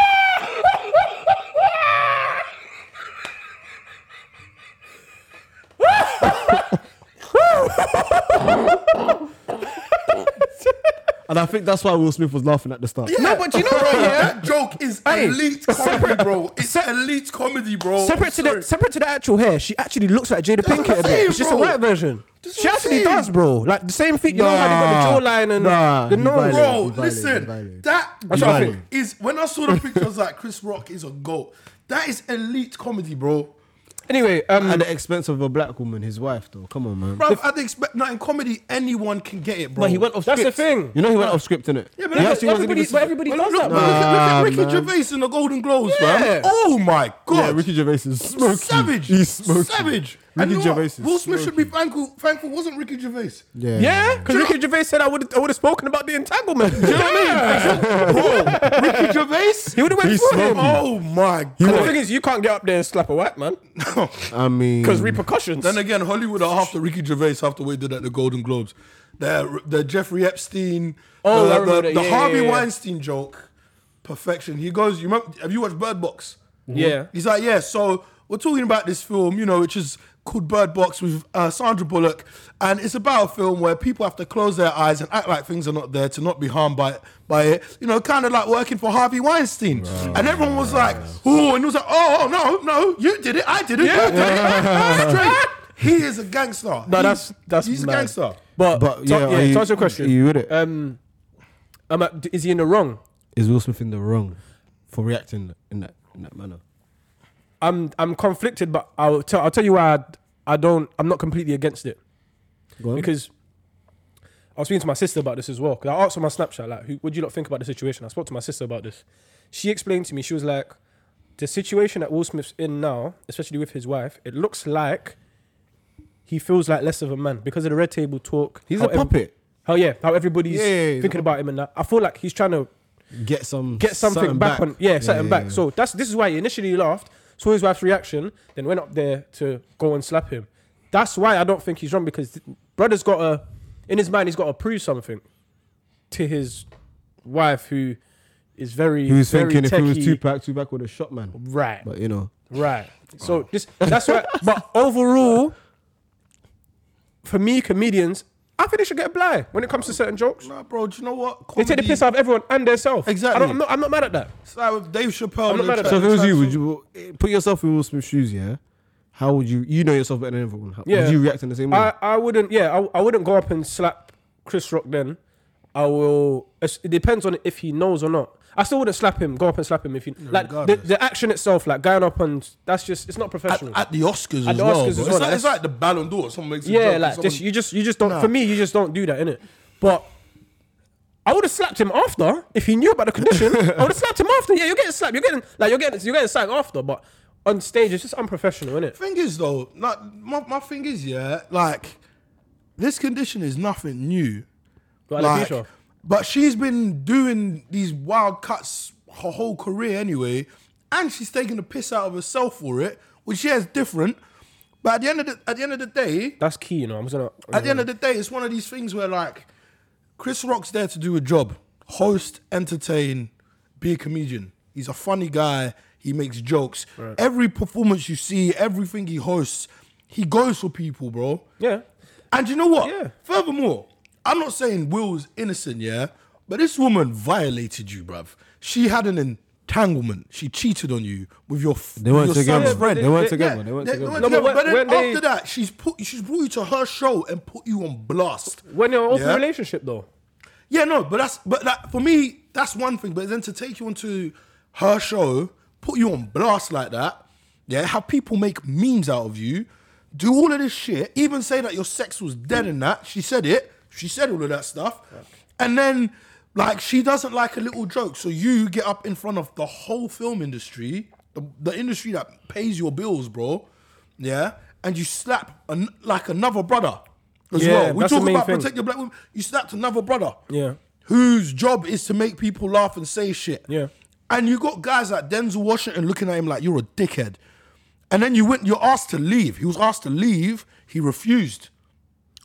Speaker 3: And I think that's why Will Smith was laughing at the start.
Speaker 2: No, but you know what, yeah?
Speaker 1: That joke is
Speaker 2: Hey,
Speaker 1: elite comedy,
Speaker 2: (laughs)
Speaker 1: bro. It's elite comedy, bro.
Speaker 2: Oh, Separate to, the, separate to the actual hair, she actually looks like Jada
Speaker 1: what
Speaker 2: Pinkett a
Speaker 1: I'm
Speaker 2: bit.
Speaker 1: saying,
Speaker 2: It's just a
Speaker 1: bro.
Speaker 2: white version.
Speaker 1: That's what
Speaker 2: She
Speaker 1: I'm
Speaker 2: actually
Speaker 1: saying.
Speaker 2: does, bro. Like the same thing. You know how they got the jawline and
Speaker 3: Nah,
Speaker 2: the
Speaker 3: you
Speaker 2: nose.
Speaker 3: violate.
Speaker 1: bro.
Speaker 3: You violate, you
Speaker 1: Listen,
Speaker 3: violate.
Speaker 1: that
Speaker 2: That's what I
Speaker 1: joke
Speaker 2: think.
Speaker 1: is when I saw the pictures like Chris Rock is a goat. That is elite comedy, bro.
Speaker 2: Anyway,
Speaker 3: At
Speaker 2: um,
Speaker 3: the expense of a black woman, his wife, though. Come on, man.
Speaker 1: Bro, I didn't expect. Not in comedy, anyone can get it, bro.
Speaker 3: But he went off
Speaker 2: that's the
Speaker 3: script.
Speaker 2: thing.
Speaker 3: You know he went off script, innit?
Speaker 1: Yeah, but
Speaker 3: He
Speaker 1: that's-
Speaker 3: actually wasn't
Speaker 2: everybody-
Speaker 3: even-
Speaker 2: but everybody
Speaker 1: Well,
Speaker 2: does
Speaker 1: look,
Speaker 2: that,
Speaker 1: look,
Speaker 2: bro.
Speaker 1: at, look at
Speaker 3: Nah,
Speaker 1: Ricky Gervais in the Golden Globes,
Speaker 2: Yeah.
Speaker 1: man. Oh my
Speaker 3: Yeah,
Speaker 1: god.
Speaker 3: Ricky Gervais is smoky.
Speaker 1: Savage.
Speaker 3: He's smoky.
Speaker 1: Savage. and
Speaker 3: Ricky
Speaker 1: you know
Speaker 3: Gervais
Speaker 1: what?
Speaker 3: is
Speaker 1: Will Smith should be
Speaker 3: smoky.
Speaker 1: thankful. Thankful wasn't Ricky Gervais.
Speaker 2: yeah, because Ricky Gervais said I would I would have spoken about the entanglement. Do you know what I mean?
Speaker 1: Bro, Ricky Gervais.
Speaker 2: (laughs) He would have went
Speaker 3: He's
Speaker 2: for him.
Speaker 3: smoking.
Speaker 1: Oh my
Speaker 2: And the thing
Speaker 1: god.
Speaker 2: is, you can't get up there and slap a white man
Speaker 3: I mean,
Speaker 2: because repercussions.
Speaker 1: Then again, Hollywood are after Ricky Gervais after we did at the Golden Globes. The the Jeffrey Epstein.
Speaker 2: Oh,
Speaker 1: the,
Speaker 2: I remember
Speaker 1: the-
Speaker 2: that.
Speaker 1: the
Speaker 2: Yeah,
Speaker 1: Harvey
Speaker 2: yeah, yeah.
Speaker 1: Weinstein joke. Perfection. He goes. You remember, have you watched Bird Box?
Speaker 2: yeah,
Speaker 1: He's like, yeah, so we're talking about this film, you know, which is called Bird Box with uh, Sandra Bullock. And it's about a film where people have to close their eyes and act like things are not there to not be harmed by it, by it. you know, kind of like working for Harvey Weinstein. And everyone was like, oh, and it was like, oh, oh, no, no, you did it, I did it, you did
Speaker 2: (laughs)
Speaker 1: it. Straight. (laughs) He is a gangster. No,
Speaker 2: that's- that's
Speaker 1: He's
Speaker 2: mad.
Speaker 1: a gangster.
Speaker 2: but,
Speaker 3: But,
Speaker 2: to,
Speaker 3: yeah,
Speaker 2: yeah,
Speaker 3: are you-
Speaker 2: to answer your question,
Speaker 3: are you with it?
Speaker 2: Um, am I- is he in the wrong?
Speaker 3: is Will Smith in the wrong for reacting in that in that manner?
Speaker 2: I'm I'm conflicted, but I'll tell I'll tell you why I, I don't I'm not completely against it
Speaker 3: Go on.
Speaker 2: because I was speaking to my sister about this as well. Because I asked on my Snapchat like, who, "What do you lot think about the situation?" I spoke to my sister about this. She explained to me. She was like, "The situation that Will Smith's in now, especially with his wife, it looks like he feels like less of a man because of the red table talk.
Speaker 3: He's
Speaker 2: how
Speaker 3: a
Speaker 2: ev-
Speaker 3: puppet.
Speaker 2: How yeah, how everybody's
Speaker 3: Yeah, yeah, yeah, he's a
Speaker 2: thinking about him and that. I feel like he's trying to
Speaker 3: Get some
Speaker 2: get something, back, on yeah, something back.
Speaker 3: yeah.
Speaker 2: So that's this is why he initially laughed, saw his wife's reaction, then went up there to go and slap him. That's why I don't think he's wrong because th- brother's got a in his mind he's got to prove something to his wife who is very
Speaker 3: he was
Speaker 2: very
Speaker 3: thinking if it was
Speaker 2: techie.
Speaker 3: Tupac, Tupac would have shot man.
Speaker 2: right
Speaker 3: But you know,
Speaker 2: right.
Speaker 3: oh.
Speaker 2: So this that's why. (laughs) But overall, for me, comedians, I think they should get a bligh when it comes to certain jokes.
Speaker 1: Nah, bro, do you know what?
Speaker 2: They take the piss out of everyone and themselves. I
Speaker 1: Exactly.
Speaker 2: don't, I'm, not, I'm not mad at that.
Speaker 1: It's like with Dave Chappelle.
Speaker 2: I'm not
Speaker 1: and
Speaker 2: mad at
Speaker 1: the
Speaker 2: that.
Speaker 3: so if it was you,
Speaker 1: Chappelle
Speaker 3: would you eh, put yourself in Will Smith's shoes? Yeah, how would you? You know yourself better than everyone. How,
Speaker 2: Yeah.
Speaker 3: Would you react in the same way?
Speaker 2: I, I wouldn't. Yeah, I, I wouldn't go up and slap Chris Rock. Then I will. it's- It depends on if he knows or not. I still wouldn't slap him. Go up and slap him if you like. The,
Speaker 1: regardless.
Speaker 2: the action itself, like going up and that's just it's not
Speaker 1: at,
Speaker 2: professional.
Speaker 1: at the Oscars
Speaker 2: At
Speaker 1: as
Speaker 2: the
Speaker 1: well.
Speaker 2: Oscars
Speaker 1: bro. it's,
Speaker 2: as well,
Speaker 1: like,
Speaker 2: that's-
Speaker 1: it's like the Ballon d'Or. Someone makes a joke
Speaker 2: yeah,
Speaker 1: and
Speaker 2: like
Speaker 1: someone-
Speaker 2: just you just you just don't.
Speaker 1: Nah.
Speaker 2: For me, you just don't do that, innit? But I would have slapped him after if he knew about
Speaker 1: (laughs)
Speaker 2: the condition. I would have slapped him after. Yeah, you're getting slapped. You're getting like you're getting you're getting sacked after. But on stage, it's just unprofessional, innit?
Speaker 1: thing is though, like my, my thing is, yeah, like this condition is nothing new.
Speaker 2: But
Speaker 1: Like,
Speaker 2: alopecia.
Speaker 1: but she's been doing these wild cuts her whole career anyway, and she's taking the piss out of herself for it, which yeah is different. But at the end of the at the end of the day,
Speaker 2: that's key, you know. I'm just gonna.
Speaker 1: at the end of the day, it's one of these things where like Chris Rock's there to do a job: host, entertain, be a comedian. He's a funny guy. He makes jokes. Every performance you see, everything he hosts, he goes for people, bro.
Speaker 2: yeah,
Speaker 1: And you know what?
Speaker 2: Yeah.
Speaker 1: Furthermore, I'm not saying Will's innocent, yeah, but this woman violated you, bruv. She had an entanglement. She cheated on you with your f-
Speaker 3: They weren't
Speaker 1: with your
Speaker 3: together.
Speaker 1: son's friend.
Speaker 3: They weren't
Speaker 1: Yeah,
Speaker 3: together. They weren't together.
Speaker 2: No, but when-
Speaker 1: but then
Speaker 2: when they-
Speaker 1: after that, she's put she's brought you to her show and put you on blast.
Speaker 2: when you're open
Speaker 1: Yeah.
Speaker 2: relationship though.
Speaker 1: Yeah, no, but that's but that for me that's one thing. But then to take you onto her show, put you on blast like that, yeah, have people make memes out of you, do all of this shit, even say that your sex was dead and that. She said it. She said all of that stuff, and then like she doesn't like a little joke, so you get up in front of the whole film industry, the, the industry that pays your bills, bro, yeah, and you slap an, like another brother. As
Speaker 2: Yeah,
Speaker 1: well. We
Speaker 2: that's the
Speaker 1: talk
Speaker 2: main
Speaker 1: about
Speaker 2: thing.
Speaker 1: protect your black women. You slapped another brother
Speaker 2: Yeah.
Speaker 1: whose job is to make people laugh and say shit.
Speaker 2: Yeah.
Speaker 1: And you got guys like Denzel Washington looking at him like you're a dickhead. And then you went, you're asked to leave. He was asked to leave. He refused.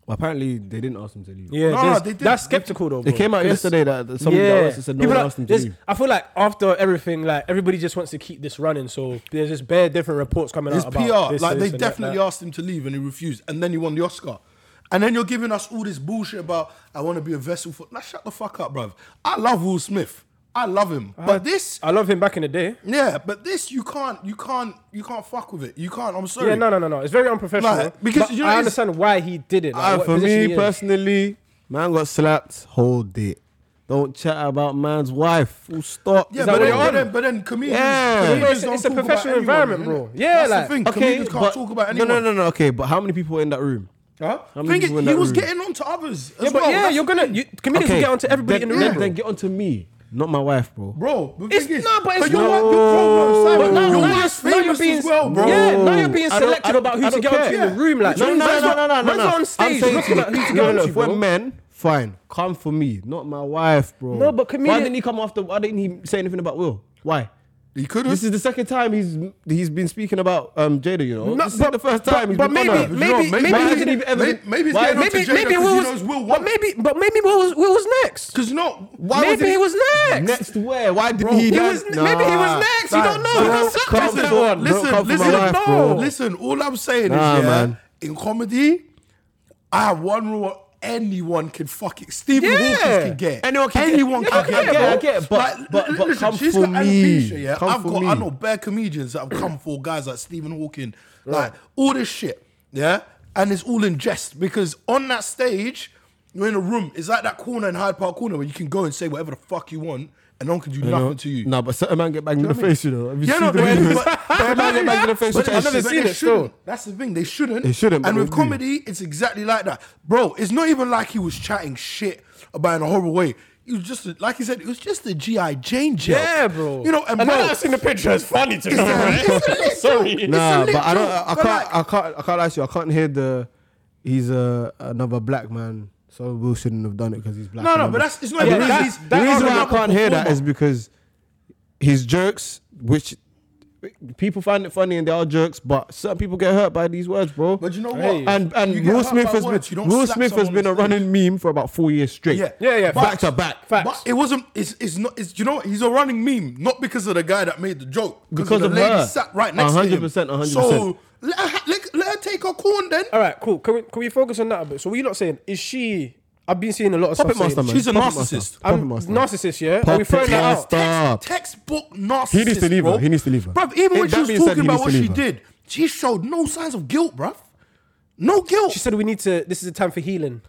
Speaker 3: Well, apparently, they didn't ask him to leave.
Speaker 2: Yeah,
Speaker 1: No,
Speaker 2: there's-
Speaker 1: they did-
Speaker 2: that's
Speaker 1: they
Speaker 2: skeptical though.
Speaker 3: It
Speaker 2: bro.
Speaker 3: came out
Speaker 2: There's-
Speaker 3: yesterday that that somebody that was- said no
Speaker 2: People
Speaker 3: one
Speaker 2: are-
Speaker 3: asked him to
Speaker 2: there's-
Speaker 3: leave.
Speaker 2: I feel like after everything, like everybody just wants to keep this running. So there's just bare different reports coming
Speaker 1: His
Speaker 2: out
Speaker 1: PR,
Speaker 2: Uh, about this,
Speaker 1: like
Speaker 2: this
Speaker 1: they
Speaker 2: and that,
Speaker 1: definitely
Speaker 2: that.
Speaker 1: asked him to leave and he refused. And then he won the Oscar. And then you're giving us all this bullshit about I want to be a vessel for. Now shut the fuck up, bruv. I love Will Smith. I love him. but this,
Speaker 2: I love him back in the day.
Speaker 1: yeah, but this you can't, you can't, you can't fuck with it. You can't. I'm sorry.
Speaker 2: Yeah, no, no, no, no. It's very unprofessional.
Speaker 1: Like, because
Speaker 2: but
Speaker 1: you know
Speaker 2: I
Speaker 1: it's-
Speaker 2: understand why he did it. like,
Speaker 3: Ah,
Speaker 2: what
Speaker 3: for
Speaker 2: position he
Speaker 3: me
Speaker 2: is.
Speaker 3: personally, man got slapped. Hold it. Don't chat about man's wife. Full stop.
Speaker 1: Yeah,
Speaker 2: that
Speaker 1: but
Speaker 2: what
Speaker 1: then,
Speaker 2: you're
Speaker 1: but
Speaker 2: on?
Speaker 1: then, but then comedians,
Speaker 3: Yeah.
Speaker 1: comedians
Speaker 2: It's-
Speaker 1: don't
Speaker 2: it's a
Speaker 1: talk about
Speaker 2: professional
Speaker 1: anyone,
Speaker 2: environment,
Speaker 1: innit?
Speaker 2: bro. Yeah,
Speaker 1: that's
Speaker 2: like-
Speaker 1: the thing. comedians can't talk about
Speaker 3: no,
Speaker 1: anyone.
Speaker 3: no, no, no. Okay, but how many people were in that room?
Speaker 1: Huh?
Speaker 3: many
Speaker 1: Thing is,
Speaker 3: people in
Speaker 1: he
Speaker 3: that
Speaker 1: was
Speaker 3: room?
Speaker 1: getting on to others. As
Speaker 2: Yeah, but
Speaker 1: well.
Speaker 2: yeah,
Speaker 1: That's-
Speaker 2: you're gonna you, comedians will
Speaker 3: okay,
Speaker 2: get onto everybody
Speaker 3: then,
Speaker 2: in the room.
Speaker 3: Then,
Speaker 2: bro.
Speaker 3: then get onto me, not my wife, bro.
Speaker 1: Bro, the
Speaker 2: It's-
Speaker 1: thing is,
Speaker 2: nah, but it's
Speaker 1: you're,
Speaker 2: not-
Speaker 1: one- you're, bro, bro,
Speaker 2: But
Speaker 1: Simon,
Speaker 2: now-
Speaker 1: you're
Speaker 2: now
Speaker 1: one
Speaker 2: you're-
Speaker 1: that's
Speaker 2: now you're
Speaker 1: famous
Speaker 2: being-
Speaker 1: as well, bro.
Speaker 2: Yeah, now you're being
Speaker 3: I don't-
Speaker 2: selective
Speaker 3: I-
Speaker 2: about who
Speaker 3: I
Speaker 2: to
Speaker 3: don't
Speaker 2: get onto
Speaker 3: care.
Speaker 2: in the room. Like,
Speaker 3: no, no, no,
Speaker 2: man's
Speaker 3: no,
Speaker 2: not-
Speaker 3: no, no, no,
Speaker 2: man's
Speaker 3: no.
Speaker 2: not on
Speaker 3: I'm
Speaker 2: stage
Speaker 3: saying
Speaker 2: looking
Speaker 3: to
Speaker 2: at
Speaker 3: (laughs) you,
Speaker 2: who to
Speaker 3: no,
Speaker 2: get
Speaker 3: no,
Speaker 2: onto,
Speaker 3: if we're
Speaker 2: bro.
Speaker 3: men, fine, come for me, not my wife, bro.
Speaker 2: No, but
Speaker 3: why
Speaker 2: comedian-
Speaker 3: didn't he come after? Why didn't he say anything about Will? Why?
Speaker 1: He could
Speaker 3: This
Speaker 1: have.
Speaker 3: is the second time he's he's been speaking about um, Jada. You know,
Speaker 2: No,
Speaker 3: this is
Speaker 2: but-
Speaker 3: the first time. he's
Speaker 2: but
Speaker 3: been on
Speaker 2: maybe-
Speaker 3: her.
Speaker 2: maybe-
Speaker 3: You know,
Speaker 2: maybe
Speaker 3: why
Speaker 2: he
Speaker 3: hasn't
Speaker 2: didn't-
Speaker 3: ever-
Speaker 1: may- maybe he's
Speaker 3: why-
Speaker 1: getting on to
Speaker 2: Maybe,
Speaker 1: Jada
Speaker 2: maybe
Speaker 1: 'cause
Speaker 2: Will
Speaker 1: he
Speaker 2: was,
Speaker 1: knows Will
Speaker 2: but
Speaker 1: won.
Speaker 2: maybe, but maybe Will was, Will was next.
Speaker 1: Because no,
Speaker 3: why
Speaker 1: why
Speaker 3: was
Speaker 2: Maybe
Speaker 3: it-
Speaker 2: he was next.
Speaker 3: Next where? Why did
Speaker 1: Bro,
Speaker 3: he?
Speaker 1: he
Speaker 3: then-
Speaker 2: was- maybe he was next, you don't know,
Speaker 3: Bro,
Speaker 2: he got slapped
Speaker 3: come
Speaker 2: after
Speaker 3: for-
Speaker 2: that one.
Speaker 3: Don't
Speaker 1: Listen,
Speaker 3: come for my
Speaker 1: listen,
Speaker 3: wife,
Speaker 1: no,
Speaker 3: bro.
Speaker 1: listen. All I'm saying
Speaker 3: Nah,
Speaker 1: is, yeah,
Speaker 3: man.
Speaker 1: in comedy, I have one rule. Anyone can fuck it. Stephen
Speaker 2: Yeah.
Speaker 1: Hawkins can get.
Speaker 3: Anyone can get-
Speaker 1: Anyone
Speaker 3: Yeah,
Speaker 1: can
Speaker 3: I
Speaker 1: get.
Speaker 3: get it,
Speaker 1: bro.
Speaker 3: I get it, but-
Speaker 1: Like,
Speaker 3: but-
Speaker 1: li-
Speaker 3: but
Speaker 1: listen,
Speaker 3: come
Speaker 1: she's
Speaker 3: for
Speaker 1: got
Speaker 3: me.
Speaker 1: alopecia, yeah?
Speaker 3: Come
Speaker 1: I've
Speaker 3: for
Speaker 1: got.
Speaker 3: me.
Speaker 1: I know bad comedians that have come for guys like Stephen Hawking, like all this shit. Yeah, and it's all in jest because on that stage, you're in a room. It's like that corner in Hyde Park Corner where you can go and say whatever the fuck you want, and no one can do nothing to you.
Speaker 3: Nah, but certain man get banged in the face, you know. Have you
Speaker 1: Yeah,
Speaker 3: seen
Speaker 1: no,
Speaker 3: the
Speaker 1: they
Speaker 3: videos?
Speaker 1: shouldn't.
Speaker 3: Certain man get banged in the face.
Speaker 1: But
Speaker 3: which
Speaker 1: they-
Speaker 3: I
Speaker 2: I've never
Speaker 1: but
Speaker 2: seen
Speaker 1: they
Speaker 2: it,
Speaker 1: shouldn't.
Speaker 2: still.
Speaker 1: That's the thing. They shouldn't.
Speaker 3: They shouldn't,
Speaker 1: And
Speaker 3: but
Speaker 1: with
Speaker 3: they do.
Speaker 1: comedy, it's exactly like that, bro. It's not even like he was chatting shit about in a horrible way. He was just a- like he said. It was just a GI Jane joke.
Speaker 2: Yeah, bro.
Speaker 1: You know, and, bro,
Speaker 2: now I've seen the picture. It's funny to me.
Speaker 1: it's a- it's a
Speaker 3: (laughs)
Speaker 2: Sorry.
Speaker 1: little-
Speaker 3: Nah,
Speaker 1: it's a
Speaker 3: but I
Speaker 1: little
Speaker 3: don't. I
Speaker 1: joke,
Speaker 3: I
Speaker 1: but
Speaker 3: can't.
Speaker 1: like-
Speaker 3: I can't. I can't ask you. I can't hear the. He's uh, another black man. So Will shouldn't have done it because he's black.
Speaker 1: No, no,
Speaker 3: and
Speaker 1: but
Speaker 3: I'm-
Speaker 1: that's it's not.
Speaker 2: Yeah,
Speaker 1: even-
Speaker 2: that-
Speaker 1: he's-
Speaker 3: the
Speaker 2: that
Speaker 3: reason why I
Speaker 1: argument-
Speaker 3: can't hear that is because his jokes, which people find it funny and they are jokes, but certain people get hurt by these words, bro.
Speaker 1: But you know what?
Speaker 2: Hey.
Speaker 3: and and
Speaker 1: You get
Speaker 3: Will
Speaker 1: hurt
Speaker 3: Smith
Speaker 1: by
Speaker 3: has
Speaker 1: words, you
Speaker 3: been
Speaker 1: don't
Speaker 3: Will
Speaker 1: slap
Speaker 3: Smith has
Speaker 1: someone
Speaker 3: been
Speaker 1: on
Speaker 3: a
Speaker 1: stage.
Speaker 3: running meme for about four years straight.
Speaker 1: Yeah.
Speaker 2: Yeah, yeah,
Speaker 3: Back
Speaker 2: facts.
Speaker 3: to back.
Speaker 2: Facts.
Speaker 1: But it wasn't. It's, it's not. It's, you know what? He's a running meme, not because of the guy that made the joke, of
Speaker 3: Because
Speaker 1: the
Speaker 3: of
Speaker 1: lady
Speaker 3: her.
Speaker 1: sat right next to him.
Speaker 3: 100%, 100%.
Speaker 1: So let her, ha- let, let her take her corn then.
Speaker 2: All right, cool. Can we can we focus on that a bit? So what you're not saying is she? I've been seeing a lot of
Speaker 3: Puppet
Speaker 2: stuff.
Speaker 3: master,
Speaker 2: saying,
Speaker 3: man.
Speaker 1: she's a
Speaker 3: Puppet
Speaker 1: narcissist.
Speaker 3: master.
Speaker 2: I'm
Speaker 3: Puppet master.
Speaker 2: narcissist, yeah. Are we throwing
Speaker 3: Puppet
Speaker 2: that out?
Speaker 3: master. Stop.
Speaker 1: Oh, Textbook narcissist.
Speaker 3: He needs to leave her.
Speaker 1: bruv.
Speaker 3: He needs to leave her.
Speaker 1: Bruv, even
Speaker 3: It-
Speaker 1: when she
Speaker 3: that
Speaker 1: was
Speaker 3: being said,
Speaker 1: talking
Speaker 3: he
Speaker 1: about
Speaker 3: needs
Speaker 1: what
Speaker 3: to
Speaker 1: she
Speaker 3: leave her.
Speaker 1: did, she showed no signs of guilt, bruv. No guilt.
Speaker 2: She said we need to. This is a time for healing.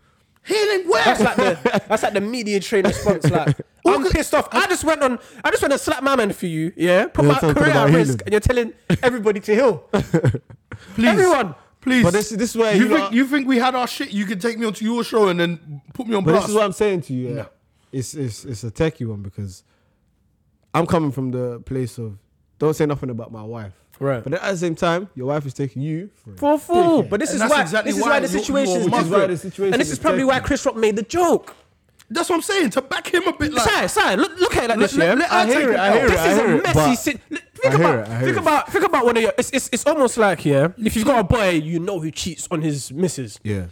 Speaker 1: Healing where?
Speaker 2: That's like the that's like the media train response.
Speaker 3: (laughs)
Speaker 2: Like I'm
Speaker 1: Okay.
Speaker 2: pissed off. I just went on. I just went and slapped my man for you. Yeah, put
Speaker 3: Yeah,
Speaker 2: my
Speaker 3: talking
Speaker 2: career
Speaker 3: about
Speaker 2: at
Speaker 3: healing.
Speaker 2: risk, and you're telling everybody to
Speaker 3: (laughs)
Speaker 2: heal.
Speaker 1: please,
Speaker 2: everyone.
Speaker 1: Please.
Speaker 3: But this- this is where
Speaker 1: you
Speaker 3: you
Speaker 1: think
Speaker 3: lot-
Speaker 1: you think we had our shit. You could take me onto your show and then put me on
Speaker 3: But
Speaker 1: blast.
Speaker 3: this is what I'm saying to you. Yeah. It's it's it's a techie one because I'm coming from the place of don't say nothing about my wife.
Speaker 2: Right.
Speaker 3: But at the same time, your wife is taking you for it.
Speaker 2: For a fool. But this
Speaker 1: And
Speaker 2: is
Speaker 1: that's
Speaker 2: why
Speaker 1: exactly
Speaker 2: this is
Speaker 1: why
Speaker 2: why, the
Speaker 1: you- you
Speaker 2: situation
Speaker 1: are
Speaker 2: is
Speaker 1: Which is
Speaker 2: different.
Speaker 3: why the situation
Speaker 2: and this
Speaker 3: is
Speaker 2: is probably why
Speaker 3: different.
Speaker 2: Chris Rock made the joke.
Speaker 1: That's what I'm saying. To back him a bit, like
Speaker 2: Sorry, sorry. Look, look at it like
Speaker 1: Let-
Speaker 2: this. yeah?
Speaker 1: let- let her I hear take it, it I out. hear
Speaker 2: This
Speaker 3: it, I
Speaker 2: is
Speaker 3: hear
Speaker 2: a
Speaker 3: it, but-
Speaker 2: messy sit.
Speaker 3: I
Speaker 2: Think
Speaker 3: hear
Speaker 2: about,
Speaker 3: it, I hear
Speaker 2: think
Speaker 3: it.
Speaker 2: about, think about one of your. It's, it's, it's almost like yeah. If you've got a boy, you know who cheats on his missus.
Speaker 3: Yeah.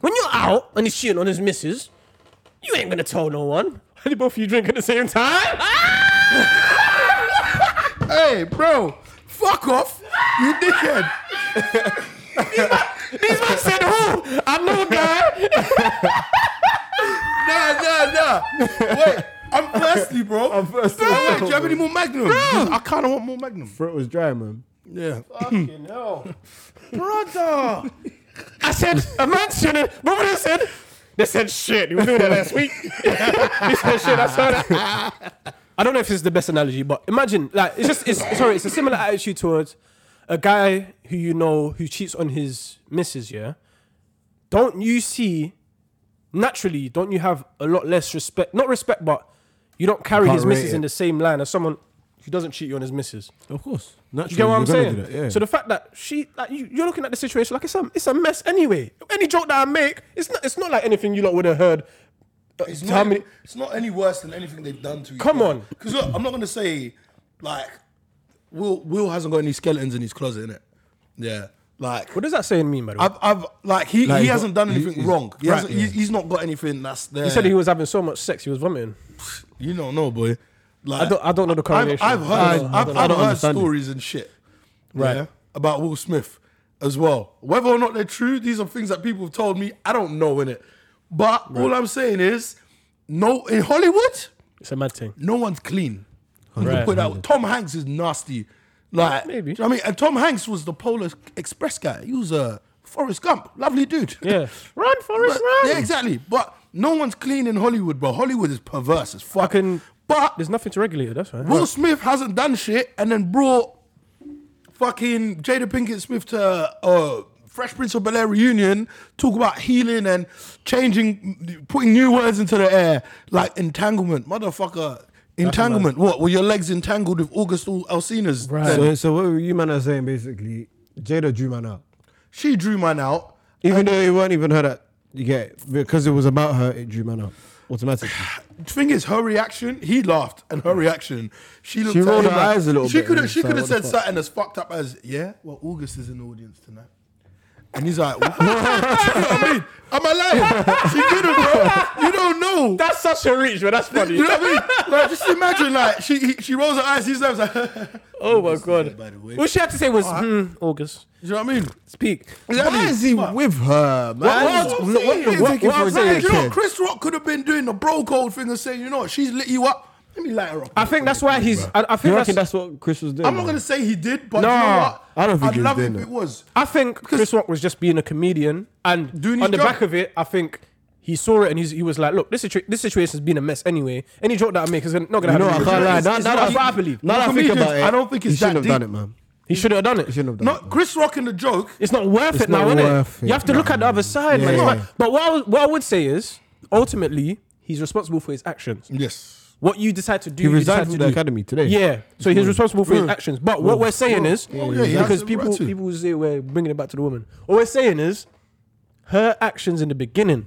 Speaker 2: When you're out and he's cheating on his missus, you ain't gonna tell no one. (laughs) Are they both of you drink at the same time? (laughs) Ah!
Speaker 1: Hey, bro, fuck off, you dickhead.
Speaker 2: These man said who? I know a guy.
Speaker 1: Nah, nah, nah. Wait, I'm thirsty, bro.
Speaker 3: I'm thirsty.
Speaker 1: Nah, wait, do you have any more Magnum? I kind of want more Magnum.
Speaker 3: Throat was dry, man.
Speaker 1: Yeah.
Speaker 2: Fucking hell.
Speaker 1: Brother.
Speaker 2: I said a man shouldn't. Remember they said? They said shit. We were doing that last week. (laughs) they said shit. I saw that. I don't know if it's the best analogy, but imagine like it's just it's sorry. It's a similar attitude towards a guy who you know who cheats on his missus. Yeah, don't you see? Naturally, don't you have a lot less respect? Not respect, but you don't carry
Speaker 3: Can't
Speaker 2: his
Speaker 3: rate
Speaker 2: missus
Speaker 3: it.
Speaker 2: in the same line as someone who doesn't cheat you on his missus.
Speaker 3: Of course.
Speaker 2: You get what I'm saying?
Speaker 3: yeah.
Speaker 2: So the fact that she, like, you, you're looking at the situation like it's a, it's a mess anyway. Any joke that I make, it's not, it's not like anything you lot would have heard. Uh,
Speaker 1: It's
Speaker 2: how
Speaker 1: not,
Speaker 2: many?
Speaker 1: it's not any worse than anything they've done to you.
Speaker 2: Come on.
Speaker 1: Because look, I'm not going to say, like, Will Will hasn't got any skeletons in his closet, innit? Yeah. Like,
Speaker 2: What does that saying mean, by the way?
Speaker 1: I've, I've, like, he,
Speaker 3: Like,
Speaker 1: he
Speaker 3: he's
Speaker 1: hasn't
Speaker 3: got-
Speaker 1: done
Speaker 3: he-
Speaker 1: anything
Speaker 3: he's-
Speaker 1: wrong. He
Speaker 3: right,
Speaker 1: hasn't,
Speaker 3: yeah.
Speaker 1: he's, he's not got anything that's there.
Speaker 2: He said he was having so much sex, he was vomiting.
Speaker 1: You don't know, boy. Like,
Speaker 2: I don't, I don't know the
Speaker 1: I've,
Speaker 2: correlation.
Speaker 1: I've
Speaker 2: I
Speaker 1: heard,
Speaker 2: don't know.
Speaker 1: I've,
Speaker 3: I
Speaker 1: I've
Speaker 3: don't
Speaker 1: heard
Speaker 3: understand it.
Speaker 1: stories and shit,
Speaker 2: Right.
Speaker 1: yeah, about Will Smith as well. Whether or not they're true, these are things that people have told me. I don't know in it, but all I'm saying is, no, in Hollywood,
Speaker 2: It's a mad thing.
Speaker 1: no one's clean. You
Speaker 2: Right.
Speaker 1: can put that. Tom Hanks is nasty. Like,
Speaker 2: Maybe.
Speaker 1: do you know what I mean, and Tom Hanks was the Polar Express guy. He was a Forrest Gump, lovely dude.
Speaker 2: Yeah. Run,
Speaker 1: (laughs)
Speaker 2: Forrest,
Speaker 1: But-
Speaker 2: run.
Speaker 1: Yeah, exactly. But no one's clean in Hollywood, bro. Hollywood is perverse as fuck.
Speaker 2: Fucking-
Speaker 1: but
Speaker 2: There's nothing to regulate it, that's right.
Speaker 1: Will Smith hasn't done shit and then brought fucking Jada Pinkett Smith to uh, Fresh Prince of Bel Air reunion, talk about healing and changing, putting new words into the air, like entanglement. Motherfucker, entanglement. What? Were your legs entangled with August Al- Alsina's?
Speaker 2: Right.
Speaker 1: then?
Speaker 3: So, so what you man are saying basically, Jada drew man out.
Speaker 1: She drew mine out.
Speaker 3: Even though it weren't even her that you get because it was about her, it drew man out
Speaker 1: (sighs)
Speaker 3: automatically.
Speaker 1: thing is, her reaction, he laughed, and her reaction, she looked
Speaker 3: She
Speaker 1: at
Speaker 3: rolled
Speaker 1: him
Speaker 3: her
Speaker 1: like-
Speaker 3: eyes a little
Speaker 1: she
Speaker 3: bit
Speaker 1: Could have,
Speaker 3: and
Speaker 1: she
Speaker 3: said,
Speaker 1: could have
Speaker 3: "What the
Speaker 1: said
Speaker 3: fuck?"
Speaker 1: something as fucked up as, yeah, well, August is in the audience tonight. And he's like, (laughs)
Speaker 3: (laughs)
Speaker 1: what? you know what I mean? I'm alive. She could have, bro. You don't know.
Speaker 2: That's such a reach, but that's funny.
Speaker 1: you know what I mean? Like, just imagine, like, she he, she rolls her eyes, he's (laughs) like, you
Speaker 2: oh my god.
Speaker 1: by the way.
Speaker 2: All she had to say was, hmm, August.
Speaker 1: know what I mean?
Speaker 2: Speak.
Speaker 3: Why is he with her, man?
Speaker 1: What, what, what,
Speaker 3: You're
Speaker 1: what,
Speaker 3: taking
Speaker 1: what
Speaker 3: for
Speaker 1: I'm
Speaker 3: a
Speaker 1: saying,
Speaker 3: day,
Speaker 1: you know,
Speaker 3: kid.
Speaker 1: Chris Rock could have been doing the bro code thing and saying, you know what, she's lit you up. Let me light her up.
Speaker 2: I think that's why he's. I, I
Speaker 3: You
Speaker 2: think
Speaker 3: reckon
Speaker 2: that's,
Speaker 3: that's what Chris was doing?
Speaker 1: I'm not gonna say he did, but
Speaker 2: No,
Speaker 1: you know what?
Speaker 3: I don't think
Speaker 1: I'd
Speaker 3: he was
Speaker 1: love
Speaker 3: doing
Speaker 1: it if
Speaker 3: that.
Speaker 1: it was.
Speaker 2: I think Chris Rock was just being a comedian, and
Speaker 1: Doing his
Speaker 2: on the
Speaker 1: job.
Speaker 2: back of it, I think he saw it and he's, he was like, "Look, this situ- this situation has been a mess anyway. Any joke that I make is gonna- not going to
Speaker 3: You know, I
Speaker 2: happen."
Speaker 3: can't lie.
Speaker 2: It's-
Speaker 3: Now,
Speaker 2: it's
Speaker 3: now
Speaker 2: not-
Speaker 3: that
Speaker 2: that's what I believe.
Speaker 3: Now that I think
Speaker 1: Comedians,
Speaker 3: about it,
Speaker 1: I don't think it's
Speaker 3: he eh, shouldn't
Speaker 1: that
Speaker 3: have done it,
Speaker 1: deep.
Speaker 3: man.
Speaker 2: He should have done it.
Speaker 3: He shouldn't have done
Speaker 1: No,
Speaker 3: it. man.
Speaker 1: Chris Rock in the joke.
Speaker 2: It's not worth it
Speaker 3: not
Speaker 2: now, innit?
Speaker 3: worth it,
Speaker 2: You have to look at the other side, man.
Speaker 3: Yeah.
Speaker 2: It's not- but what I, would- what I would say is, ultimately, he's responsible for his actions.
Speaker 1: Yes.
Speaker 2: What you decide to do,
Speaker 3: He
Speaker 2: you decide
Speaker 3: resigned
Speaker 2: to
Speaker 3: from the
Speaker 2: do.
Speaker 3: academy today.
Speaker 2: Yeah, so he's responsible for his actions. But what we're saying is,
Speaker 1: Oh, yeah, he has
Speaker 2: because
Speaker 1: the
Speaker 2: people
Speaker 1: right to.
Speaker 2: people say we're bringing it back to the woman. All we're saying is, her actions in the beginning,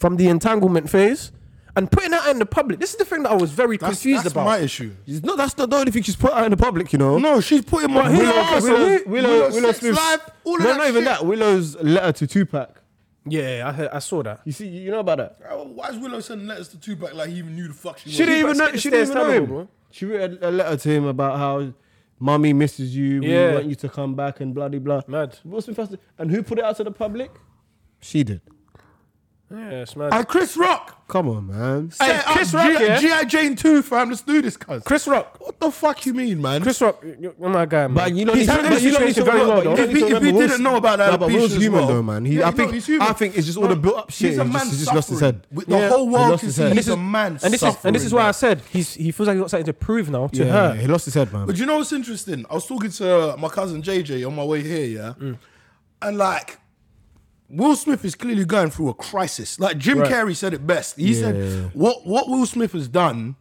Speaker 2: from the entanglement phase, and putting that out in the public. This is the thing that I was very
Speaker 1: That's,
Speaker 2: confused
Speaker 1: that's
Speaker 2: about.
Speaker 1: my issue.
Speaker 3: He's not. That's not the only thing she's put out in the public. You know.
Speaker 1: No, she's putting my
Speaker 2: his
Speaker 1: Willow-
Speaker 2: ass
Speaker 1: Willow-
Speaker 2: Willow-
Speaker 1: Willow Sex Live, all of
Speaker 3: no,
Speaker 1: that
Speaker 3: not even
Speaker 1: shit.
Speaker 3: that. Willow's letter to Tupac.
Speaker 2: yeah, I, heard, I saw that.
Speaker 3: You see, you know about that.
Speaker 1: Bro, Why is Willow sending letters to Tupac like he even knew the fuck she was?
Speaker 3: She didn't even know.
Speaker 2: Tupac's
Speaker 3: She didn't even know him.
Speaker 2: terrible, bro.
Speaker 3: She wrote a, a letter to him about how mommy misses you.
Speaker 2: Yeah.
Speaker 3: We want you to come back and blah de blah.
Speaker 2: Mad.
Speaker 3: Will Smith has to- And who put it out to the public? She did.
Speaker 2: Yeah, it's mad.
Speaker 1: And Chris Rock. um,
Speaker 3: Come on, man.
Speaker 2: Hey,
Speaker 1: Set up
Speaker 2: Chris Rock,
Speaker 1: G.I.
Speaker 2: yeah?
Speaker 1: G.I. Jane 2, fam. Let's do this, cuz.
Speaker 2: Chris Rock.
Speaker 1: What the fuck you mean, man?
Speaker 2: Chris Rock, you're my guy, man.
Speaker 3: But you know,
Speaker 2: he's handling the situation very well, though.
Speaker 1: If he- if he didn't know about that
Speaker 3: nah, but
Speaker 1: alopecia
Speaker 3: Will's
Speaker 1: as
Speaker 3: human
Speaker 1: well.
Speaker 3: though, man. He,
Speaker 1: Yeah,
Speaker 3: I
Speaker 1: no,
Speaker 3: think,
Speaker 1: he's human.
Speaker 3: I think it's just all the built-up shit.
Speaker 1: He's a
Speaker 3: He
Speaker 1: man
Speaker 3: just, he just lost his
Speaker 1: suffering.
Speaker 3: head.
Speaker 1: With- The whole
Speaker 3: He
Speaker 1: world
Speaker 3: lost
Speaker 1: can
Speaker 3: his
Speaker 1: see
Speaker 3: head.
Speaker 1: he's a man
Speaker 2: and this is and this is
Speaker 1: suffering,
Speaker 2: why
Speaker 1: bro.
Speaker 2: I said he's he feels like he's got something to prove now to
Speaker 3: Yeah,
Speaker 2: her.
Speaker 3: he lost his head, man.
Speaker 1: But you know what's interesting? I was talking to my cousin JJ on my way here, yeah,
Speaker 3: Mm.
Speaker 1: and like. Will Smith is clearly going through a crisis. Like Jim
Speaker 2: Right.
Speaker 1: Carrey said it best. He
Speaker 3: Yeah.
Speaker 1: said, "What what Will Smith has done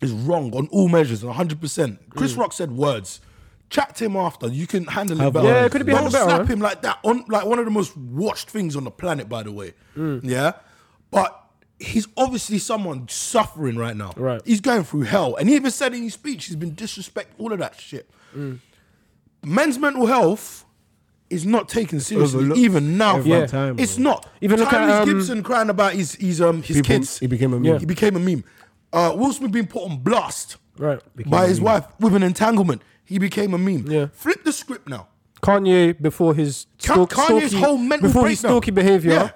Speaker 1: is wrong on all measures, 100." percent Chris Rock said words. Chat to him after. You can handle it
Speaker 3: Mm. Have
Speaker 1: better.
Speaker 3: words. Yeah,
Speaker 2: it could be
Speaker 1: Don't
Speaker 2: handled better,
Speaker 1: slap
Speaker 2: huh?
Speaker 1: him like that. On like one of the most watched things on the planet, by the way. Yeah, but he's obviously someone suffering right now.
Speaker 2: Right.
Speaker 1: He's going through hell, and he even said in his speech, he's been disrespect all of that shit.
Speaker 2: Mm.
Speaker 1: Men's mental health is not taken seriously,
Speaker 3: overlooked
Speaker 1: even now.
Speaker 3: every
Speaker 1: fam.
Speaker 3: time,
Speaker 1: it's
Speaker 3: bro.
Speaker 1: not.
Speaker 2: Even look at,
Speaker 1: Tyrese
Speaker 2: um,
Speaker 1: Gibson crying about his his um his
Speaker 3: People-
Speaker 1: kids.
Speaker 3: he became a meme.
Speaker 2: Yeah.
Speaker 1: He became a meme. Uh, Will Smith being put on blast
Speaker 2: Right. Became
Speaker 1: by his wife with an entanglement. He became a meme.
Speaker 2: Yeah.
Speaker 1: Flip the script now.
Speaker 2: Kanye before his
Speaker 1: Ka-
Speaker 2: stalk,
Speaker 1: Kanye's
Speaker 2: stalky-
Speaker 1: whole mental
Speaker 2: before his
Speaker 1: breakdown.
Speaker 2: stalky behavior.
Speaker 1: Yeah.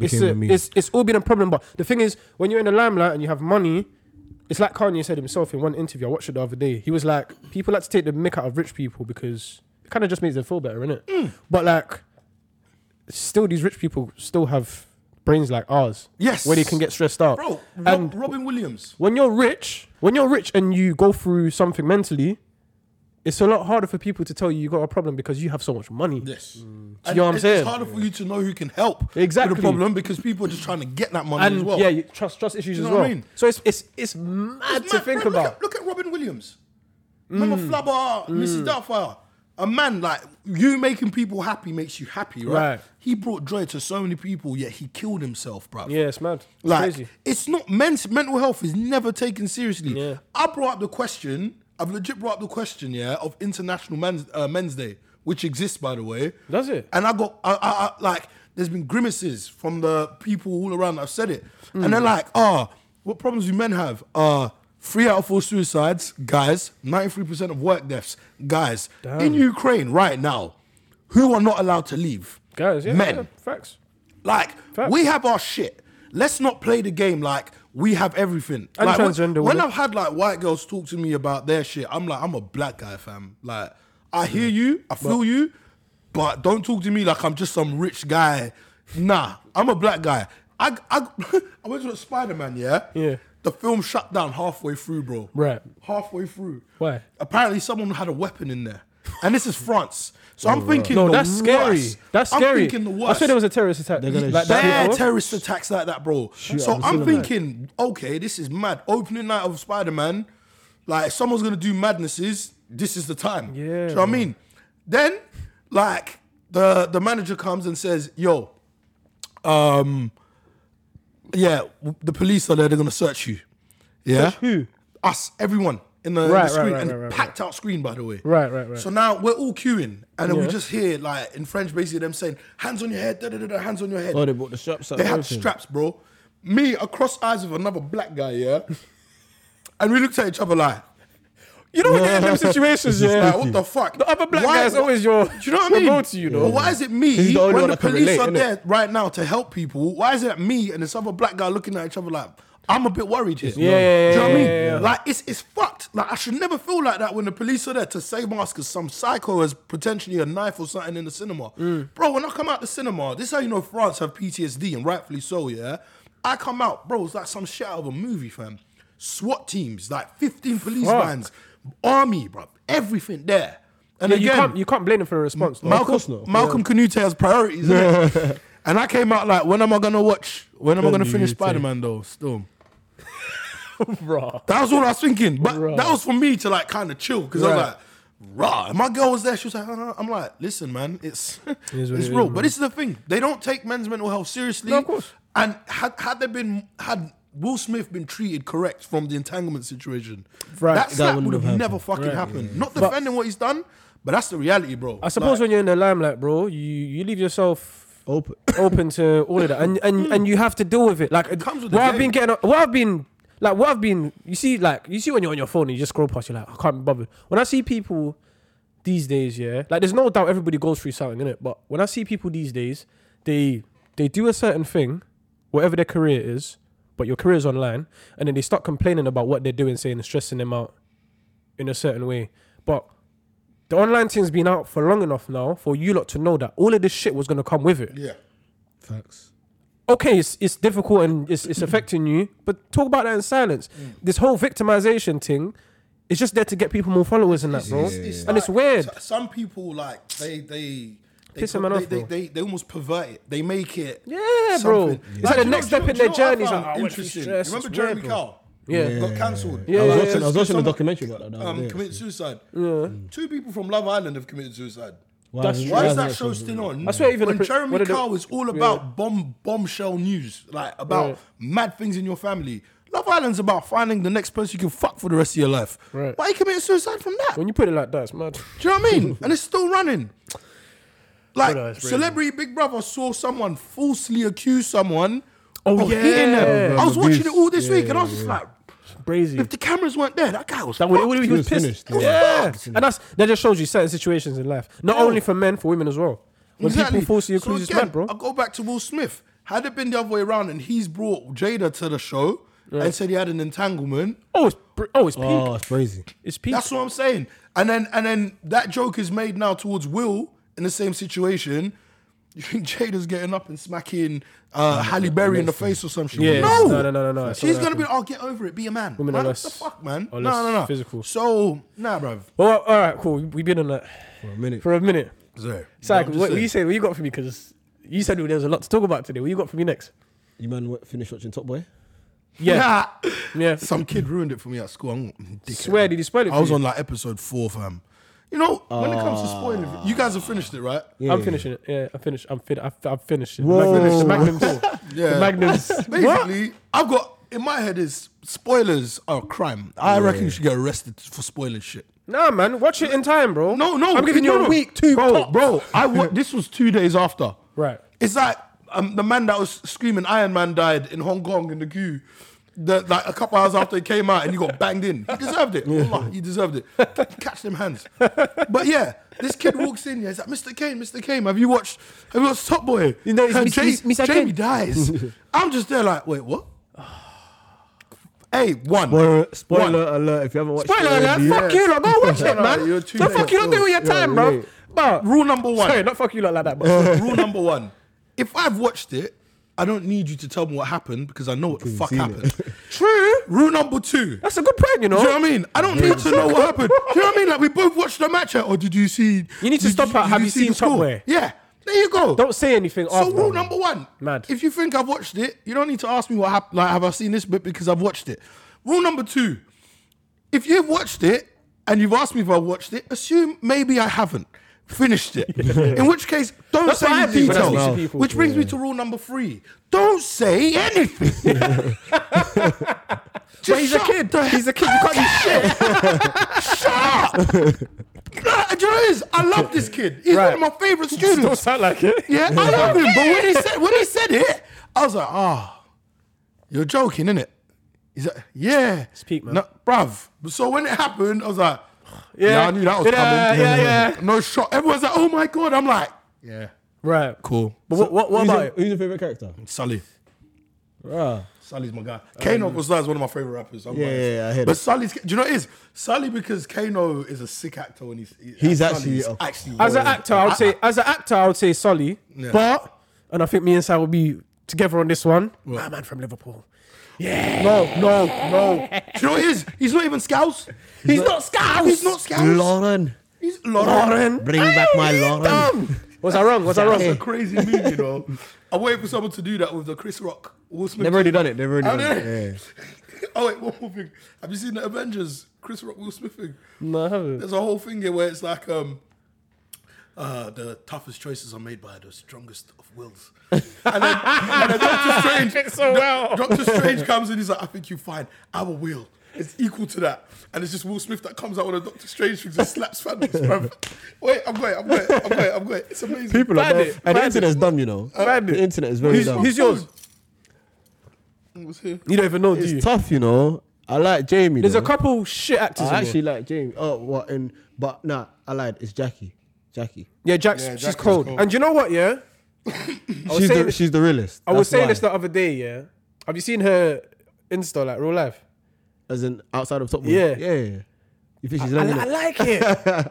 Speaker 2: It's,
Speaker 3: Became
Speaker 2: a-
Speaker 3: a meme.
Speaker 2: it's it's all been a problem. But the thing is, when you're in the limelight and you have money, it's like Kanye said himself in one interview. I watched it the other day. He was like, people like to take the mick out of rich people because it kind of just makes them feel better, innit?
Speaker 1: Mm.
Speaker 2: But like, still, these rich people still have brains like ours.
Speaker 1: Yes.
Speaker 2: where they can get stressed out.
Speaker 1: Bro, Rob,
Speaker 2: and
Speaker 1: Robin Williams.
Speaker 2: when you're rich, when you're rich and you go through something mentally, it's a lot harder for people to tell you you got a problem because you have so much money.
Speaker 1: Yes. Mm. And
Speaker 2: you know what I'm
Speaker 1: it's
Speaker 2: saying?
Speaker 1: harder for you to know who can help
Speaker 2: Exactly.
Speaker 1: with the problem because people are just trying to get that money
Speaker 2: And
Speaker 1: as well.
Speaker 2: yeah, you trust trust issues
Speaker 1: You
Speaker 2: as
Speaker 1: know what
Speaker 2: well.
Speaker 1: I mean?
Speaker 2: So it's it's it's mad
Speaker 1: It's
Speaker 2: to
Speaker 1: mad,
Speaker 2: think
Speaker 1: bro,
Speaker 2: about. Mm.
Speaker 1: Look at, look at Robin Williams. Remember Flubber, Mrs. Doubtfire. A man like you making people happy makes you happy, right?
Speaker 2: Right.
Speaker 1: He brought joy to so many people, yet he killed himself, bro.
Speaker 2: yeah, it's mad. It's
Speaker 1: like
Speaker 2: crazy.
Speaker 1: it's not meant. Mental health is never taken seriously.
Speaker 2: Yeah.
Speaker 1: I brought up the question. I've legit brought up the question, yeah, of International Men's uh, Men's Day, which exists by the way.
Speaker 2: Does it?
Speaker 1: And I got I, I, I like there's been grimaces from the people all around that have said it,
Speaker 2: Hmm.
Speaker 1: and they're like, ah, what problems do men have? Uh three out of four suicides, guys. Ninety three percent of work deaths, guys. In Ukraine right now, who are not allowed to leave.
Speaker 2: Guys, yeah,
Speaker 1: Men.
Speaker 2: yeah, facts.
Speaker 1: Like
Speaker 2: Facts.
Speaker 1: we have our shit. Let's not play the game like we have everything.
Speaker 2: And
Speaker 1: like,
Speaker 2: transgender
Speaker 1: When, when
Speaker 2: women.
Speaker 1: I've had like white girls talk to me about their shit, I'm like, I'm a black guy, fam. Like I hear you, I feel you, but don't talk to me like I'm just some rich guy. Nah, I'm a black guy. I I, (laughs) I went to Spider Man, yeah.
Speaker 2: Yeah.
Speaker 1: The film shut down halfway through, bro.
Speaker 2: Right.
Speaker 1: Halfway through.
Speaker 2: Why?
Speaker 1: Apparently, someone had a weapon in there, and this is France. So I'm thinking,
Speaker 2: Oh, No,
Speaker 1: the
Speaker 2: that's scary.
Speaker 1: worst.
Speaker 2: That's
Speaker 1: I'm
Speaker 2: scary.
Speaker 1: thinking the
Speaker 2: I
Speaker 1: worst
Speaker 2: swear there was a terrorist attack.
Speaker 3: gonna
Speaker 2: like that
Speaker 1: bad
Speaker 2: before.
Speaker 1: terrorist attacks like that, bro. so
Speaker 3: I've
Speaker 1: I'm
Speaker 3: seen them,
Speaker 1: thinking, okay, this is mad. Opening night of Spider Man, like someone's gonna do madnesses. This is the time. Do you know what I
Speaker 2: Yeah.
Speaker 1: mean? Then, like the the manager comes and says, "Yo, um, yeah, w- the police are there. They're gonna search you. Yeah,
Speaker 2: who?
Speaker 1: Us, everyone." In the, in the
Speaker 2: Right, right,
Speaker 1: screen,
Speaker 2: right,
Speaker 1: and
Speaker 2: right, right,
Speaker 1: packed out screen, by the way.
Speaker 2: Right, right, right.
Speaker 1: So now we're all queuing, and then we
Speaker 2: Yeah.
Speaker 1: just hear like in French, basically them saying, "Hands on your head, da da da, da, hands on your head."
Speaker 3: Oh, they bought the straps out.
Speaker 1: They had straps, bro. Me across eyes with another black guy, yeah. and we looked at each other
Speaker 2: (laughs)
Speaker 1: like,
Speaker 2: You know what get in them situations, yeah.
Speaker 1: like, what the fuck?
Speaker 2: The other black guy is always your-
Speaker 1: Do you know what I
Speaker 2: your
Speaker 1: mean?
Speaker 2: go-to, you know?
Speaker 1: But why is it me
Speaker 3: He's the only
Speaker 1: when
Speaker 3: one
Speaker 1: the
Speaker 3: that can
Speaker 1: police
Speaker 3: relate,
Speaker 1: are
Speaker 3: innit?
Speaker 1: there right now to help people? Why is it me and this other black guy looking at each other like? I'm a bit worried here.
Speaker 2: Yeah, yeah,
Speaker 1: Do you know what I
Speaker 2: yeah,
Speaker 1: mean?
Speaker 2: yeah, yeah.
Speaker 1: Like it's it's fucked. Like I should never feel like that when the police are there to save us because some psycho has potentially a knife or something in the cinema.
Speaker 2: Mm.
Speaker 1: Bro, when I come out the cinema, this is how you know France have PTSD and rightfully so, yeah. I come out, bro, it's like some shit out of a movie, fam. SWAT teams, like 15 police
Speaker 2: Fuck.
Speaker 1: vans, army, bro, everything there. And
Speaker 2: Yeah,
Speaker 1: again,
Speaker 2: you can't you can't blame them for the response. though.
Speaker 1: Malcolm,
Speaker 3: course not.
Speaker 1: Malcolm Canute has priorities,
Speaker 2: (laughs)
Speaker 1: innit? and I came out like, when am I gonna watch? When am I gonna finish
Speaker 3: Canute.
Speaker 1: Spider Man though? Still.
Speaker 2: Bruh.
Speaker 1: That was what I was thinking. But
Speaker 2: Right.
Speaker 1: that was for me to like kind of chill because I was
Speaker 2: Right.
Speaker 1: like, rah. And my girl was there. She was like, uh, I'm like, listen, man, it's (laughs)
Speaker 2: is what
Speaker 1: it's
Speaker 2: it is,
Speaker 1: real.
Speaker 2: bro.
Speaker 1: but this is the thing. They don't take men's mental health seriously.
Speaker 2: No, of course.
Speaker 1: And had had they been had Will Smith been treated correct from the entanglement situation,
Speaker 2: Right.
Speaker 1: that
Speaker 2: That
Speaker 1: slap
Speaker 3: wouldn't
Speaker 1: would have
Speaker 3: have
Speaker 1: never fucking happened. Not defending what he's done, but that's the reality, bro.
Speaker 2: I suppose when you're in the limelight, bro, you, you leave yourself
Speaker 3: Open.
Speaker 2: open to all of that, and and, and you have to deal with it. Like it
Speaker 1: comes with the
Speaker 2: what I've
Speaker 1: game.
Speaker 2: been getting, what I've been like, what I've been. You see, like you see when you're on your phone and you just scroll past, you're like, I can't be bothered. When I see people these days, yeah, like there's no doubt everybody goes through something, innit? But when I see people these days, they they do a certain thing, whatever their career is, but your career's online, and then they start complaining about what they're doing, saying it's stressing them out in a certain way, but the online thing's been out for long enough now for you lot to know that all of this shit was gonna come with it.
Speaker 1: yeah.
Speaker 3: Facts.
Speaker 2: Okay, it's it's difficult and it's it's affecting you, but talk about that in silence. This whole victimization thing is just there to get people more followers and that, bro. and it's
Speaker 1: like-
Speaker 2: weird.
Speaker 1: s- Some people like they they. They,
Speaker 2: Piss a
Speaker 1: co-
Speaker 2: man
Speaker 1: they,
Speaker 2: off,
Speaker 1: they,
Speaker 2: bro.
Speaker 1: they, they almost pervert it. They make it.
Speaker 2: Yeah, bro.
Speaker 1: something.
Speaker 2: It's like
Speaker 1: do
Speaker 2: the
Speaker 1: you
Speaker 2: next
Speaker 1: know-
Speaker 2: step in
Speaker 1: do you
Speaker 2: their
Speaker 1: know what I
Speaker 2: journey is
Speaker 1: found
Speaker 2: like, oh, I went through
Speaker 1: interesting.
Speaker 2: stress.
Speaker 1: Remember
Speaker 2: It's weird,
Speaker 1: Jeremy
Speaker 2: bro.
Speaker 1: Cow?
Speaker 2: Yeah.
Speaker 1: Got cancelled.
Speaker 2: Yeah,
Speaker 3: I
Speaker 2: yeah,
Speaker 3: was
Speaker 2: yeah.
Speaker 3: watching, I was watching a
Speaker 1: Someone-
Speaker 3: documentary about that. the other
Speaker 1: um,
Speaker 3: day.
Speaker 1: committed suicide. Two people from Love Island have committed suicide.
Speaker 3: Why
Speaker 2: That's
Speaker 3: isn't-
Speaker 2: true.
Speaker 1: Why is
Speaker 3: isn't
Speaker 1: that show
Speaker 3: something-
Speaker 1: still on?
Speaker 2: I swear even
Speaker 1: when
Speaker 2: the pre-
Speaker 1: Jeremy
Speaker 2: one of the-
Speaker 1: Cow is all about bomb bombshell news, like about
Speaker 2: Right.
Speaker 1: mad things in your family. Love Island's about finding the next person you can fuck for the rest of your life.
Speaker 2: Right.
Speaker 1: Why are you committing suicide from that?
Speaker 2: When you put it like that, it's mad.
Speaker 1: Do you know what I
Speaker 2: (laughs)
Speaker 1: mean? and it's still running. Like
Speaker 2: Brother, it's crazy.
Speaker 1: celebrity Big Brother saw someone falsely accuse someone
Speaker 2: Oh,
Speaker 1: of hitting them.
Speaker 2: yeah.
Speaker 1: I was watching it all this
Speaker 3: Yeah,
Speaker 1: week, and I was
Speaker 3: yeah,
Speaker 1: just
Speaker 3: yeah.
Speaker 1: like,
Speaker 2: Crazy.
Speaker 1: if the cameras weren't there, that guy was.
Speaker 2: (laughs) That would, it
Speaker 1: fucked.
Speaker 2: would, he
Speaker 3: He
Speaker 2: was
Speaker 3: was
Speaker 2: pissed.
Speaker 3: finished, yeah.
Speaker 2: Yeah. And that's that just shows you certain situations in life. Not only for men, for women as well. When people falsely
Speaker 1: So
Speaker 2: accuse it's
Speaker 1: again,
Speaker 2: mad, bro.
Speaker 1: I go back to Will Smith. Had it been the other way around, and he's brought Jada to the show and said he had an entanglement,
Speaker 2: Oh, it's br- oh, it's peak.
Speaker 3: Oh, it's crazy.
Speaker 2: It's peak.
Speaker 1: That's what I'm saying. And then and then that joke is made now towards Will in the same situation. (laughs) You think Jada's getting up and smacking uh, Halle Berry in the face or some shit?
Speaker 2: Yeah,
Speaker 1: no,
Speaker 2: no, no, no, no, no. It's
Speaker 1: She's
Speaker 2: not
Speaker 1: gonna be. I'll get over it. Be a man.
Speaker 2: Women
Speaker 1: man
Speaker 2: are
Speaker 1: what the
Speaker 2: less-
Speaker 1: fuck, man. No,
Speaker 2: are less
Speaker 1: no, no.
Speaker 2: physical.
Speaker 1: So nah, bruv.
Speaker 2: Well, all right, cool. We've been on that
Speaker 3: For a minute.
Speaker 2: for a minute.
Speaker 1: Sorry.
Speaker 2: Sack, what, what you say? What you got for me? Because you said there was a lot to talk about today. What you got for me next?
Speaker 3: You man wa- finished watching Top Boy?
Speaker 2: Yeah, yeah.
Speaker 1: Some kid ruined it for me at school. I'm I'm dickhead.
Speaker 2: Swear, did he spoil it?
Speaker 1: I was
Speaker 2: for
Speaker 1: on like episode four, fam. You know, when it comes to spoiling, you guys have finished it, right?
Speaker 2: You? I'm finishing it. Yeah, I'm finished. I'm fin. I've, I've finished it.
Speaker 3: Whoa.
Speaker 2: The Magnum, the Magnum tour.
Speaker 1: Yeah. (laughs)
Speaker 2: The Magnums.
Speaker 1: Basically, I've got in my head is spoilers are a crime. I reckon you should get arrested for spoiling shit.
Speaker 2: Nah, man. Watch it in time, bro.
Speaker 1: No, no,
Speaker 2: I'm giving
Speaker 1: no,
Speaker 2: you
Speaker 1: no.
Speaker 2: a week, two,
Speaker 1: bro, (laughs)
Speaker 2: tops.
Speaker 1: bro. I wa- this was two days after.
Speaker 2: Right.
Speaker 1: It's like um, the man that was screaming "Iron Man died" in Hong Kong in the queue. the, like a couple hours after he came out and he got banged in. He deserved it. Wallah, he deserved it. Catch them hands. But yeah, this kid walks in. Yeah, he's like, Mr. Kane, Mr. Kane, have you watched? Have you watched Top Boy?
Speaker 4: You know, it's
Speaker 1: and
Speaker 4: Mis- Mis- Mr.
Speaker 1: Jamie
Speaker 4: Kane.
Speaker 1: dies. I'm just there like, wait, what? hey, one.
Speaker 3: Spoiler,
Speaker 1: One.
Speaker 3: spoiler alert! If you haven't watched
Speaker 2: Spoiler
Speaker 3: it,
Speaker 2: alert,
Speaker 3: already,
Speaker 2: fuck you, lot, go watch it,
Speaker 1: Nah,
Speaker 2: man.
Speaker 1: you're too
Speaker 2: Don't
Speaker 1: late.
Speaker 2: fuck you, don't do it with your time,
Speaker 3: you're
Speaker 2: bro.
Speaker 3: late.
Speaker 2: But
Speaker 1: Rule number one.
Speaker 2: sorry, not fuck you lot like that, (laughs) but
Speaker 1: Rule number one. If I've watched it, I don't need you to tell me what happened because I know what the fuck
Speaker 3: seen
Speaker 1: happened.
Speaker 2: (laughs) true.
Speaker 1: Rule number two.
Speaker 2: That's a good point, you know.
Speaker 1: Do you know what I mean? I don't need to know what happened. Do you know what I mean? Like we both watched the match. Or did you see?
Speaker 2: You need to
Speaker 1: did
Speaker 2: stop at,
Speaker 1: did
Speaker 2: have you
Speaker 1: see
Speaker 2: seen
Speaker 1: the score?
Speaker 2: Topway?
Speaker 1: Yeah, there you go.
Speaker 2: Don't say anything
Speaker 1: so
Speaker 2: after.
Speaker 1: rule number one.
Speaker 2: Mad.
Speaker 1: If you think I've watched it, you don't need to ask me what happened. Like have I seen this bit because I've watched it. Rule number two. If you've watched it and you've asked me if I watched it, assume maybe I haven't finished
Speaker 2: (laughs)
Speaker 1: it. In which case, don't
Speaker 2: That's
Speaker 1: say
Speaker 2: what I
Speaker 1: any
Speaker 2: do when I speak to
Speaker 1: details.
Speaker 2: people.
Speaker 1: Which brings me to rule number three. Don't say anything.
Speaker 2: (laughs)
Speaker 1: Just
Speaker 2: But he's a
Speaker 1: shut
Speaker 2: kid.
Speaker 1: the
Speaker 2: He's a kid. You
Speaker 1: (laughs)
Speaker 2: can't do shit.
Speaker 1: Shut up! Nah, do you know what it is? I love this kid. He's
Speaker 2: Right.
Speaker 1: one of my favorite
Speaker 2: (laughs) Don't
Speaker 1: students.
Speaker 2: sound like it.
Speaker 1: Yeah, I love him. But when he said when he said it, I was like, ah, you're joking, innit? He's like, yeah.
Speaker 2: Speak, man.
Speaker 1: No, bruv. So when it happened, I was like, yeah,
Speaker 2: Yeah.
Speaker 1: I knew that was
Speaker 2: Yeah,
Speaker 1: coming.
Speaker 2: yeah, yeah.
Speaker 1: (laughs) No shot. Everyone's like, oh my god. I'm like, yeah,
Speaker 2: Right.
Speaker 1: cool.
Speaker 2: But what, what, what
Speaker 3: Who's
Speaker 2: about
Speaker 3: your,
Speaker 2: it?
Speaker 3: who's your favorite character?
Speaker 1: Sully.
Speaker 3: Bruh.
Speaker 1: Sully's my guy. Kano was that's one of my favorite rappers. I'm
Speaker 3: Yeah,
Speaker 1: biased.
Speaker 3: yeah, yeah, I hear
Speaker 1: But
Speaker 3: that.
Speaker 1: Sully's, do you know what it is? Sully because Kano is a sick actor and he's he-
Speaker 3: He's
Speaker 1: Sully
Speaker 3: actually
Speaker 1: is
Speaker 3: a-
Speaker 1: actually
Speaker 2: As an
Speaker 1: warrior.
Speaker 2: actor, I would say as an actor, I would say Solly.
Speaker 1: Yeah.
Speaker 2: But and I think me and Sal will be together on this one. My man from Liverpool.
Speaker 1: No, no, no. Oh. Do you know what it is? He's not even Scouse. He's, not, Scouse. He's not Scouse.
Speaker 3: Lauren,
Speaker 1: He's Lauren.
Speaker 3: bring back my Lauren.
Speaker 2: Was I wrong? Was I
Speaker 1: That's a
Speaker 2: wrong?
Speaker 1: crazy move, you know. (laughs) I'm waiting for someone to do that with the Chris Rock. Will Smith
Speaker 3: They've already done it. They've already
Speaker 1: Oh,
Speaker 3: done
Speaker 1: did they?
Speaker 3: it. Yeah.
Speaker 1: (laughs) oh, wait, one more thing. Have you seen the Avengers? Chris Rock, Will Smith thing.
Speaker 2: No, I haven't.
Speaker 1: There's a whole thing here where it's like um, uh, the toughest choices are made by the strongest of wills. (laughs) And then, and then Doctor Strange,
Speaker 2: Fit so well. (laughs)
Speaker 1: Doctor Strange comes in. He's like, I think you find our will. is equal to that, and it's just Will Smith that comes out with a Doctor Strange thing and slaps Thanos. bruv. Wait, I'm going, I'm going, I'm going, I'm going. It's amazing.
Speaker 3: People are
Speaker 2: Find
Speaker 3: dumb.
Speaker 2: it,
Speaker 3: And
Speaker 2: find
Speaker 3: the
Speaker 2: it.
Speaker 3: internet's dumb, you know.
Speaker 2: Find it.
Speaker 3: The internet is very
Speaker 2: Who's-
Speaker 3: dumb.
Speaker 2: who's yours?
Speaker 1: It was here.
Speaker 2: You don't even know, do you?
Speaker 3: It's tough, you know. I like Jamie.
Speaker 2: There's a
Speaker 3: though.
Speaker 2: couple shit actors.
Speaker 3: I
Speaker 2: in
Speaker 3: actually
Speaker 2: there.
Speaker 3: like Jamie. Oh, what? And but nah, I lied. It's Jackie. Jackie.
Speaker 2: yeah, Jack's.
Speaker 1: Yeah,
Speaker 2: she's
Speaker 1: Jack's
Speaker 2: cold.
Speaker 1: cold.
Speaker 2: And you know what? Yeah, I was
Speaker 3: She's
Speaker 2: saying
Speaker 3: the,
Speaker 2: this-
Speaker 3: she's the realest.
Speaker 2: I was
Speaker 3: That's
Speaker 2: saying
Speaker 3: why.
Speaker 2: this the other day. Yeah, have you seen her Insta like real life?
Speaker 3: as in outside of top. One.
Speaker 2: Yeah.
Speaker 3: yeah. yeah. You think she's
Speaker 2: I,
Speaker 3: lovely?
Speaker 2: I like it.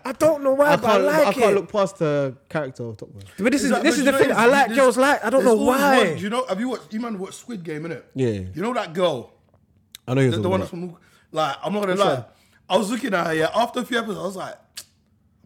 Speaker 2: I don't know why,
Speaker 3: I
Speaker 2: but I
Speaker 3: can't,
Speaker 2: like
Speaker 3: I
Speaker 2: it.
Speaker 3: can't look past the character of Top Boy.
Speaker 2: But this is,
Speaker 1: that- but
Speaker 2: this is
Speaker 1: you
Speaker 2: the
Speaker 1: know
Speaker 2: thing.
Speaker 1: it's-
Speaker 2: I like
Speaker 1: there's-
Speaker 2: girls like. I don't know
Speaker 1: there's always
Speaker 2: why.
Speaker 1: One, do you know, have you watched? You man watched Squid Game, innit?
Speaker 3: Yeah, yeah.
Speaker 1: You know that girl,
Speaker 3: I know you're
Speaker 1: the,
Speaker 3: talking
Speaker 1: the one
Speaker 3: about.
Speaker 1: that's from. Like, I'm not gonna lie. I was looking at her. Yeah, after a few episodes, I was like,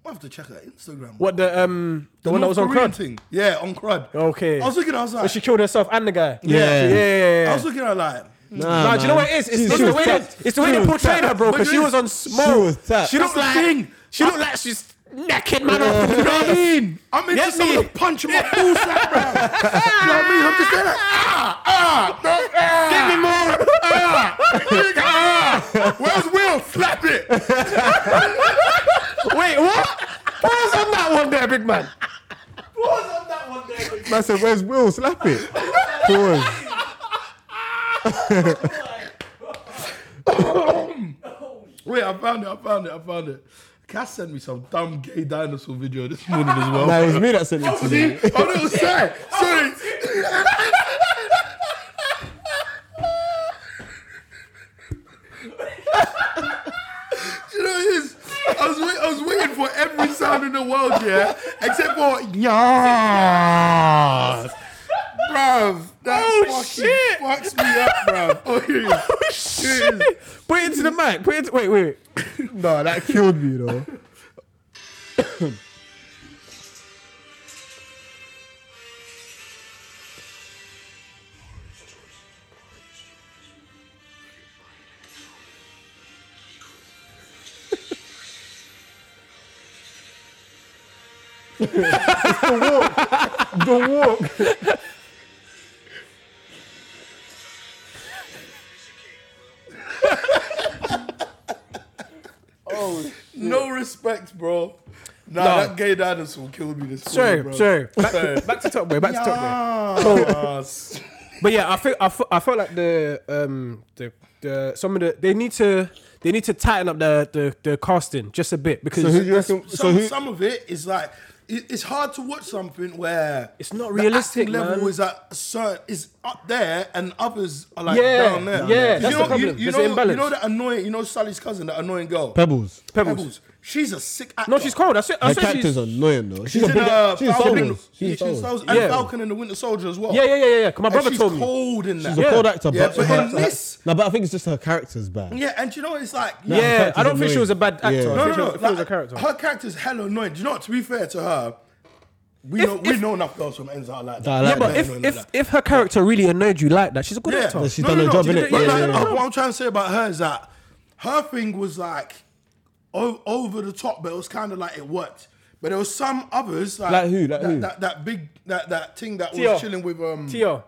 Speaker 1: I have to check her Instagram.
Speaker 2: What the um the, one that was
Speaker 1: North
Speaker 2: on
Speaker 1: Korean
Speaker 2: crud?
Speaker 1: thing? Yeah, on crud.
Speaker 2: Okay.
Speaker 1: I was looking. I was
Speaker 2: When
Speaker 1: like,
Speaker 2: Oh, she killed herself and the guy.
Speaker 3: Yeah.
Speaker 2: yeah, yeah. yeah.
Speaker 1: I was looking at her like.
Speaker 2: nah, do you know what it is? It's, it's the way they, it's the way they portrayed her, bro.
Speaker 1: But
Speaker 2: Because
Speaker 1: you
Speaker 2: she
Speaker 1: know-
Speaker 2: was on
Speaker 3: She
Speaker 2: smoke.
Speaker 3: was tapped.
Speaker 2: She looked
Speaker 1: That's
Speaker 2: like
Speaker 1: the thing.
Speaker 2: she looked like she's naked, man. off. You know what I mean?
Speaker 1: I'm into
Speaker 2: Get
Speaker 1: some
Speaker 2: me.
Speaker 1: of the punch in my boots, like, bro. You know what I mean? I'm just there like, ah, ah, no, ah. Give me more. Ah, big, ah. Where's Will? Slap it.
Speaker 2: Wait, what? Pause on that one there, big man.
Speaker 1: Pause on that one there, big
Speaker 3: I said, "Where's Will? Slap it." Pause.
Speaker 1: Wait, I found it, I found it, I found it. Cass sent me some dumb gay dinosaur video this morning as well.
Speaker 3: Nah, it was me that sent it
Speaker 1: Oh,
Speaker 3: to
Speaker 1: was he?
Speaker 3: you.
Speaker 1: Oh, no, sorry, sorry. Do you know what it is? I was, wait, I was waiting for every sound in the world, yeah, except for yas. Bruv, that
Speaker 2: Oh,
Speaker 1: fucking
Speaker 2: shit.
Speaker 1: fucks me up, bruv.
Speaker 2: (laughs)
Speaker 1: Oh, here it is. Here it is.
Speaker 2: Shit. (laughs) Put it into the mic. Put it. Into, wait, wait.
Speaker 3: Nah, that killed me, you know.
Speaker 1: No respect, bro. Nah,
Speaker 2: No.
Speaker 1: that gay dinosaur killed me this
Speaker 2: Sorry,
Speaker 1: morning, bro. (laughs)
Speaker 2: sorry. Back, back to top boy. Back to top boy.
Speaker 1: Yas.
Speaker 2: But yeah, I feel I feel, I felt like the um the, the some of the they need to they need to tighten up the the, the casting just a bit because
Speaker 3: So who do you reckon? So
Speaker 1: some,
Speaker 3: who?
Speaker 1: some of it is like it, it's hard to watch something where
Speaker 2: It's not
Speaker 1: the
Speaker 2: realistic,
Speaker 1: acting level
Speaker 2: man.
Speaker 1: is at a certain is up there and others are like
Speaker 2: Yeah,
Speaker 1: down there.
Speaker 2: yeah, that's
Speaker 1: you
Speaker 2: the
Speaker 1: know,
Speaker 2: problem.
Speaker 1: You, you
Speaker 2: There's
Speaker 1: know,
Speaker 2: an imbalance.
Speaker 1: you know that annoying. You know Sally's cousin, that annoying girl.
Speaker 3: Pebbles.
Speaker 2: Pebbles.
Speaker 1: She's a sick actor.
Speaker 2: no, she's cold. I said I
Speaker 3: Her
Speaker 2: said
Speaker 3: character's
Speaker 2: she's
Speaker 3: annoying though. She's,
Speaker 1: She's
Speaker 3: a
Speaker 1: in
Speaker 3: big.
Speaker 1: uh,
Speaker 3: she's in Star
Speaker 1: Falcon.
Speaker 3: Wars. She's in Star Wars.
Speaker 1: and
Speaker 2: Yeah.
Speaker 1: Falcon and the Winter Soldier as well.
Speaker 2: yeah yeah yeah yeah yeah. 'cause My brother
Speaker 1: and she's
Speaker 2: told me.
Speaker 1: cold in that.
Speaker 3: She's a
Speaker 2: Yeah.
Speaker 3: cold actor,
Speaker 1: Yeah,
Speaker 3: but,
Speaker 1: but
Speaker 3: her-
Speaker 1: in
Speaker 3: her-
Speaker 1: this-
Speaker 3: no, but I think it's just her character's bad.
Speaker 1: Yeah, and do you know it's like
Speaker 2: Yeah, I
Speaker 3: character's
Speaker 2: don't think she
Speaker 3: annoying.
Speaker 2: was a bad actor.
Speaker 3: Yeah.
Speaker 2: I
Speaker 1: No,
Speaker 2: think
Speaker 1: no,
Speaker 2: she
Speaker 1: no.
Speaker 2: was- I think it was
Speaker 1: like,
Speaker 2: a character.
Speaker 1: Her character's hella annoying. Do you know what? To be fair to her, we
Speaker 2: If-
Speaker 1: know we
Speaker 2: if-
Speaker 1: know enough girls from ends that are like
Speaker 3: That are
Speaker 1: that.
Speaker 3: like
Speaker 2: yeah, but
Speaker 3: that.
Speaker 2: if, if if her character really annoyed you like that, she's a good actor.
Speaker 3: she's done her job,
Speaker 1: she
Speaker 3: innit?
Speaker 1: did- But
Speaker 3: Yeah,
Speaker 1: like,
Speaker 3: yeah, yeah.
Speaker 1: uh, what I'm trying to say about her is that her thing was like o- over the top, but it was kind of like it worked. But there was some others like,
Speaker 3: Like who? Like
Speaker 1: that,
Speaker 3: who?
Speaker 1: that that big that that thing that
Speaker 2: Tia.
Speaker 1: was chilling with um
Speaker 2: Tia.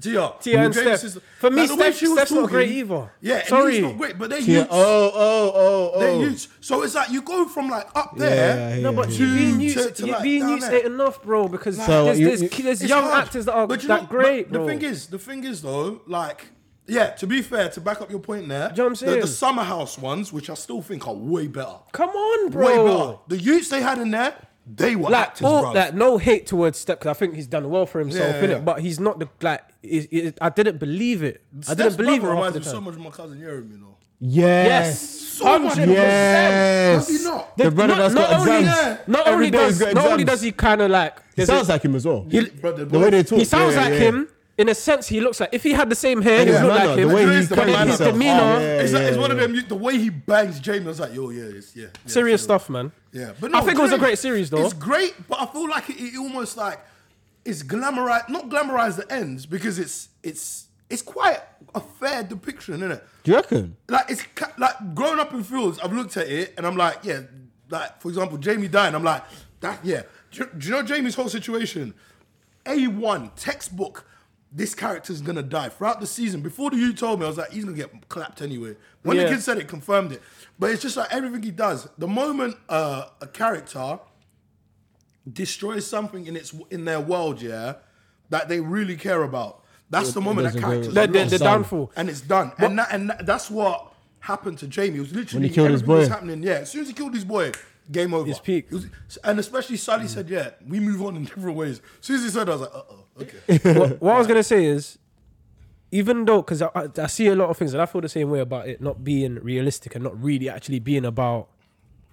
Speaker 1: Tia.
Speaker 2: Tia and
Speaker 1: James'
Speaker 2: Steph.
Speaker 1: sister.
Speaker 2: For me,
Speaker 1: Like, the way
Speaker 2: Steph-
Speaker 1: she was
Speaker 2: Steph's not
Speaker 1: talking-
Speaker 2: great either.
Speaker 1: Yeah, sorry,
Speaker 2: Sorry.
Speaker 1: and he's not great, but they're
Speaker 3: Yeah.
Speaker 1: youths.
Speaker 3: Oh, oh, oh,
Speaker 1: They're
Speaker 3: oh.
Speaker 1: youths. So it's like you go from like up
Speaker 3: Yeah,
Speaker 1: there.
Speaker 3: yeah,
Speaker 2: No, but
Speaker 1: yeah.
Speaker 2: you being
Speaker 1: To-
Speaker 2: used,
Speaker 1: to
Speaker 2: you
Speaker 1: like
Speaker 2: being
Speaker 1: down
Speaker 2: used
Speaker 1: there.
Speaker 2: ain't enough, bro. Because
Speaker 3: So
Speaker 2: there's,
Speaker 3: you-
Speaker 2: there's,
Speaker 3: you-
Speaker 2: there's
Speaker 1: It's
Speaker 2: young
Speaker 1: hard.
Speaker 2: actors that are
Speaker 1: But you know-
Speaker 2: that
Speaker 1: but
Speaker 2: great, bro.
Speaker 1: The thing is, the thing is though, like, yeah, to be fair, to back up your point there,
Speaker 2: you know what I'm
Speaker 1: the- The,
Speaker 2: saying?
Speaker 1: summer house ones, which I still think are way better.
Speaker 2: come on,
Speaker 1: Way
Speaker 2: bro.
Speaker 1: better. The youths they had in there, they were
Speaker 2: Like
Speaker 1: actors,
Speaker 2: all
Speaker 1: bruv.
Speaker 2: that, no hate towards Step because I think he's done well for himself,
Speaker 1: Yeah, yeah,
Speaker 2: innit?
Speaker 1: yeah.
Speaker 2: But he's not the like. Is, is, I didn't believe it. I
Speaker 1: Steph's
Speaker 2: didn't believe it.
Speaker 1: brother
Speaker 2: half
Speaker 1: reminds
Speaker 2: the
Speaker 1: me so
Speaker 2: time.
Speaker 1: much of my cousin Yerim, you know.
Speaker 3: Yes.
Speaker 2: Yes,
Speaker 1: So much.
Speaker 2: 100%.
Speaker 3: Yes.
Speaker 1: Does he not?
Speaker 3: The brother
Speaker 2: not,
Speaker 3: that's
Speaker 2: not
Speaker 3: got
Speaker 2: only,
Speaker 3: exams.
Speaker 2: Not
Speaker 3: Every
Speaker 2: only
Speaker 3: day he's
Speaker 2: does
Speaker 3: got
Speaker 2: not only
Speaker 3: exams.
Speaker 2: does he kind of like
Speaker 3: He
Speaker 2: there's a-
Speaker 3: sounds like him as well.
Speaker 1: Brother,
Speaker 3: the way they talk.
Speaker 2: he sounds
Speaker 3: yeah,
Speaker 2: like
Speaker 3: yeah,
Speaker 2: him in a sense. He looks like if he had the same hair,
Speaker 3: And
Speaker 2: he
Speaker 3: his
Speaker 2: would look
Speaker 3: manner,
Speaker 2: like
Speaker 3: the
Speaker 2: him.
Speaker 3: way
Speaker 1: he
Speaker 2: but
Speaker 1: carries
Speaker 2: his
Speaker 1: himself.
Speaker 2: demeanor,
Speaker 3: Oh, yeah.
Speaker 1: it's, like, it's one of them. You, the way he bangs Jamie, I was like, yo, yeah, it's, yeah, yeah,
Speaker 2: serious
Speaker 1: yeah.
Speaker 2: stuff, man.
Speaker 1: Yeah, but no,
Speaker 2: I think it was a
Speaker 1: Drake,
Speaker 2: great series, though.
Speaker 1: It's great, but I feel like it, it almost like it's glamorized, not glamorized the ends because it's it's it's quite a fair depiction, isn't it?
Speaker 3: Do you reckon?
Speaker 1: Like it's ca- like growing up in fields. I've looked at it and I'm like, yeah, like for example, Jamie dying. I'm like, that yeah. Do, you- do you know Jamie's whole situation? A one textbook. This character's gonna die throughout the season. Before the you told me, I was like, he's gonna get clapped anyway. When
Speaker 2: Yeah.
Speaker 1: the kid said it, confirmed it. But it's just like everything he does. The moment uh, a character destroys something in its in their world, yeah, that they really care about. That's the moment that
Speaker 3: doesn't really-
Speaker 1: characters
Speaker 2: The,
Speaker 1: are
Speaker 2: the,
Speaker 1: lost
Speaker 2: the
Speaker 3: Son.
Speaker 2: downfall.
Speaker 1: and it's done. And that, and that, that's what happened to Jamie. It was literally
Speaker 3: he killed his
Speaker 1: everything was
Speaker 3: boy.
Speaker 1: happening. Yeah, as soon as he killed his boy, game over.
Speaker 2: It's peak.
Speaker 1: It was- and especially Sally said, "Yeah, we move on in (laughs) different ways." As soon as he said, that, I was like, "Uh oh,
Speaker 2: (laughs)
Speaker 1: okay."
Speaker 2: what, what I was gonna say is, even though because I, I, I see a lot of things and I feel the same way about it not being realistic and not really actually being about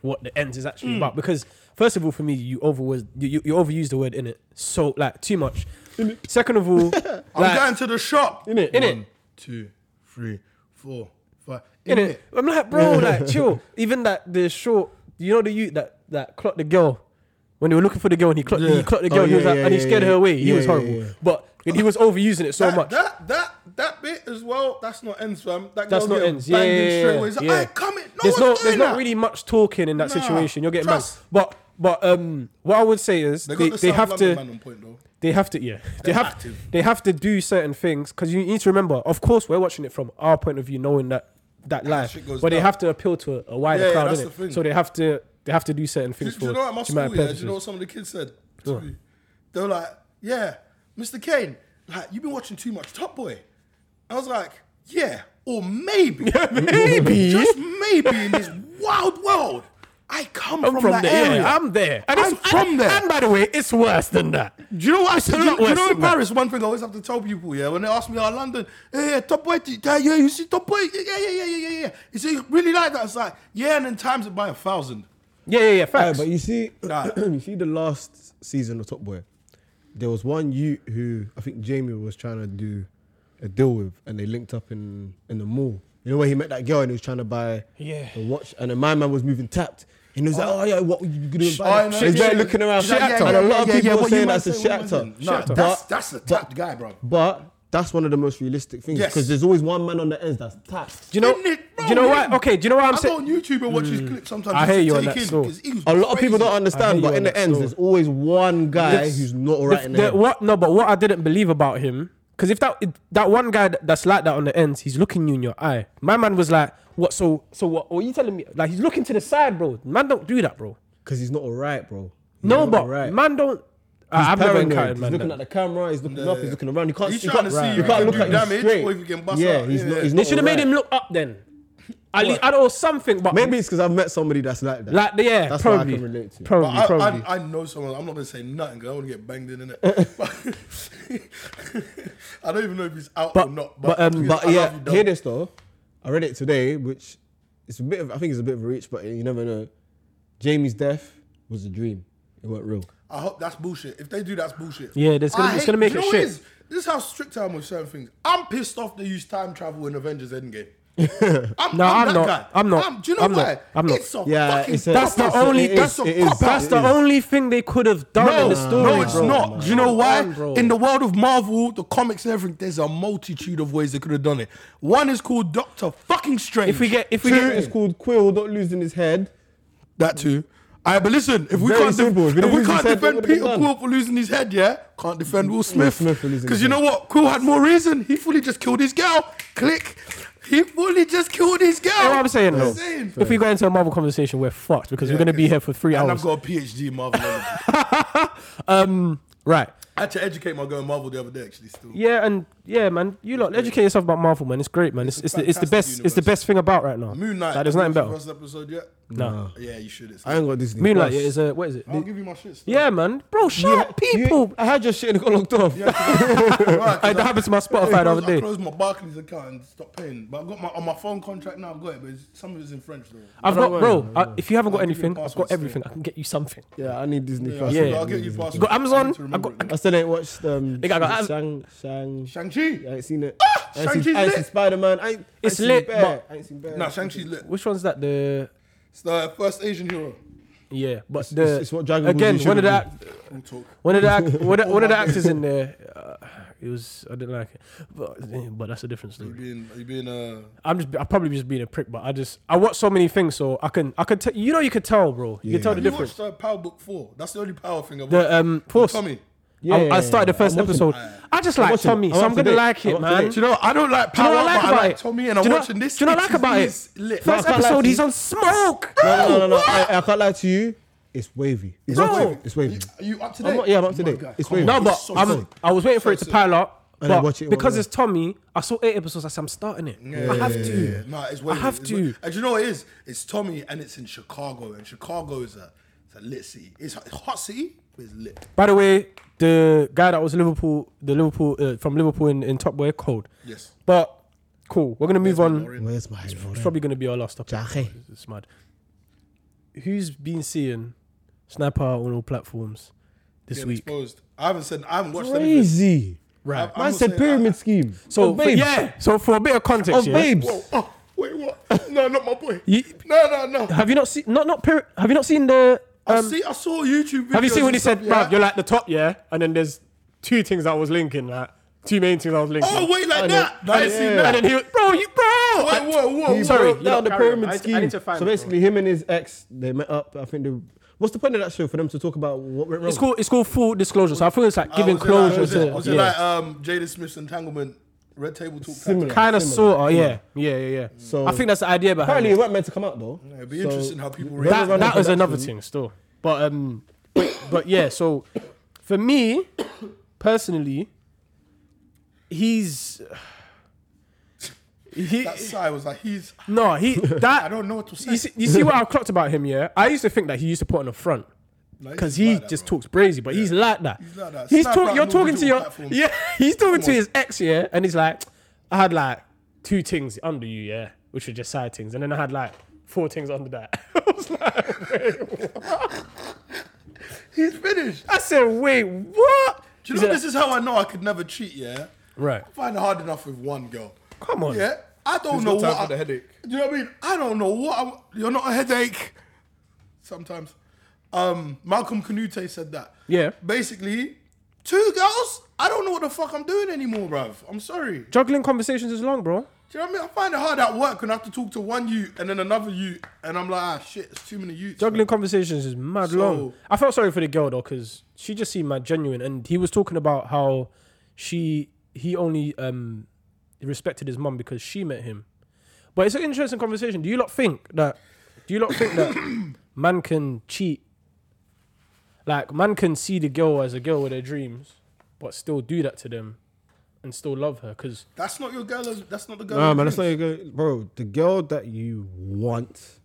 Speaker 2: what the ends is actually about. Because first of all, for me, you overwas you, you, you overused the word in it so like too much. Second of all,
Speaker 1: I'm
Speaker 2: like,
Speaker 1: going to the shop. In
Speaker 2: it? In it?
Speaker 1: two, three, four, five.
Speaker 2: in it, I'm like, bro,
Speaker 1: (laughs)
Speaker 2: like chill. Even that the short, you know, the youth that that clocked the girl. When they were looking for the girl and he clocked, he
Speaker 3: Yeah.
Speaker 2: clocked the
Speaker 3: Oh,
Speaker 2: girl, he
Speaker 3: yeah,
Speaker 2: was like,
Speaker 3: yeah,
Speaker 2: and he
Speaker 3: yeah,
Speaker 2: scared
Speaker 3: yeah.
Speaker 2: her away. He
Speaker 3: Yeah,
Speaker 2: was
Speaker 3: yeah,
Speaker 2: horrible,
Speaker 3: yeah.
Speaker 2: but he was overusing it so
Speaker 1: That,
Speaker 2: much.
Speaker 1: that that that bit as well. That's not ends, fam. That
Speaker 2: That's
Speaker 1: girl
Speaker 2: not
Speaker 1: get
Speaker 2: ends. Yeah,
Speaker 1: banged in straight
Speaker 2: yeah, yeah,
Speaker 1: away. He's like,
Speaker 2: yeah.
Speaker 1: "I ain't coming." No
Speaker 2: there's no,
Speaker 1: one's
Speaker 2: there's
Speaker 1: doing
Speaker 2: not
Speaker 1: that."
Speaker 2: really much talking in that
Speaker 1: Nah,
Speaker 2: situation. You're getting banged.
Speaker 1: trust.
Speaker 2: But but um, what I would say is
Speaker 1: They
Speaker 2: they,
Speaker 1: got
Speaker 2: they,
Speaker 1: the South
Speaker 2: have
Speaker 1: London
Speaker 2: to
Speaker 1: man on point though.
Speaker 2: they have to yeah they have
Speaker 1: active.
Speaker 2: they have to do certain things because you need to remember. Of course, we're watching it from our point of view, knowing that that life,
Speaker 1: shit
Speaker 2: but
Speaker 1: goes
Speaker 2: they
Speaker 1: down.
Speaker 2: have to appeal to a, a wider
Speaker 1: Yeah, yeah,
Speaker 2: crowd,
Speaker 1: that's
Speaker 2: innit?
Speaker 1: the thing.
Speaker 2: so they have to they have to do certain
Speaker 1: Do,
Speaker 2: things
Speaker 1: do you
Speaker 2: for
Speaker 1: know at my school,
Speaker 2: dramatic
Speaker 1: yeah, do
Speaker 2: purposes.
Speaker 1: you know what some of the kids said to me? They were like, yeah, Mr. Kane, like, you've been watching too much Top Boy. I was like, yeah, or
Speaker 2: (laughs)
Speaker 1: maybe.
Speaker 2: maybe.
Speaker 1: Just maybe in this wild world. I come
Speaker 2: I'm
Speaker 1: from,
Speaker 2: from,
Speaker 1: that
Speaker 2: there.
Speaker 1: area.
Speaker 2: Yeah, I'm there. And
Speaker 1: I'm
Speaker 2: it's-
Speaker 1: from
Speaker 2: and-
Speaker 1: there.
Speaker 2: And by the way, it's worse than that.
Speaker 1: Do you know what I said?
Speaker 2: A
Speaker 1: Do you,
Speaker 2: lot
Speaker 1: do you know
Speaker 2: worse
Speaker 1: in
Speaker 2: than that.
Speaker 1: Paris, one thing I always have to tell people, yeah, when they ask me, oh, London, yeah, yeah, top boy, yeah, yeah, you see top boy, yeah, yeah, yeah, yeah, yeah, yeah. You see, really like that? It's like, yeah, and then times it by a thousand.
Speaker 2: Yeah, yeah, yeah.
Speaker 3: Aye,
Speaker 2: Facts.
Speaker 3: but you see, (clears throat)
Speaker 1: Nah.
Speaker 3: you see, the last season of Top Boy, there was one you who I think Jamie was trying to do a deal with, and they linked up in in the mall. You know where he met that girl and he was trying to buy
Speaker 2: Yeah.
Speaker 3: a watch, and then my man was moving tapped. And he was like, "Oh yeah, what were you gonna
Speaker 1: Oh, I
Speaker 3: buy?"
Speaker 1: know.
Speaker 3: that?" He's
Speaker 1: Yeah,
Speaker 3: there
Speaker 1: yeah,
Speaker 3: looking around,
Speaker 1: yeah, yeah,
Speaker 3: actor. and a
Speaker 1: yeah,
Speaker 3: lot of
Speaker 1: yeah,
Speaker 3: people
Speaker 1: yeah,
Speaker 3: were
Speaker 1: what you
Speaker 3: saying
Speaker 1: man
Speaker 3: that's a
Speaker 1: say,
Speaker 3: shit
Speaker 1: what
Speaker 3: actor.
Speaker 1: man say. Nah,
Speaker 3: But-
Speaker 1: that's that's the tapped guy, bro.
Speaker 3: But that's one of the most realistic things
Speaker 1: Yes.
Speaker 3: because there's always one man on the ends that's tapped.
Speaker 2: Do you know?
Speaker 1: Isn't it? Bro,
Speaker 2: do you know
Speaker 1: yeah.
Speaker 2: what? Okay. Do you know what I'm
Speaker 1: I
Speaker 2: saying?
Speaker 1: go on YouTube and watch his clips sometimes.
Speaker 2: I
Speaker 1: just
Speaker 2: hear
Speaker 1: to
Speaker 2: you on
Speaker 1: take
Speaker 2: that
Speaker 1: in,
Speaker 2: still.
Speaker 1: 'cause he was
Speaker 3: A lot of
Speaker 1: crazy.
Speaker 3: people don't understand,
Speaker 2: you
Speaker 3: but
Speaker 2: on
Speaker 3: in the
Speaker 2: that
Speaker 3: ends,
Speaker 2: still.
Speaker 3: there's always one guy
Speaker 2: Yes.
Speaker 3: who's not alright in the,
Speaker 2: The-
Speaker 3: end.
Speaker 2: what? No, but what I didn't believe about him, because if that if that one guy that- that's like that on the ends, he's looking you in your eye. My man was like, "What? So so what? What are you telling me? Like he's looking to the side, bro. Man, don't do that, bro.
Speaker 3: Because he's not alright, bro. He's
Speaker 2: no,
Speaker 3: not
Speaker 2: but
Speaker 3: alright.
Speaker 2: man, don't. I- I've never
Speaker 3: paranoid.
Speaker 2: encountered
Speaker 3: He's
Speaker 2: man.
Speaker 3: looking
Speaker 2: that.
Speaker 3: at the camera. He's looking up. He's looking around. You can't.
Speaker 1: He's
Speaker 3: you
Speaker 1: trying
Speaker 3: can't,
Speaker 1: to see if
Speaker 3: you
Speaker 1: he
Speaker 3: can't
Speaker 1: can
Speaker 3: look
Speaker 1: do
Speaker 3: at him
Speaker 1: damage
Speaker 3: straight.
Speaker 1: or if he can bust
Speaker 3: yeah,
Speaker 1: out,
Speaker 3: he's
Speaker 1: yeah.
Speaker 3: not. He's
Speaker 2: They
Speaker 3: not
Speaker 2: should have made
Speaker 3: alright.
Speaker 2: him look up then. At least I know something, but
Speaker 3: Maybe it's because I've met somebody that's like that.
Speaker 2: like yeah,
Speaker 3: That's what I
Speaker 2: probably,
Speaker 3: can relate to.
Speaker 2: probably,
Speaker 1: But I,
Speaker 2: probably.
Speaker 1: I, I know someone. I'm not gonna say nothing because I want to get banged in
Speaker 2: (laughs)
Speaker 1: it. (laughs) I don't even know if he's out
Speaker 2: But-
Speaker 1: or not.
Speaker 2: but, um,
Speaker 3: but
Speaker 1: I love
Speaker 3: yeah,
Speaker 1: you, dog.
Speaker 3: hear this though. I read it today, which it's a bit of. I think it's a bit of a reach, but you never know. Jamie's death was a dream. It wasn't real.
Speaker 1: I hope that's bullshit. If they do, that's bullshit.
Speaker 2: Yeah, there's gonna-
Speaker 1: I
Speaker 2: it's gonna make
Speaker 1: you
Speaker 2: it
Speaker 1: know what
Speaker 2: shit.
Speaker 1: is? This is how strict I am with certain things. I'm pissed off they use time travel in Avengers
Speaker 2: (laughs)
Speaker 1: Endgame. I'm,
Speaker 2: No, I'm
Speaker 1: that
Speaker 2: not.
Speaker 1: guy.
Speaker 2: I'm not.
Speaker 1: do you know
Speaker 2: I'm not.
Speaker 1: why?
Speaker 2: I'm not.
Speaker 1: It's a
Speaker 3: Yeah,
Speaker 1: fucking.
Speaker 3: it's a-
Speaker 2: That's the
Speaker 1: cop-out.
Speaker 2: only-
Speaker 1: It's
Speaker 2: that's
Speaker 1: a
Speaker 3: a- it is
Speaker 1: cop-out.
Speaker 2: That's the
Speaker 3: It is.
Speaker 2: only thing they could have done in
Speaker 1: No,
Speaker 2: the story.
Speaker 1: no, it's
Speaker 2: bro.
Speaker 1: not. Do you know
Speaker 2: Come
Speaker 1: why?
Speaker 2: on, bro.
Speaker 1: In the world of Marvel, the comics and everything, there's a multitude of ways they could have done it. One is called Doctor Fucking Strange.
Speaker 2: if we get, if we
Speaker 3: Two is
Speaker 2: get,
Speaker 3: called Quill not losing his head.
Speaker 1: that too. Alright, but listen, if we
Speaker 3: Very
Speaker 1: can't, def-
Speaker 3: simple. If
Speaker 1: if
Speaker 3: he
Speaker 1: we
Speaker 3: loses
Speaker 1: can't
Speaker 3: his head,
Speaker 1: defend
Speaker 3: what would've
Speaker 1: Peter
Speaker 3: he done?
Speaker 1: Quill for losing his head, yeah, can't defend Will Smith.
Speaker 3: Smith for losing
Speaker 1: Because
Speaker 3: his
Speaker 1: you know
Speaker 3: head.
Speaker 1: what? Quill had more reason. He fully just killed his girl. Click. He fully just killed his girl.
Speaker 2: You know what I'm saying though.
Speaker 1: I'm saying.
Speaker 2: If we go into a Marvel conversation, we're fucked because we're gonna be here for three
Speaker 1: And
Speaker 2: hours.
Speaker 1: I've got a PhD in Marvel. I
Speaker 2: right.
Speaker 1: had to educate my girl in Marvel the other day, actually, still.
Speaker 2: Yeah, and yeah, man. You lot educate yourself about Marvel, man. It's great, man. It's it's, the, it's the
Speaker 1: fantastic
Speaker 2: best. It's the
Speaker 1: universe.
Speaker 2: best thing about right now.
Speaker 1: Moon Knight.
Speaker 2: Like,
Speaker 1: have
Speaker 2: there's nothing
Speaker 1: you
Speaker 2: better.
Speaker 1: watched the first episode yet?
Speaker 2: No.
Speaker 1: Yeah, you should. It's
Speaker 3: I ain't got Disney.
Speaker 2: Moonlight
Speaker 3: Plus.
Speaker 2: yeah, is a what is it?
Speaker 1: I'll give you my shit. still.
Speaker 2: Yeah, man, bro. Shut up,
Speaker 3: You-
Speaker 2: people.
Speaker 3: I had your shit and it got
Speaker 2: (laughs)
Speaker 3: locked off.
Speaker 1: Right, 'cause
Speaker 2: I, (laughs) that happened to my Spotify the
Speaker 1: closed-
Speaker 2: other
Speaker 1: I
Speaker 2: day.
Speaker 1: closed my Barclays account and stopped paying. But I've got my on my phone contract now. I've got it, but it's, some of it's in French though.
Speaker 2: I've
Speaker 3: Don't
Speaker 2: got,
Speaker 3: worry,
Speaker 2: bro.
Speaker 3: don't
Speaker 2: I, if you haven't got
Speaker 1: I'll give you
Speaker 2: anything,
Speaker 1: a
Speaker 2: I've
Speaker 1: password
Speaker 2: got
Speaker 1: still.
Speaker 2: everything. I can get you something.
Speaker 3: Yeah, I need Disney
Speaker 1: Yeah,
Speaker 3: Plus.
Speaker 1: I'll,
Speaker 2: Yeah.
Speaker 1: I'll get you password.
Speaker 2: You got Amazon?
Speaker 1: I need to remember
Speaker 2: I've
Speaker 1: it.
Speaker 3: I still ain't watched um,
Speaker 2: Nigga, I got-
Speaker 3: Shang Shang.
Speaker 1: Shang
Speaker 3: I
Speaker 1: Chi.
Speaker 3: ain't seen it. I ain't
Speaker 1: Shang-Chi's
Speaker 3: seen, I ain't
Speaker 1: lit.
Speaker 3: seen Spider Man. I ain't,
Speaker 2: It's
Speaker 3: I ain't
Speaker 2: lit,
Speaker 3: Seen Bear. I ain't seen Bear.
Speaker 1: Nah, Shang Chi's lit.
Speaker 2: Which one's that? The
Speaker 1: It's the first Asian hero.
Speaker 2: yeah, but the
Speaker 3: it's- it's what Dragon Ball
Speaker 2: again
Speaker 3: Z
Speaker 2: one of the
Speaker 3: should
Speaker 2: act,
Speaker 1: We'll talk.
Speaker 2: one of
Speaker 3: (laughs)
Speaker 2: the act, one, of, one of the actors in there. Uh, it was I didn't like it, but but that's a different
Speaker 1: You
Speaker 2: story.
Speaker 1: being you being uh
Speaker 2: I'm just I've probably just been a prick, but I just I watch so many things, so I can I can tell you know you could tell, bro. You
Speaker 3: Yeah.
Speaker 2: can tell the
Speaker 1: you
Speaker 2: difference.
Speaker 1: watched uh, Power Book Four. That's the only Power thing I've watched.
Speaker 2: The um force.
Speaker 1: Tommy.
Speaker 3: Yeah,
Speaker 2: I, I started the first
Speaker 3: I'm watching-
Speaker 2: episode. I just like
Speaker 3: watching it.
Speaker 2: Tommy,
Speaker 3: I'm
Speaker 2: so I'm
Speaker 3: up to
Speaker 2: gonna
Speaker 3: date.
Speaker 2: like it,
Speaker 3: I'm up to
Speaker 2: man.
Speaker 3: date.
Speaker 1: Do you know I don't like
Speaker 2: Do you
Speaker 1: Power,
Speaker 2: know what I like
Speaker 1: but
Speaker 2: about
Speaker 1: I like
Speaker 2: it?
Speaker 1: Tommy, and
Speaker 2: Do you
Speaker 1: I'm
Speaker 2: know-
Speaker 1: watching this.
Speaker 2: Do you know what I
Speaker 1: It
Speaker 2: like about
Speaker 1: is
Speaker 2: it?
Speaker 1: lit.
Speaker 3: No, I
Speaker 2: First
Speaker 3: can't lie
Speaker 2: episode,
Speaker 3: to
Speaker 2: he's
Speaker 3: you.
Speaker 2: on smoke.
Speaker 3: No, no, no, no.
Speaker 2: Bro,
Speaker 3: I, I can't lie to you. It's wavy. It's
Speaker 2: Bro.
Speaker 3: wavy. It's wavy.
Speaker 1: Are you up to
Speaker 3: I'm
Speaker 1: date?
Speaker 3: not- yeah, I'm up to
Speaker 1: Oh my
Speaker 3: date.
Speaker 1: God,
Speaker 3: It's
Speaker 1: come on.
Speaker 2: No,
Speaker 3: weird.
Speaker 2: but
Speaker 1: so
Speaker 2: I'm,
Speaker 1: sick.
Speaker 2: I was waiting for it to
Speaker 1: So
Speaker 2: pile up.
Speaker 3: And then
Speaker 2: but
Speaker 3: watch it all
Speaker 2: because
Speaker 3: over.
Speaker 2: it's Tommy, I saw eight episodes. I said, I'm starting it. I have to.
Speaker 1: Yeah, no, it's way
Speaker 2: I have
Speaker 1: it's
Speaker 2: to.
Speaker 1: way- and you know what it is? It's Tommy, and it's in Chicago, and Chicago is a it's a lit city. It's a it's a hot city, but it's lit.
Speaker 2: By the way, the guy that was Liverpool, the Liverpool uh, from Liverpool in, in Top Boy, cold.
Speaker 1: Yes.
Speaker 2: But cool. We're gonna move on.
Speaker 3: Where's my
Speaker 2: It's probably gonna be our last topic.
Speaker 3: Jahe.
Speaker 2: It's mad. Who's been seeing Sniper on all platforms this
Speaker 1: Getting
Speaker 2: week?
Speaker 1: exposed. I haven't said I haven't watched anything.
Speaker 3: Crazy.
Speaker 2: Right.
Speaker 1: I- I'm
Speaker 3: Man
Speaker 1: not
Speaker 3: said
Speaker 1: saying-
Speaker 3: pyramid scheme.
Speaker 2: So
Speaker 3: oh,
Speaker 2: for-
Speaker 3: babes.
Speaker 2: yeah. So for a bit of context,
Speaker 3: Oh,
Speaker 2: yeah,
Speaker 3: babes.
Speaker 1: Whoa, oh, wait, what? No, not my boy.
Speaker 2: You-
Speaker 1: no, no, no.
Speaker 2: Have you not seen? Not not. Peri- have you not seen the?
Speaker 1: I
Speaker 2: Um,
Speaker 1: see. I saw YouTube. Videos
Speaker 2: have you seen when
Speaker 1: and
Speaker 2: he said,
Speaker 1: stuff, yeah?
Speaker 2: "Bruv, you're like the top, yeah," and then there's two things that I was linking, like two main things I was linking.
Speaker 1: Oh, wait, like
Speaker 2: and
Speaker 1: that?
Speaker 2: Then,
Speaker 1: I
Speaker 2: and,
Speaker 1: didn't see
Speaker 2: then-
Speaker 1: that.
Speaker 2: and then he, was, bro, you
Speaker 1: Wait,
Speaker 2: bro.
Speaker 1: whoa, whoa,
Speaker 3: He
Speaker 1: whoa.
Speaker 2: Sorry,
Speaker 3: broke
Speaker 2: you
Speaker 3: down
Speaker 2: lot
Speaker 3: the
Speaker 2: carry on. I
Speaker 3: pyramid
Speaker 2: need to- I
Speaker 3: scheme.
Speaker 2: need to find
Speaker 3: so
Speaker 2: it,
Speaker 3: basically, him and his ex, they met up. I think they. What's the point of that show for them to talk about what went wrong?
Speaker 2: It's called it's called full disclosure. So I think it's like
Speaker 1: Uh,
Speaker 2: giving
Speaker 1: was it
Speaker 2: closure
Speaker 1: Like, was
Speaker 2: to
Speaker 1: it, was
Speaker 2: yeah.
Speaker 1: it like um, Jada Smith's entanglement, Red Table Talk?
Speaker 3: Similar.
Speaker 1: Kind
Speaker 2: kind of
Speaker 3: similar?
Speaker 2: sort of yeah. yeah yeah yeah.
Speaker 3: So-
Speaker 2: I think that's the idea behind
Speaker 3: Apparently, it
Speaker 2: it.
Speaker 3: weren't meant to come out though.
Speaker 1: of- It'd be
Speaker 3: So-
Speaker 1: interesting how people react.
Speaker 2: That
Speaker 3: Everyone
Speaker 2: that
Speaker 3: in
Speaker 2: was another
Speaker 3: production-
Speaker 2: thing still, but um, but yeah. So for me personally, he's. He,
Speaker 1: That side was like he's. (laughs)
Speaker 2: No, he that
Speaker 1: I don't know what to say.
Speaker 2: You see, you see what I've clocked about him, yeah? I used to think that he used to put on a front.
Speaker 1: No, he's
Speaker 2: Because
Speaker 1: like
Speaker 2: he
Speaker 1: that,
Speaker 2: just
Speaker 1: bro.
Speaker 2: talks brazy, but he's like that. He's
Speaker 1: like that. Snap
Speaker 2: talk,
Speaker 1: out
Speaker 2: you're
Speaker 1: no
Speaker 2: talking to
Speaker 1: digital
Speaker 2: your
Speaker 1: platform.
Speaker 2: yeah. (laughs) He's talking to his ex, yeah, and he's like, I had like two things under you, yeah, which were just side things, and then I had like four things under that. (laughs) I was like, wait, what?
Speaker 1: He's finished.
Speaker 2: I said, wait, what?
Speaker 1: Do you know this is how I know I could never cheat? Yeah, (laughs)
Speaker 2: Right.
Speaker 1: I find it hard enough with one girl.
Speaker 2: Come on.
Speaker 1: Yeah, I don't
Speaker 4: He's
Speaker 1: know
Speaker 4: got time
Speaker 1: what.
Speaker 4: for
Speaker 1: I-
Speaker 4: the headache.
Speaker 1: Do you know what I mean? I don't know what. I'm, you're not a headache. Sometimes, um, Malcolm Canute said that.
Speaker 2: Yeah.
Speaker 1: Basically, two girls. I don't know what the fuck I'm doing anymore, bruv. I'm sorry. Do
Speaker 2: Juggling conversations is long, bro.
Speaker 1: you know what I mean? I find it hard at work when I have to talk to one you and then another you, and I'm like, ah, shit, it's too many you.
Speaker 2: Juggling conversations is mad
Speaker 1: So-
Speaker 2: long. I felt sorry for the girl though, because she just seemed mad genuine, and he was talking about how she he only um respected his mum because she met him. But it's an interesting
Speaker 1: (coughs)
Speaker 2: conversation. Do you lot think that? Do you lot think that man can cheat Like man can see the girl as a girl with their dreams, but still do that to them, and still love her because
Speaker 1: That's not your girl. That's not the girl.
Speaker 3: Nah, man, that's not your girl. Bro, the girl that you want,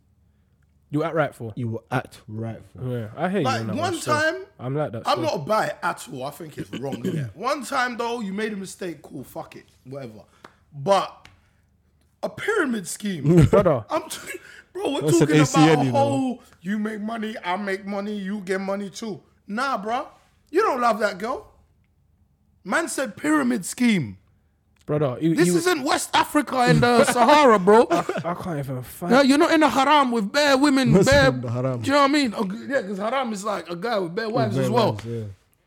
Speaker 2: you act right for.
Speaker 3: you will act right for.
Speaker 2: Yeah, I hear
Speaker 1: Like,
Speaker 2: you. on that
Speaker 1: one
Speaker 2: still.
Speaker 1: time,
Speaker 2: I'm like that.
Speaker 1: I'm
Speaker 2: still.
Speaker 1: not a buy at all. I think it's wrong. innit? One time though, you made a mistake. Cool, fuck it, whatever. But a pyramid scheme,
Speaker 3: (laughs)
Speaker 2: brother.
Speaker 1: I'm t- bro, we're
Speaker 3: That's an
Speaker 1: talking
Speaker 3: ACL,
Speaker 1: about a
Speaker 3: you know.
Speaker 1: whole. You make money, I make money, you get money too. Nah, bro, you don't love that girl. Man said pyramid scheme.
Speaker 2: Brother, you,
Speaker 1: This
Speaker 2: you,
Speaker 1: isn't West Africa in
Speaker 3: (laughs)
Speaker 1: the Sahara, bro.
Speaker 2: I can't even find.
Speaker 1: No, you're not in a haram with bare women,
Speaker 3: Muslim
Speaker 1: bare.
Speaker 3: haram.
Speaker 1: Do you know what I mean? Oh, Yeah, because haram is like a guy with bare wives as
Speaker 3: Very
Speaker 1: well.
Speaker 3: nice, yeah.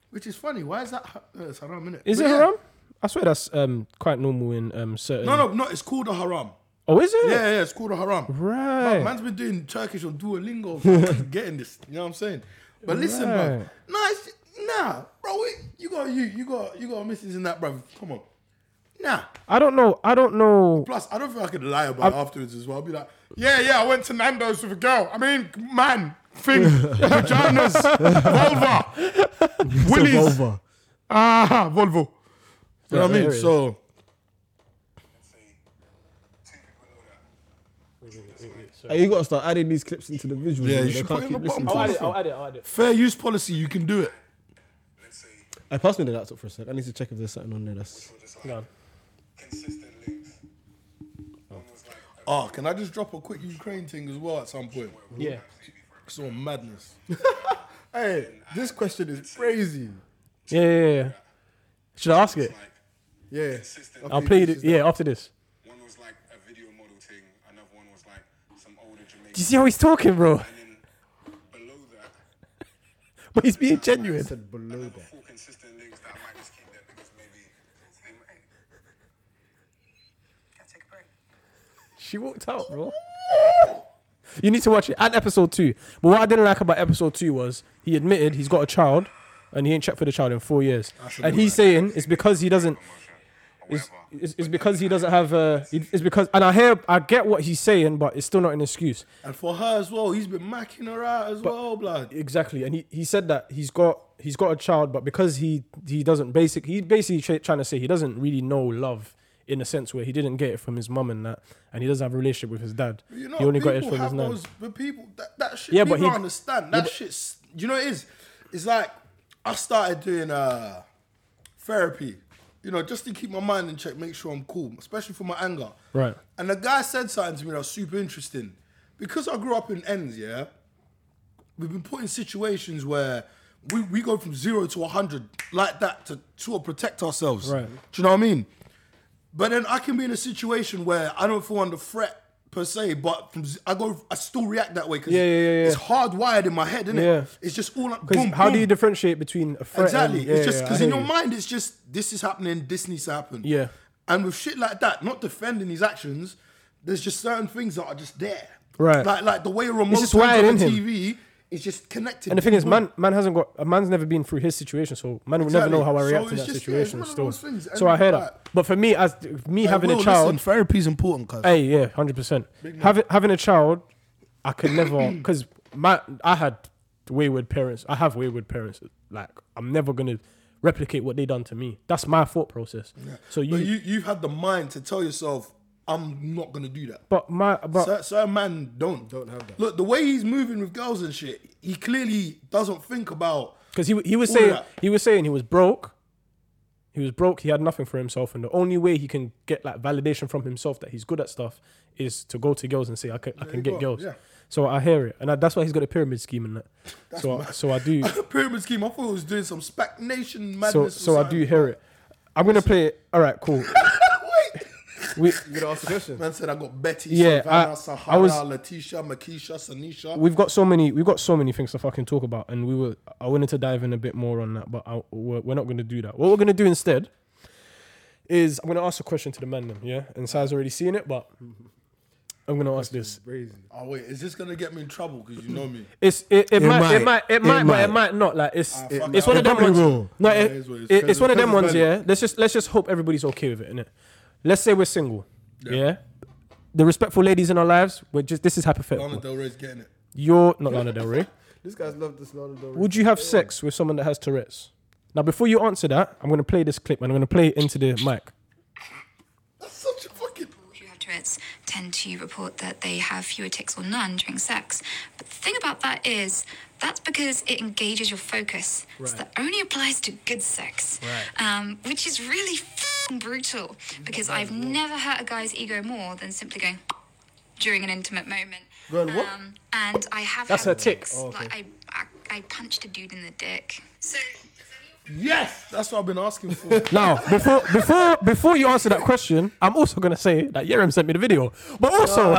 Speaker 1: Which is funny. Why is that? ha- uh, It's haram, innit?
Speaker 2: Is
Speaker 1: But
Speaker 2: it
Speaker 1: yeah.
Speaker 2: haram? I swear that's um quite normal in um certain.
Speaker 1: No, no, no. It's called a haram.
Speaker 2: Oh, is it?
Speaker 1: Yeah, yeah. It's called a haram.
Speaker 2: Right.
Speaker 1: Man, man's been doing Turkish on Duolingo.
Speaker 2: (laughs)
Speaker 1: for getting this. You know what I'm saying? But listen, bro.
Speaker 2: Right.
Speaker 1: Nah, it's, nah, bro. We, you got you. You got you got misses in that, bro. Come on. Nah.
Speaker 2: I don't know. I don't know.
Speaker 1: Plus, I don't think I could lie about it afterwards as well. I'll be like, yeah, yeah, I went to Nando's with a girl. I mean, man, thing,
Speaker 2: (laughs)
Speaker 1: vaginas, vulva, willies.
Speaker 3: Over.
Speaker 1: Ah, Volvo. You know what I
Speaker 2: there
Speaker 1: mean?
Speaker 2: it is.
Speaker 1: So,
Speaker 3: Hey, you gotta start adding these clips into the visuals.
Speaker 1: Yeah,
Speaker 3: Yeah,
Speaker 1: you
Speaker 3: you
Speaker 1: should
Speaker 3: can't
Speaker 1: put it in
Speaker 3: keep
Speaker 1: the bottom
Speaker 3: listening
Speaker 1: part.
Speaker 3: to
Speaker 1: I'll add
Speaker 2: add
Speaker 3: this.
Speaker 2: it. I'll add it.
Speaker 1: fair use policy, you can do it.
Speaker 4: let's say,
Speaker 3: Hey, pass me the laptop for a sec. I need to check if there's something on there that's.
Speaker 4: for just like
Speaker 2: No.
Speaker 4: consistent links. One was like, I
Speaker 1: Ah, can I just drop a quick Ukraine thing as well at some point?
Speaker 2: Yeah.
Speaker 1: It's all madness. (laughs) hey, this question is crazy.
Speaker 2: Yeah, yeah, yeah. Should I ask it?
Speaker 1: Yeah.
Speaker 4: consistent.
Speaker 2: I'll play it. Yeah, after this.
Speaker 4: One was like a video model thing. Another one was like some older
Speaker 2: Do you
Speaker 4: Jamaican.
Speaker 2: see how he's talking, bro? (laughs)
Speaker 4: And then below that,
Speaker 2: But he's being genuine.
Speaker 4: another four consistent links that I might just keep there because maybe.
Speaker 5: Gotta take a break.
Speaker 2: She walked out, bro. You need to watch it at episode two. But what I didn't like about episode two was he admitted he's got a child and he ain't checked for the child in four years. And he's saying it's because he doesn't. It's, it's, it's because he doesn't have. Uh, it's because, and I hear, I get what he's saying, but it's still not an excuse.
Speaker 1: And for her as well, he's been macking her out as well, blood.
Speaker 2: Exactly, and he, he said that he's got he's got a child, but because he he doesn't basic he basically tra- trying to say he doesn't really know love in a sense where he didn't get it from his mum and that, and he doesn't have a relationship with his dad.
Speaker 1: You know,
Speaker 2: he only
Speaker 1: people
Speaker 2: got it from
Speaker 1: have
Speaker 2: his nan.
Speaker 1: those, but people that, that shit.
Speaker 2: Yeah, but
Speaker 1: people
Speaker 2: he-
Speaker 1: understand that shit's. You know, what it is. It's like I started doing uh therapy. You know, just to keep my mind in check, make sure I'm cool, especially for my anger.
Speaker 2: Right.
Speaker 1: And the guy said something to me that was super interesting. Because I grew up in ends, yeah, we've been put in situations where we, we go from zero to 100 like that to sort of protect ourselves.
Speaker 2: Right.
Speaker 1: Do you know what I mean? But then I can be in a situation where I don't feel under threat per se, but from, z- I go, I still react that way because
Speaker 2: Yeah, yeah, yeah, yeah.
Speaker 1: it's hardwired in my head, isn't
Speaker 2: Yeah.
Speaker 1: it? It's just all like,
Speaker 2: Because
Speaker 1: boom,
Speaker 2: how do
Speaker 1: boom.
Speaker 2: you differentiate between a threat
Speaker 1: Exactly.
Speaker 2: And,
Speaker 1: it's just
Speaker 2: I
Speaker 1: because
Speaker 2: hear
Speaker 1: in your
Speaker 2: you.
Speaker 1: mind, it's just this is happening, this needs to happen.
Speaker 2: Yeah.
Speaker 1: And with shit like that, not defending his actions, there's just certain things that are just there.
Speaker 2: Right.
Speaker 1: Like like the way a remote
Speaker 2: just
Speaker 1: turns
Speaker 2: wired
Speaker 1: on
Speaker 2: in
Speaker 1: a
Speaker 2: him.
Speaker 1: TV is just connected.
Speaker 2: And the thing is, man, man hasn't got a man's never been through his situation, so man will never
Speaker 1: Exactly.
Speaker 2: know how I
Speaker 1: So
Speaker 2: react to
Speaker 1: it's
Speaker 2: that
Speaker 1: just- yeah, it's
Speaker 2: situation.
Speaker 1: one of
Speaker 2: still.
Speaker 1: those things.
Speaker 2: So I hear
Speaker 1: And,
Speaker 2: that. But for me, as me having a child,
Speaker 1: therapy is important, cause
Speaker 2: Hey, yeah, hundred percent. Having having a child, I could never because my I had wayward parents. I have wayward parents. Like I'm never gonna replicate what they done to me. That's my thought process. So you,
Speaker 1: but you you've had the mind to tell yourself, I'm not gonna do that.
Speaker 2: but my but
Speaker 1: Cer- certain man don't don't have that. Oh. Look, the way he's moving with girls and shit, he clearly doesn't think about. (laughs)
Speaker 2: because he he was
Speaker 1: all of
Speaker 2: saying
Speaker 1: that.
Speaker 2: he was saying he was broke. He was broke. He had nothing for himself, and the only way he can get like validation from himself that he's good at stuff is to go to girls and say, "I can, I can
Speaker 1: you
Speaker 2: get
Speaker 1: go,
Speaker 2: girls."
Speaker 1: yeah.
Speaker 2: So I hear it, and I, that's why he's got a pyramid
Speaker 1: (laughs)
Speaker 2: scheme and that. so I, so I do.
Speaker 1: Pyramid scheme. I thought he was doing some spac nation
Speaker 2: so
Speaker 1: madness. or
Speaker 2: so I
Speaker 1: something.
Speaker 2: do hear it. I'm gonna play it. All right, cool.
Speaker 1: (laughs) Wait.
Speaker 2: We
Speaker 3: You gotta ask a question.
Speaker 1: Man said I got Betty,
Speaker 2: Yeah,
Speaker 1: Savannah,
Speaker 2: I-
Speaker 1: Sahara,
Speaker 2: I was-
Speaker 1: Letitia, Makisha, Sanisha.
Speaker 2: we've got so many we've got so many things to fucking talk about, and we were I wanted to dive in a bit more on that, but I, we're, we're not gonna do that. What we're gonna do instead is I'm gonna ask a question to the men, then, yeah. And Sai's already seen it, but I'm gonna ask this.
Speaker 3: Crazy.
Speaker 1: oh wait, is this gonna get me in trouble? Because you know (laughs) me.
Speaker 2: It's it, it, might, it
Speaker 3: might.
Speaker 2: might it
Speaker 3: It
Speaker 2: might but it
Speaker 3: might.
Speaker 2: might not. Like it's
Speaker 1: Ah, fuck
Speaker 2: it's
Speaker 1: that.
Speaker 2: one of
Speaker 1: It
Speaker 2: them
Speaker 3: probably
Speaker 2: ones.
Speaker 3: will.
Speaker 2: No,
Speaker 1: Yeah,
Speaker 2: it-
Speaker 1: it is what it is.
Speaker 2: it- it's one of them
Speaker 1: Depends
Speaker 2: ones.
Speaker 1: on
Speaker 2: Yeah, let's just let's just hope everybody's okay with it, innit? Let's say we're single. Yeah. The respectful ladies in our lives, we're just this is
Speaker 1: Lana
Speaker 2: hypothetical.
Speaker 1: Del Rey's getting it.
Speaker 2: You're not Lana Del Rey.
Speaker 6: This guy's loved the Lana Del Rey.
Speaker 2: Would you have sex with someone that has Tourette's? Now, before you answer that, I'm gonna play this clip and I'm gonna play it into the mic.
Speaker 1: That's such a fucking.
Speaker 7: who have Tourette's tend to report that they have fewer tics or none during sex. But the thing about that is, that's because it engages your focus. So that only applies to good sex, um, which is really fing brutal because I've never hurt a guy's ego more than simply going during an intimate moment.
Speaker 6: Going what?
Speaker 7: Um, and I have
Speaker 2: That's
Speaker 7: had
Speaker 2: her tic.
Speaker 7: tics. Like I, I, I punched a dude in the dick. So.
Speaker 1: Yes, that's what I've been asking for. (laughs)
Speaker 2: Now, before before before you answer that question, I'm also gonna say that Yerem sent me the video, but also,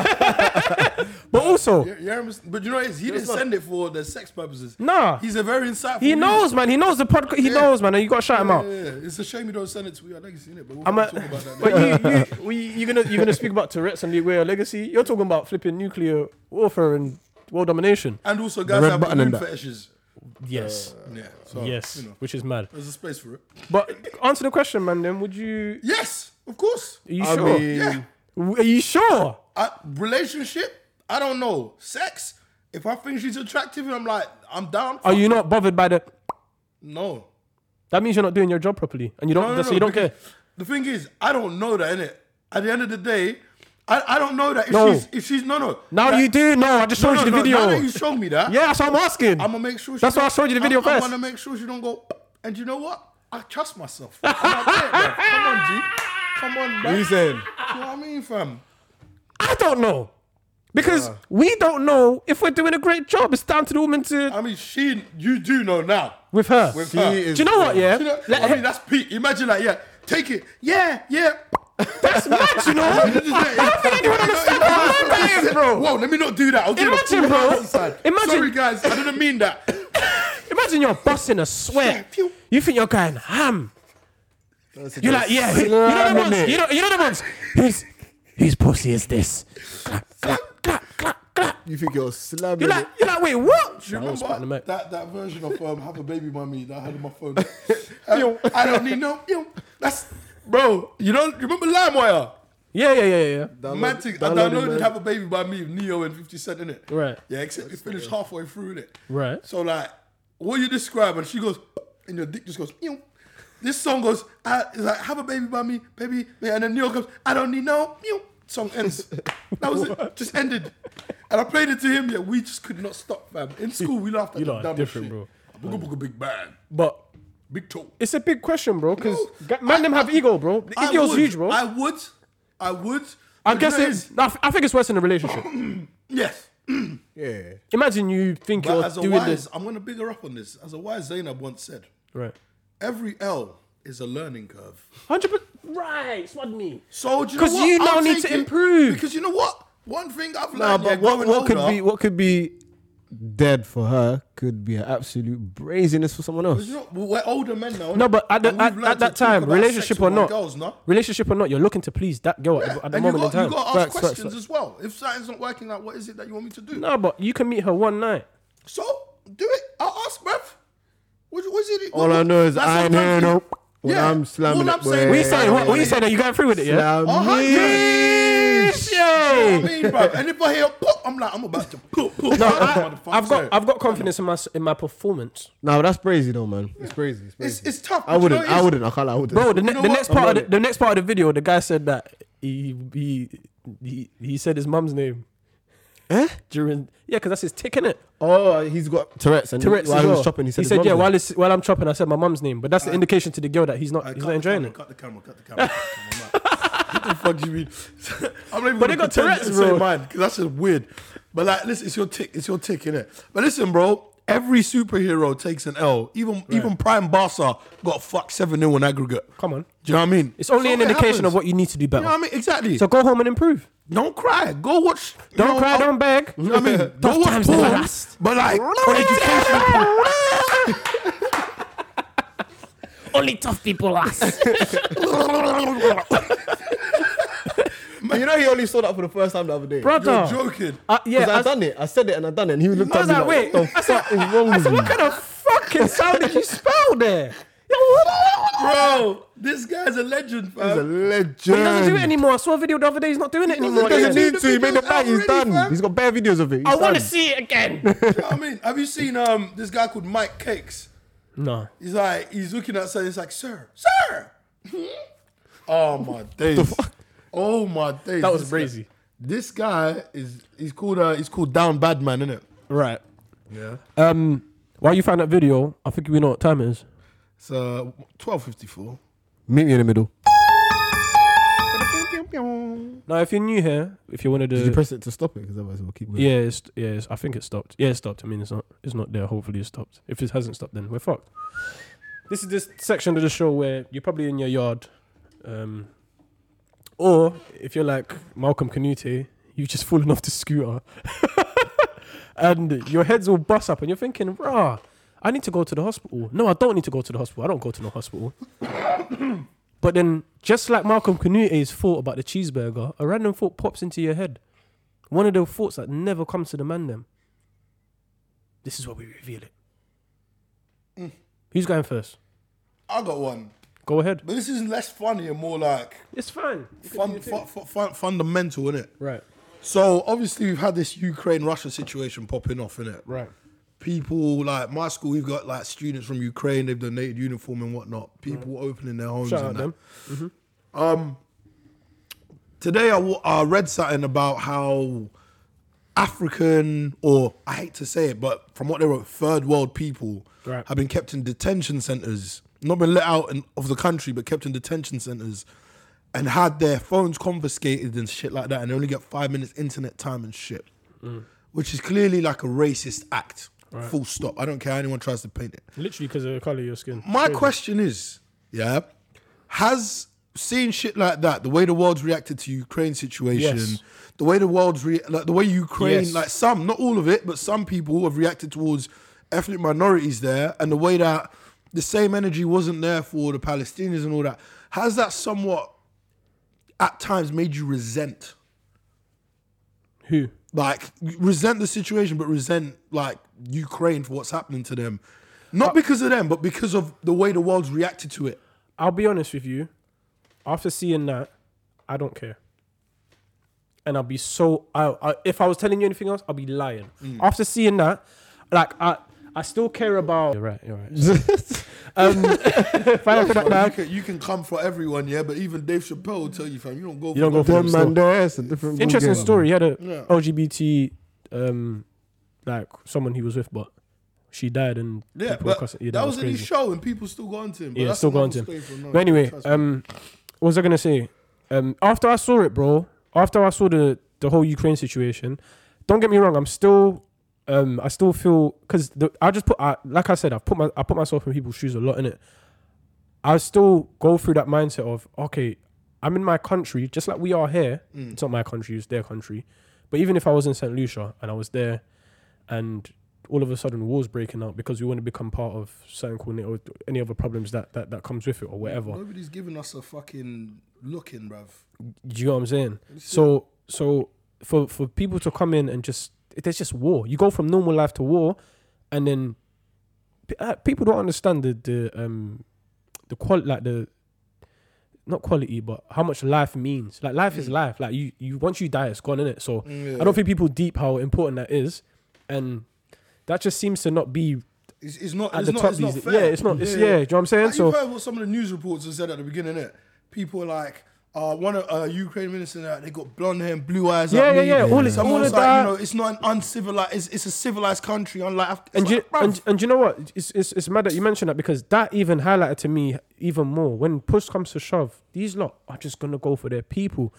Speaker 2: (laughs) but also,
Speaker 1: Yeah, I'm- but you know what it is? He didn't send it for the sex purposes.
Speaker 2: Nah.
Speaker 1: He's a very insightful.
Speaker 2: he knows, man. He knows the podcast. He knows, man. And you gotta shout him
Speaker 1: Yeah,
Speaker 2: out.
Speaker 1: yeah, yeah. It's a shame you don't send it to me. I know you've seen it, but we'll
Speaker 2: I'm
Speaker 1: talk
Speaker 2: a,
Speaker 1: about (laughs) that. later.
Speaker 2: but you, you, we, you're gonna you're gonna speak about Tourette's and the way of legacy. You're talking about flipping nuclear warfare and world domination.
Speaker 1: and also, guys
Speaker 3: red
Speaker 1: have
Speaker 3: button and
Speaker 1: balloon
Speaker 3: that.
Speaker 1: fetishes.
Speaker 2: Yes,
Speaker 1: Yeah. So,
Speaker 2: yes,
Speaker 1: You know,
Speaker 2: which is mad.
Speaker 1: there's a space for it.
Speaker 2: But answer the question, man. Then would you?
Speaker 1: Yes, of course.
Speaker 2: Are you
Speaker 6: I
Speaker 2: sure?
Speaker 6: mean-
Speaker 1: yeah.
Speaker 2: Are you sure?
Speaker 1: I, relationship? I don't know. Sex? If I think she's attractive and I'm like, I'm down.
Speaker 2: Are you not bothered by the?
Speaker 1: No.
Speaker 2: That means you're not doing your job properly, and you don't.
Speaker 1: No, no,
Speaker 2: so
Speaker 1: no,
Speaker 2: you don't
Speaker 1: because
Speaker 2: care.
Speaker 1: The thing is, I don't know that, innit? At the end of the day, I, I don't know that if
Speaker 2: No.
Speaker 1: she's if she's no no.
Speaker 2: Now
Speaker 1: Like-
Speaker 2: you do. No, I just
Speaker 1: No,
Speaker 2: showed
Speaker 1: no,
Speaker 2: you the
Speaker 1: no, Now
Speaker 2: video.
Speaker 1: that you showed me that,
Speaker 2: (laughs) yeah, that's what I'm asking.
Speaker 1: I'm gonna make sure. She
Speaker 2: That's why I
Speaker 1: don't-
Speaker 2: showed you the video
Speaker 1: I'm, I'm
Speaker 2: 1st
Speaker 1: gonna make sure she don't go. And you know what? I trust myself. I'm not there, bro. Come on, G. Come on, man.
Speaker 3: What you saying?
Speaker 1: You know what I mean, fam?
Speaker 2: I don't know. Because we don't know if we're doing a great job. It's down to the woman to
Speaker 1: I mean, she. You do know now.
Speaker 2: with her.
Speaker 1: With
Speaker 3: She
Speaker 1: her.
Speaker 3: is-
Speaker 2: do you know what? Yeah,
Speaker 1: You know,
Speaker 2: Let
Speaker 1: I
Speaker 2: her-
Speaker 1: mean, that's peak. Imagine like, yeah, take it. Yeah, yeah.
Speaker 2: (laughs) that's mad. You know, I don't think
Speaker 1: (laughs)
Speaker 2: anyone understands what I'm saying, bro.
Speaker 1: Whoa, let me not do that. I'll do
Speaker 2: Imagine,
Speaker 1: the full
Speaker 2: bro.
Speaker 1: house side.
Speaker 2: Imagine-
Speaker 1: Sorry, guys. I didn't mean that.
Speaker 2: Imagine you're busting a sweat.
Speaker 1: Pew.
Speaker 2: You think you're going ham. You're like, yeah, he- you know the ones. You know, you know the ones. His, his pussy is this. Clap, clap, clap, clap, clap.
Speaker 3: You think you're slamming
Speaker 2: You're like, you're like, wait,
Speaker 1: Do
Speaker 2: what?
Speaker 1: you
Speaker 2: spitting them
Speaker 1: remember
Speaker 2: out.
Speaker 1: that, that version of um, Have a Baby Mummy that I had on my
Speaker 2: (laughs)
Speaker 1: phone? I, I don't need no. Ew. That's bro. You don't you remember LimeWire?
Speaker 2: Yeah, yeah, yeah, yeah.
Speaker 1: Mad thing. I
Speaker 3: download it,
Speaker 1: downloaded
Speaker 3: man.
Speaker 1: Have a Baby by me, Neo and Fifty Cent in it.
Speaker 2: Right.
Speaker 1: Yeah, except it finished halfway through it.
Speaker 2: Right.
Speaker 1: So like, what you describe, and she goes, and your dick just goes. Ew. This song goes. I, it's like Have a Baby by me, baby, yeah, and then Neo comes. I don't need no. Ew. Song
Speaker 2: (laughs)
Speaker 1: ends. That was it. Just ended. And I played it to him. Yeah, we just could not stop, fam. In school, we laughed at
Speaker 2: You
Speaker 1: the
Speaker 2: lot are
Speaker 1: dumbest
Speaker 2: different,
Speaker 1: shit.
Speaker 2: bro.
Speaker 1: Booga booga big bang,
Speaker 2: But
Speaker 1: big toe.
Speaker 2: it's a big question, bro, because
Speaker 1: No,
Speaker 2: man,
Speaker 1: I-
Speaker 2: them have ego, bro. The
Speaker 1: I
Speaker 2: ego's
Speaker 1: would,
Speaker 2: huge, bro.
Speaker 1: I
Speaker 2: I,
Speaker 1: would. I would. but you know
Speaker 2: guess
Speaker 1: what
Speaker 2: it's. I, th- I think it's worse in
Speaker 1: (laughs)
Speaker 2: a relationship.
Speaker 1: Yes.
Speaker 3: Yeah.
Speaker 2: Imagine you think
Speaker 1: But
Speaker 2: you're
Speaker 1: as a
Speaker 2: doing
Speaker 1: wise,
Speaker 2: this.
Speaker 1: I'm going to big her up on this. As a wise Zainab once said,
Speaker 2: Right.
Speaker 1: every L is a learning curve.
Speaker 2: 100%. Right, swad me.
Speaker 1: So do you know
Speaker 2: 'Cause
Speaker 1: what?
Speaker 2: you now need
Speaker 1: take
Speaker 2: to improve.
Speaker 1: Because you know what? One thing I've learned.
Speaker 3: Nah,
Speaker 1: yeah,
Speaker 3: but what,
Speaker 1: growing
Speaker 3: what could
Speaker 1: older-
Speaker 3: be what could be dead for her could be an absolute brazenness for someone else.
Speaker 1: You know, we're older men now.
Speaker 2: No, but at, the,
Speaker 1: and we've
Speaker 2: at,
Speaker 1: learned
Speaker 2: at
Speaker 1: to
Speaker 2: that
Speaker 1: talk
Speaker 2: time,
Speaker 1: about
Speaker 2: relationship
Speaker 1: sex
Speaker 2: or
Speaker 1: with our
Speaker 2: not,
Speaker 1: girls, no?
Speaker 2: relationship or not, you're looking to please that girl at the, at the
Speaker 1: and you
Speaker 2: moment
Speaker 1: got, you
Speaker 2: in time.
Speaker 1: got to ask
Speaker 3: Facts, facts,
Speaker 1: questions
Speaker 3: facts.
Speaker 1: as well. If something's not working out, what is it that you want me to do?
Speaker 2: No, but you can meet her one night.
Speaker 1: So do it. I'll ask, bruv. What, what is it?
Speaker 3: All I know is
Speaker 1: That's
Speaker 3: I ain't
Speaker 1: sometimes
Speaker 3: hearing
Speaker 1: you-
Speaker 3: no when
Speaker 1: Yeah.
Speaker 3: I'm slamming
Speaker 1: All I'm
Speaker 3: it.
Speaker 1: saying-
Speaker 2: What
Speaker 1: Yeah,
Speaker 2: you saying? What, what you
Speaker 1: yeah.
Speaker 2: saying? Are you going through with it? Yeah.
Speaker 3: Slam
Speaker 1: Uh-huh,
Speaker 3: me.
Speaker 1: yeah.
Speaker 2: Yeesh,
Speaker 1: You know
Speaker 2: yeah.
Speaker 1: what I mean, bruv? And if I hear pop, I'm like, I'm about to pop, pop.
Speaker 2: No, I, I've got I've got confidence in my s- in my performance,
Speaker 3: Nah, but that's crazy though, man. It's crazy. It's,
Speaker 1: It's,
Speaker 3: crazy.
Speaker 1: it's tough.
Speaker 3: I
Speaker 1: but you
Speaker 3: wouldn't.
Speaker 1: know what it
Speaker 3: I
Speaker 1: is?
Speaker 3: wouldn't. I can't. I wouldn't.
Speaker 2: bro. The, ne-
Speaker 1: know
Speaker 2: the
Speaker 1: what?
Speaker 2: next part of
Speaker 3: I'm
Speaker 2: the, the next part of the video, the guy said that he he he, he said his mum's name. Eh? During yeah, because that's his tick, innit?
Speaker 3: oh, he's got Tourette's. And
Speaker 2: Tourette's
Speaker 3: while
Speaker 2: as
Speaker 3: he
Speaker 2: well.
Speaker 3: was chopping, he said, his mum's
Speaker 2: yeah,
Speaker 3: name.
Speaker 2: while, it's, while I'm chopping, I said my mum's name, but that's the indication to the girl that he's not he's
Speaker 1: Cut
Speaker 2: not
Speaker 1: the
Speaker 2: enjoying
Speaker 1: camera,
Speaker 2: it.
Speaker 1: Cut the camera, cut the camera. cut the camera, man.
Speaker 2: (laughs)
Speaker 1: what the fuck do you mean? (laughs) I'm not even
Speaker 2: But they
Speaker 1: gonna pretend
Speaker 2: got Tourette's,
Speaker 1: to say
Speaker 2: bro.
Speaker 1: mine, 'cause that's just weird. But like, listen, it's your tick, it's your tick, innit? But listen, bro, every superhero takes an L. Even even Prime Barca got fucked 7 0 in aggregate.
Speaker 2: Come on.
Speaker 1: Do you know what I mean?
Speaker 2: It's only
Speaker 1: So
Speaker 2: an
Speaker 1: it
Speaker 2: indication
Speaker 1: happens.
Speaker 2: of what you need to do
Speaker 1: You
Speaker 2: better.
Speaker 1: know what I mean? Exactly.
Speaker 2: So go home and improve.
Speaker 1: don't cry. Go watch. you
Speaker 2: Don't
Speaker 1: know,
Speaker 2: cry,
Speaker 1: I'll-
Speaker 2: don't beg.
Speaker 1: You know what I (laughs) mean?
Speaker 2: Tough
Speaker 1: Don't watch
Speaker 2: times never
Speaker 1: porn,
Speaker 2: last.
Speaker 1: but like, for education.
Speaker 2: (laughs) Only tough people
Speaker 1: (laughs)
Speaker 2: ask.
Speaker 3: Man, you know, he only saw that for the first time the other day.
Speaker 1: You're
Speaker 2: Brother.
Speaker 1: joking.
Speaker 2: Uh,
Speaker 3: Because
Speaker 2: yeah,
Speaker 3: I
Speaker 2: I,
Speaker 3: done it. I said it and I done it. And he looked
Speaker 2: I
Speaker 3: at
Speaker 2: was
Speaker 3: me
Speaker 2: like,
Speaker 3: like,
Speaker 2: wait.
Speaker 3: what the
Speaker 2: I said,
Speaker 3: fuck is wrong
Speaker 2: I
Speaker 3: with
Speaker 2: said,
Speaker 3: you?
Speaker 2: what kind of fucking sound did you spell there? Yo,
Speaker 1: Bro, this guy's a legend,
Speaker 3: He's a
Speaker 1: fam.
Speaker 3: legend.
Speaker 2: But he doesn't do it anymore. I saw a video the other day. He's not doing it anymore.
Speaker 3: He doesn't
Speaker 1: Yeah.
Speaker 3: need to. He made the bag. He's
Speaker 1: Already, fam.
Speaker 3: done. He's got bare videos of it. He's
Speaker 2: I want to
Speaker 3: done.
Speaker 2: see it again. (laughs)
Speaker 1: You know what I mean, have you seen um this guy called Mike Cakes?
Speaker 2: no.
Speaker 1: He's like, he's looking at something. He's like, sir, sir. (laughs) oh my days. Oh my days.
Speaker 2: That was
Speaker 1: This guy-
Speaker 2: crazy.
Speaker 1: This guy is he's called uh, he's called Down Bad Man, isn't it?
Speaker 2: Right.
Speaker 1: Yeah.
Speaker 2: Um, while you found that video, I think we know what time it is.
Speaker 1: It's uh twelve fifty four.
Speaker 3: Meet me in the middle.
Speaker 2: Now, if you're new here, if you're one of the
Speaker 3: Did you press it to stop it? Because otherwise we'll keep moving.
Speaker 2: yeah, it's, yeah, it's, I think it stopped. Yeah, it stopped. I mean, it's not, it's not there. Hopefully, it stopped. If it hasn't stopped, then we're fucked. This is this section of the show where you're probably in your yard, um, or if you're like Malcolm Canute, you've just fallen off the scooter, (laughs) and your head's all bust up, and you're thinking, "Rah, I need to go to the hospital." No, I don't need to go to the hospital. I don't go to no hospital. (coughs) But then, just like Malcolm Canute's thought about the cheeseburger, a random thought pops into your head. One of the thoughts that never comes to the man them. This is where we reveal it.
Speaker 1: Mm.
Speaker 2: Who's going first?
Speaker 1: I got one,
Speaker 2: Go ahead.
Speaker 1: but this is less funny and more like
Speaker 2: It's fine.
Speaker 1: fun, fu- fu- fun, fundamental, innit?
Speaker 2: Right.
Speaker 1: So obviously we've had this Ukraine Russia situation popping off, innit?
Speaker 2: Right.
Speaker 1: People like my school, we've got like students from Ukraine. They've donated uniform and whatnot. People opening their homes
Speaker 2: Shout out
Speaker 1: and that.
Speaker 2: them.
Speaker 1: Today I, w- I read something about how African, or I hate to say it, but from what they wrote, third world people
Speaker 2: Right.
Speaker 1: have been kept in detention centers, not been let out in, of the country, but kept in detention centers and had their phones confiscated and shit like that, and they only get five minutes internet time and shit, which is clearly like a racist act. Full stop. I don't care how anyone tries to paint it.
Speaker 2: Literally because of the color of your skin.
Speaker 1: My question is, yeah, has seeing shit like that, the way the world's reacted to Ukraine situation,
Speaker 2: Yes.
Speaker 1: the way the world's re- like the way Ukraine,
Speaker 2: Yes.
Speaker 1: like some, not all of it, but some people have reacted towards ethnic minorities there, and the way that the same energy wasn't there for the Palestinians and all that, has that somewhat at times made you resent?
Speaker 2: Who?
Speaker 1: like resent the situation, but resent like Ukraine for what's happening to them,
Speaker 2: Uh,
Speaker 1: not because of them, but because of the way the world's reacted to it.
Speaker 2: I'll be honest with you. After seeing that, I don't care. And I'll be so. I, I if I was telling you anything else, I'll be lying.
Speaker 1: Mm.
Speaker 2: After seeing that, like I, I still care about. You're right. You're right. (laughs) um, final
Speaker 1: (laughs)
Speaker 2: product
Speaker 1: You
Speaker 2: now.
Speaker 1: can, you can come for everyone, yeah, but even Dave Chappelle will tell you, fam, you don't go.
Speaker 2: You don't go for
Speaker 3: Them
Speaker 2: them.
Speaker 3: man
Speaker 2: still.
Speaker 3: there, it's a different
Speaker 2: Interesting
Speaker 3: ballgame.
Speaker 2: story. He had a LGBT, um, like someone he was with, but she died, and
Speaker 1: Yeah,
Speaker 2: people were
Speaker 1: but
Speaker 2: cussing-
Speaker 1: that, was in his show, and people still got onto him. But
Speaker 2: yeah,
Speaker 1: that's
Speaker 2: still going
Speaker 1: another
Speaker 2: to
Speaker 1: story
Speaker 2: him.
Speaker 1: for another
Speaker 2: But anyway,
Speaker 1: time.
Speaker 2: um, what was I gonna say? Um, after I saw it, bro. After I saw the the whole Ukraine situation, don't get me wrong. I'm still, um, I still feel because I just put, I, like I said, I put my I put myself in people's shoes a lot in it. I still go through that mindset of okay, I'm in my country, just like we are here. It's not my country; it's their country. But even if I was in Saint Lucia and I was there, and all of a sudden wars breaking out because we want to become part of certain coordinate or any other problems that, that that comes with it or whatever.
Speaker 1: nobody's giving us a fucking looking, bruv.
Speaker 2: Do you know what I'm saying? So so for for people to come in and just there's just war. You go from normal life to war, and then p- uh, people don't understand the the um the qual like the not quality but how much life means. Like life
Speaker 1: Mm.
Speaker 2: is life. Like you you once you die it's gone in it. So I don't think people deep how important that is, and that just seems to not be
Speaker 1: It's, it's not.
Speaker 2: At
Speaker 1: It's
Speaker 2: the
Speaker 1: not,
Speaker 2: top
Speaker 1: it's not
Speaker 2: these-
Speaker 1: fair.
Speaker 2: yeah, it's not- it's- yeah, do you know what I'm saying?
Speaker 1: Like,
Speaker 2: So-
Speaker 1: you've heard what some of the news reports have said at the beginning. It people are like. Uh, one of uh, Ukraine minister that they got blonde hair and blue eyes.
Speaker 2: Yeah,
Speaker 1: like
Speaker 2: yeah,
Speaker 1: me.
Speaker 2: yeah, all this-
Speaker 1: Someone
Speaker 2: all
Speaker 1: was
Speaker 2: of
Speaker 1: like,
Speaker 2: that.
Speaker 1: you know, it's not an uncivilized. It's, it's a civilized country, unlike. Af- it's
Speaker 2: and you,
Speaker 1: like, bruv,
Speaker 2: and, and you know what? It's, it's, it's mad that you mentioned that because that even highlighted to me even more when push comes to shove, these lot are just gonna go for their people,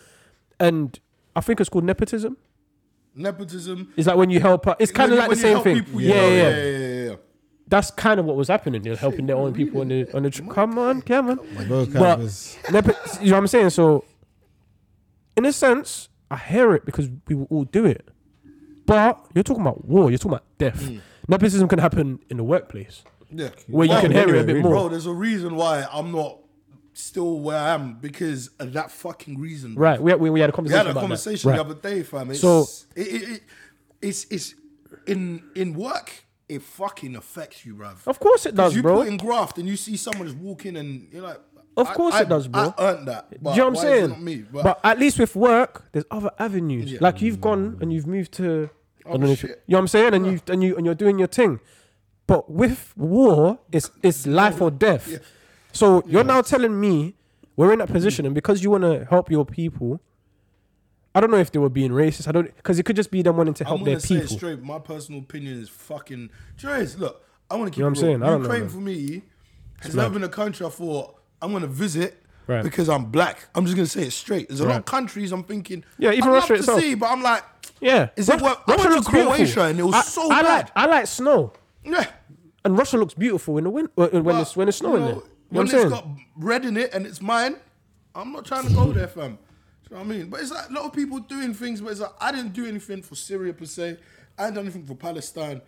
Speaker 2: and I think it's called nepotism.
Speaker 1: nepotism.
Speaker 2: It's like when you help, out- it's kind of
Speaker 1: When you- when
Speaker 2: like the
Speaker 1: you
Speaker 2: same
Speaker 1: help
Speaker 2: thing.
Speaker 1: people, you
Speaker 2: yeah,
Speaker 1: know,
Speaker 2: yeah, yeah,
Speaker 1: yeah, yeah, yeah, yeah.
Speaker 2: That's kind of what was happening. They're helping their own people on the on the. Tr- come on, come on.
Speaker 3: Bro,
Speaker 2: But
Speaker 3: Canvas.
Speaker 2: nepo- you know what I'm saying? So, in a sense, I hear it because we will all do it. But you're talking about war. You're talking about death. Nepotism can happen in the workplace.
Speaker 1: Yeah.
Speaker 2: Where you can hear it a bit
Speaker 1: really.
Speaker 2: more.
Speaker 1: Bro, there's a reason why I'm not still where I am because of that fucking reason.
Speaker 2: Right. We had, we, we had a
Speaker 1: We
Speaker 2: conversation.
Speaker 1: had a
Speaker 2: about that.
Speaker 1: conversation
Speaker 2: Right.
Speaker 1: the other day, fam. It's,
Speaker 2: So-
Speaker 1: it, it, it, it's it's in in work it fucking affects you, bruv.
Speaker 2: Of course it
Speaker 1: 'Cause
Speaker 2: does,
Speaker 1: you
Speaker 2: bro.
Speaker 1: put in graft and you see someone just walking and you're like,
Speaker 2: Of
Speaker 1: I-
Speaker 2: course
Speaker 1: I-
Speaker 2: it does, bro.
Speaker 1: I earned that. But
Speaker 2: Do you know what I'm
Speaker 1: why is it
Speaker 2: saying?
Speaker 1: not me?
Speaker 2: but, at least with work, there's other avenues.
Speaker 1: Yeah.
Speaker 2: Like you've gone and you've moved to, I don't know if you,
Speaker 1: shit.
Speaker 2: you know what I'm saying, and you and you and you're doing your thing. But with war, it's it's life or death. So you're now telling me we're in that position, and because you want to help your people, I don't know if they were being racist. I don't because it could just be them wanting to help
Speaker 1: I'm
Speaker 2: their
Speaker 1: gonna say it
Speaker 2: people.
Speaker 1: straight. My personal opinion is fucking. Do you know what it is? Look, I want to keep.
Speaker 2: know what
Speaker 1: it real.
Speaker 2: I'm saying? I don't know,
Speaker 1: Ukraine
Speaker 2: man.
Speaker 1: for me has never been a country I thought I'm gonna visit.
Speaker 2: Right.
Speaker 1: Because I'm black, I'm just gonna say it straight. There's a lot of countries I'm thinking.
Speaker 2: Yeah,
Speaker 1: I'd
Speaker 2: even
Speaker 1: love
Speaker 2: Russia
Speaker 1: to
Speaker 2: itself.
Speaker 1: see, but I'm like,
Speaker 2: Yeah,
Speaker 1: Is it
Speaker 2: Ru-
Speaker 1: what I went
Speaker 2: looks
Speaker 1: to
Speaker 2: beautiful.
Speaker 1: Croatia and it was
Speaker 2: I-
Speaker 1: so
Speaker 2: I
Speaker 1: bad.
Speaker 2: like I like snow,
Speaker 1: yeah.
Speaker 2: and Russia looks beautiful in the win- uh, when when it's when it's
Speaker 1: you
Speaker 2: snowing
Speaker 1: know,
Speaker 2: there. You know what
Speaker 1: When
Speaker 2: I'm
Speaker 1: it's
Speaker 2: saying?
Speaker 1: got red in it and it's mine, I'm not trying to go there, fam. Do you know what I mean? But it's like a lot of people doing things, but it's like I didn't do anything for Syria per se. I didn't do anything for Palestine.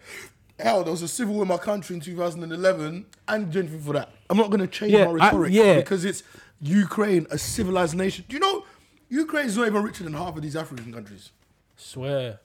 Speaker 1: Hell, there was a civil war in my country in 2011. I didn't do anything for that. I'm not going to change
Speaker 2: Yeah,
Speaker 1: my
Speaker 2: I-
Speaker 1: rhetoric
Speaker 2: yeah.
Speaker 1: because it's Ukraine, a civilized nation. Do you know, Ukraine's not even richer than half of these African countries.
Speaker 2: Swear.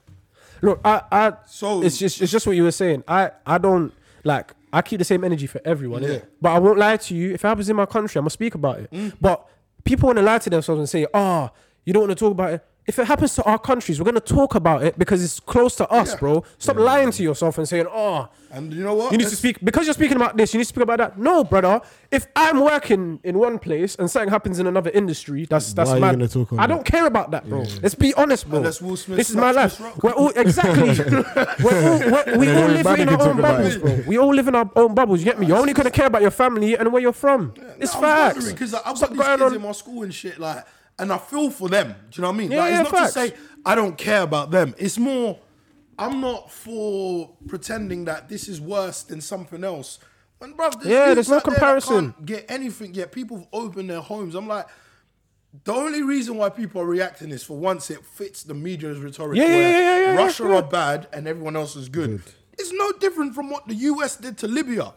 Speaker 2: Look, I, I
Speaker 1: So-
Speaker 2: it's just it's just what you were saying. I, I don't like I keep the same energy for everyone,
Speaker 1: Yeah. Mm.
Speaker 2: innit? But I won't lie to you. If it happens in my country, I'm gonna speak about it. But people want to lie to themselves and say, "Ah, you don't want to talk about it." If it happens to our countries, we're gonna talk about it because it's close to us,
Speaker 1: Yeah.
Speaker 2: bro. Stop lying to yourself and saying, "Oh,
Speaker 1: And you know what?
Speaker 2: you need to
Speaker 1: Let's-
Speaker 2: speak because you're speaking about this. You need to speak about that." No, brother. If I'm working in one place and something happens in another industry, that's that's
Speaker 3: Why are you
Speaker 2: mad.
Speaker 3: gonna talk on
Speaker 2: I
Speaker 3: that?
Speaker 2: don't care about that, bro. Let's be honest, bro.
Speaker 1: Unless Will Smith
Speaker 2: this is my
Speaker 1: slaps
Speaker 2: life.
Speaker 1: Chris Rock.
Speaker 2: We're all exactly.
Speaker 3: (laughs)
Speaker 2: we're all, we're, we
Speaker 3: Then
Speaker 2: all live
Speaker 3: everybody
Speaker 2: in
Speaker 3: can
Speaker 2: our
Speaker 3: talk
Speaker 2: own
Speaker 3: about
Speaker 2: bubbles,
Speaker 3: it.
Speaker 2: bro. We all live in our own bubbles. You get me? You're only gonna care about your family and where you're from. it's facts.
Speaker 1: Because I've
Speaker 2: Stop
Speaker 1: got these
Speaker 2: going
Speaker 1: kids
Speaker 2: on-
Speaker 1: in my school and shit, like, and I feel for them. Do you know what I mean?
Speaker 2: Yeah,
Speaker 1: like,
Speaker 2: yeah,
Speaker 1: it's not
Speaker 2: facts.
Speaker 1: to say I don't care about them. It's more, I'm not for pretending that this is worse than something else. And bruv, there's
Speaker 2: Yeah,
Speaker 1: youths
Speaker 2: there's no
Speaker 1: out there that
Speaker 2: comparison.
Speaker 1: can't get anything yet. People open their homes. I'm like. The only reason why people are reacting is for once it fits the media's rhetoric.
Speaker 2: Yeah, yeah,
Speaker 1: where
Speaker 2: yeah, yeah, yeah,
Speaker 1: Russia
Speaker 2: yeah.
Speaker 1: are bad and everyone else is good. It's no different from what the US did to Libya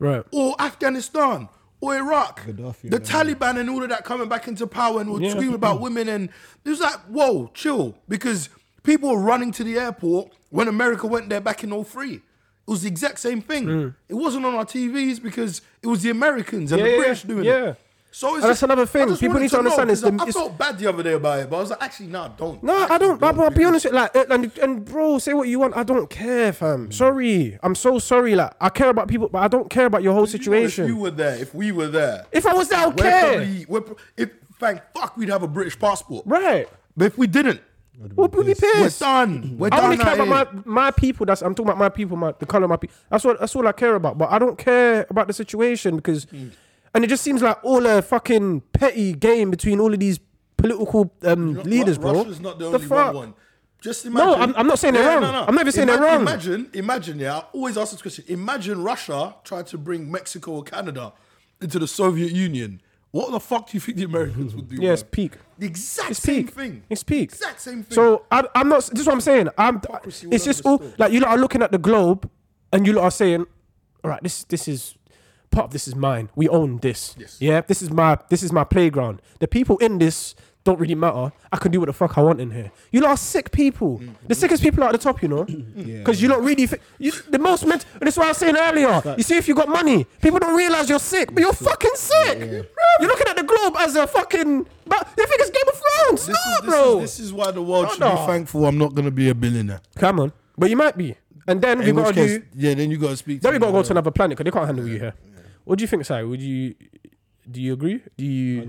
Speaker 2: Right.
Speaker 1: or Afghanistan or Iraq,
Speaker 3: Gaddafi,
Speaker 1: the
Speaker 3: man.
Speaker 1: Taliban and all of that coming back into power and were
Speaker 2: Yeah.
Speaker 1: screaming about women and it was like, whoa, chill, because people were running to the airport when America went there back in 03. It was the exact same thing. It wasn't on our TVs because it was the Americans and
Speaker 2: Mm. Yeah,
Speaker 1: the
Speaker 2: yeah,
Speaker 1: British doing
Speaker 2: yeah.
Speaker 1: it. So it's
Speaker 2: And that's another
Speaker 1: I
Speaker 2: thing.
Speaker 1: just
Speaker 2: People
Speaker 1: wanted
Speaker 2: need to
Speaker 1: know,
Speaker 2: understand it's
Speaker 1: 'cause
Speaker 2: the-
Speaker 1: I, I
Speaker 2: it's-
Speaker 1: felt bad the other day about it, but I was like, actually, no, I don't.
Speaker 2: No, I don't. But I'll be
Speaker 1: because-
Speaker 2: honest, with you, like, eh, and, and bro, say what you want. I don't care, fam.
Speaker 3: Mm.
Speaker 2: Sorry, I'm so sorry. Like, I care about people, but I don't care about your whole
Speaker 1: You know,
Speaker 2: situation.
Speaker 1: If you were there, if we were there,
Speaker 2: If I was there, I would
Speaker 1: we're
Speaker 2: care.
Speaker 1: probably- we're pro- if thank fuck, we'd have a British passport.
Speaker 2: Right.
Speaker 1: But if we didn't,
Speaker 2: We'll we'll be
Speaker 1: we're
Speaker 2: pissed.
Speaker 1: done. We're
Speaker 2: I
Speaker 1: done.
Speaker 2: only care
Speaker 1: out
Speaker 2: about
Speaker 1: here.
Speaker 2: my, my people. That's I'm talking about my people, my the color of my people. That's what that's all I care about. But I don't care about the situation because,
Speaker 1: Mm.
Speaker 2: and it just seems like all a fucking petty game between all of these political um,
Speaker 1: Ru-
Speaker 2: leaders, bro.
Speaker 1: Russia's not the only
Speaker 2: fuck?
Speaker 1: one, one. Just imagine.
Speaker 2: I'm- I'm not saying they're wrong. I'm not even saying they're
Speaker 1: Ima-
Speaker 2: wrong.
Speaker 1: Imagine, imagine. Yeah, I always ask this question. Imagine Russia tried to bring Mexico or Canada into the Soviet Union. What the fuck do you think the Americans would do?
Speaker 2: (laughs) Yeah, it's
Speaker 1: bruv?
Speaker 2: peak.
Speaker 1: The exact
Speaker 2: It's
Speaker 1: same
Speaker 2: peak.
Speaker 1: thing.
Speaker 2: It's peak.
Speaker 1: Exact same thing.
Speaker 2: So I, I'm not. This is what I'm saying. I'm.
Speaker 1: Hypocrisy all
Speaker 2: It's just
Speaker 1: over the
Speaker 2: all
Speaker 1: store.
Speaker 2: like you lot are looking at the globe, and you lot are saying, "All right, this this is part of this is mine. We own this.
Speaker 1: Yes.
Speaker 2: Yeah, this is my this is my playground. The people in this don't really matter. I can do what the fuck I want in here. You lot are sick people.
Speaker 1: Mm.
Speaker 2: The sickest people are at the top,
Speaker 1: (clears throat)
Speaker 2: you know, because you lot really thi- you, the most. Ment- and that's what I was saying earlier. you see, if you got money, people don't realize you're sick, but you're fucking sick. You're looking at the globe as a fucking. But you think it's Game of Thrones?
Speaker 1: this,
Speaker 2: no,
Speaker 1: is, this,
Speaker 2: bro.
Speaker 1: is, this is why the world
Speaker 2: No,
Speaker 1: should
Speaker 2: no.
Speaker 1: be thankful. I'm not going to be a billionaire.
Speaker 2: Come on. But you might be. And then we
Speaker 1: In
Speaker 2: gotta
Speaker 1: which case,
Speaker 2: do
Speaker 1: yeah, then you got to speak.
Speaker 2: then we gotta
Speaker 1: them.
Speaker 2: go to another planet because they can't handle you here. What do you think, Si? Would you do you agree? Do you
Speaker 3: With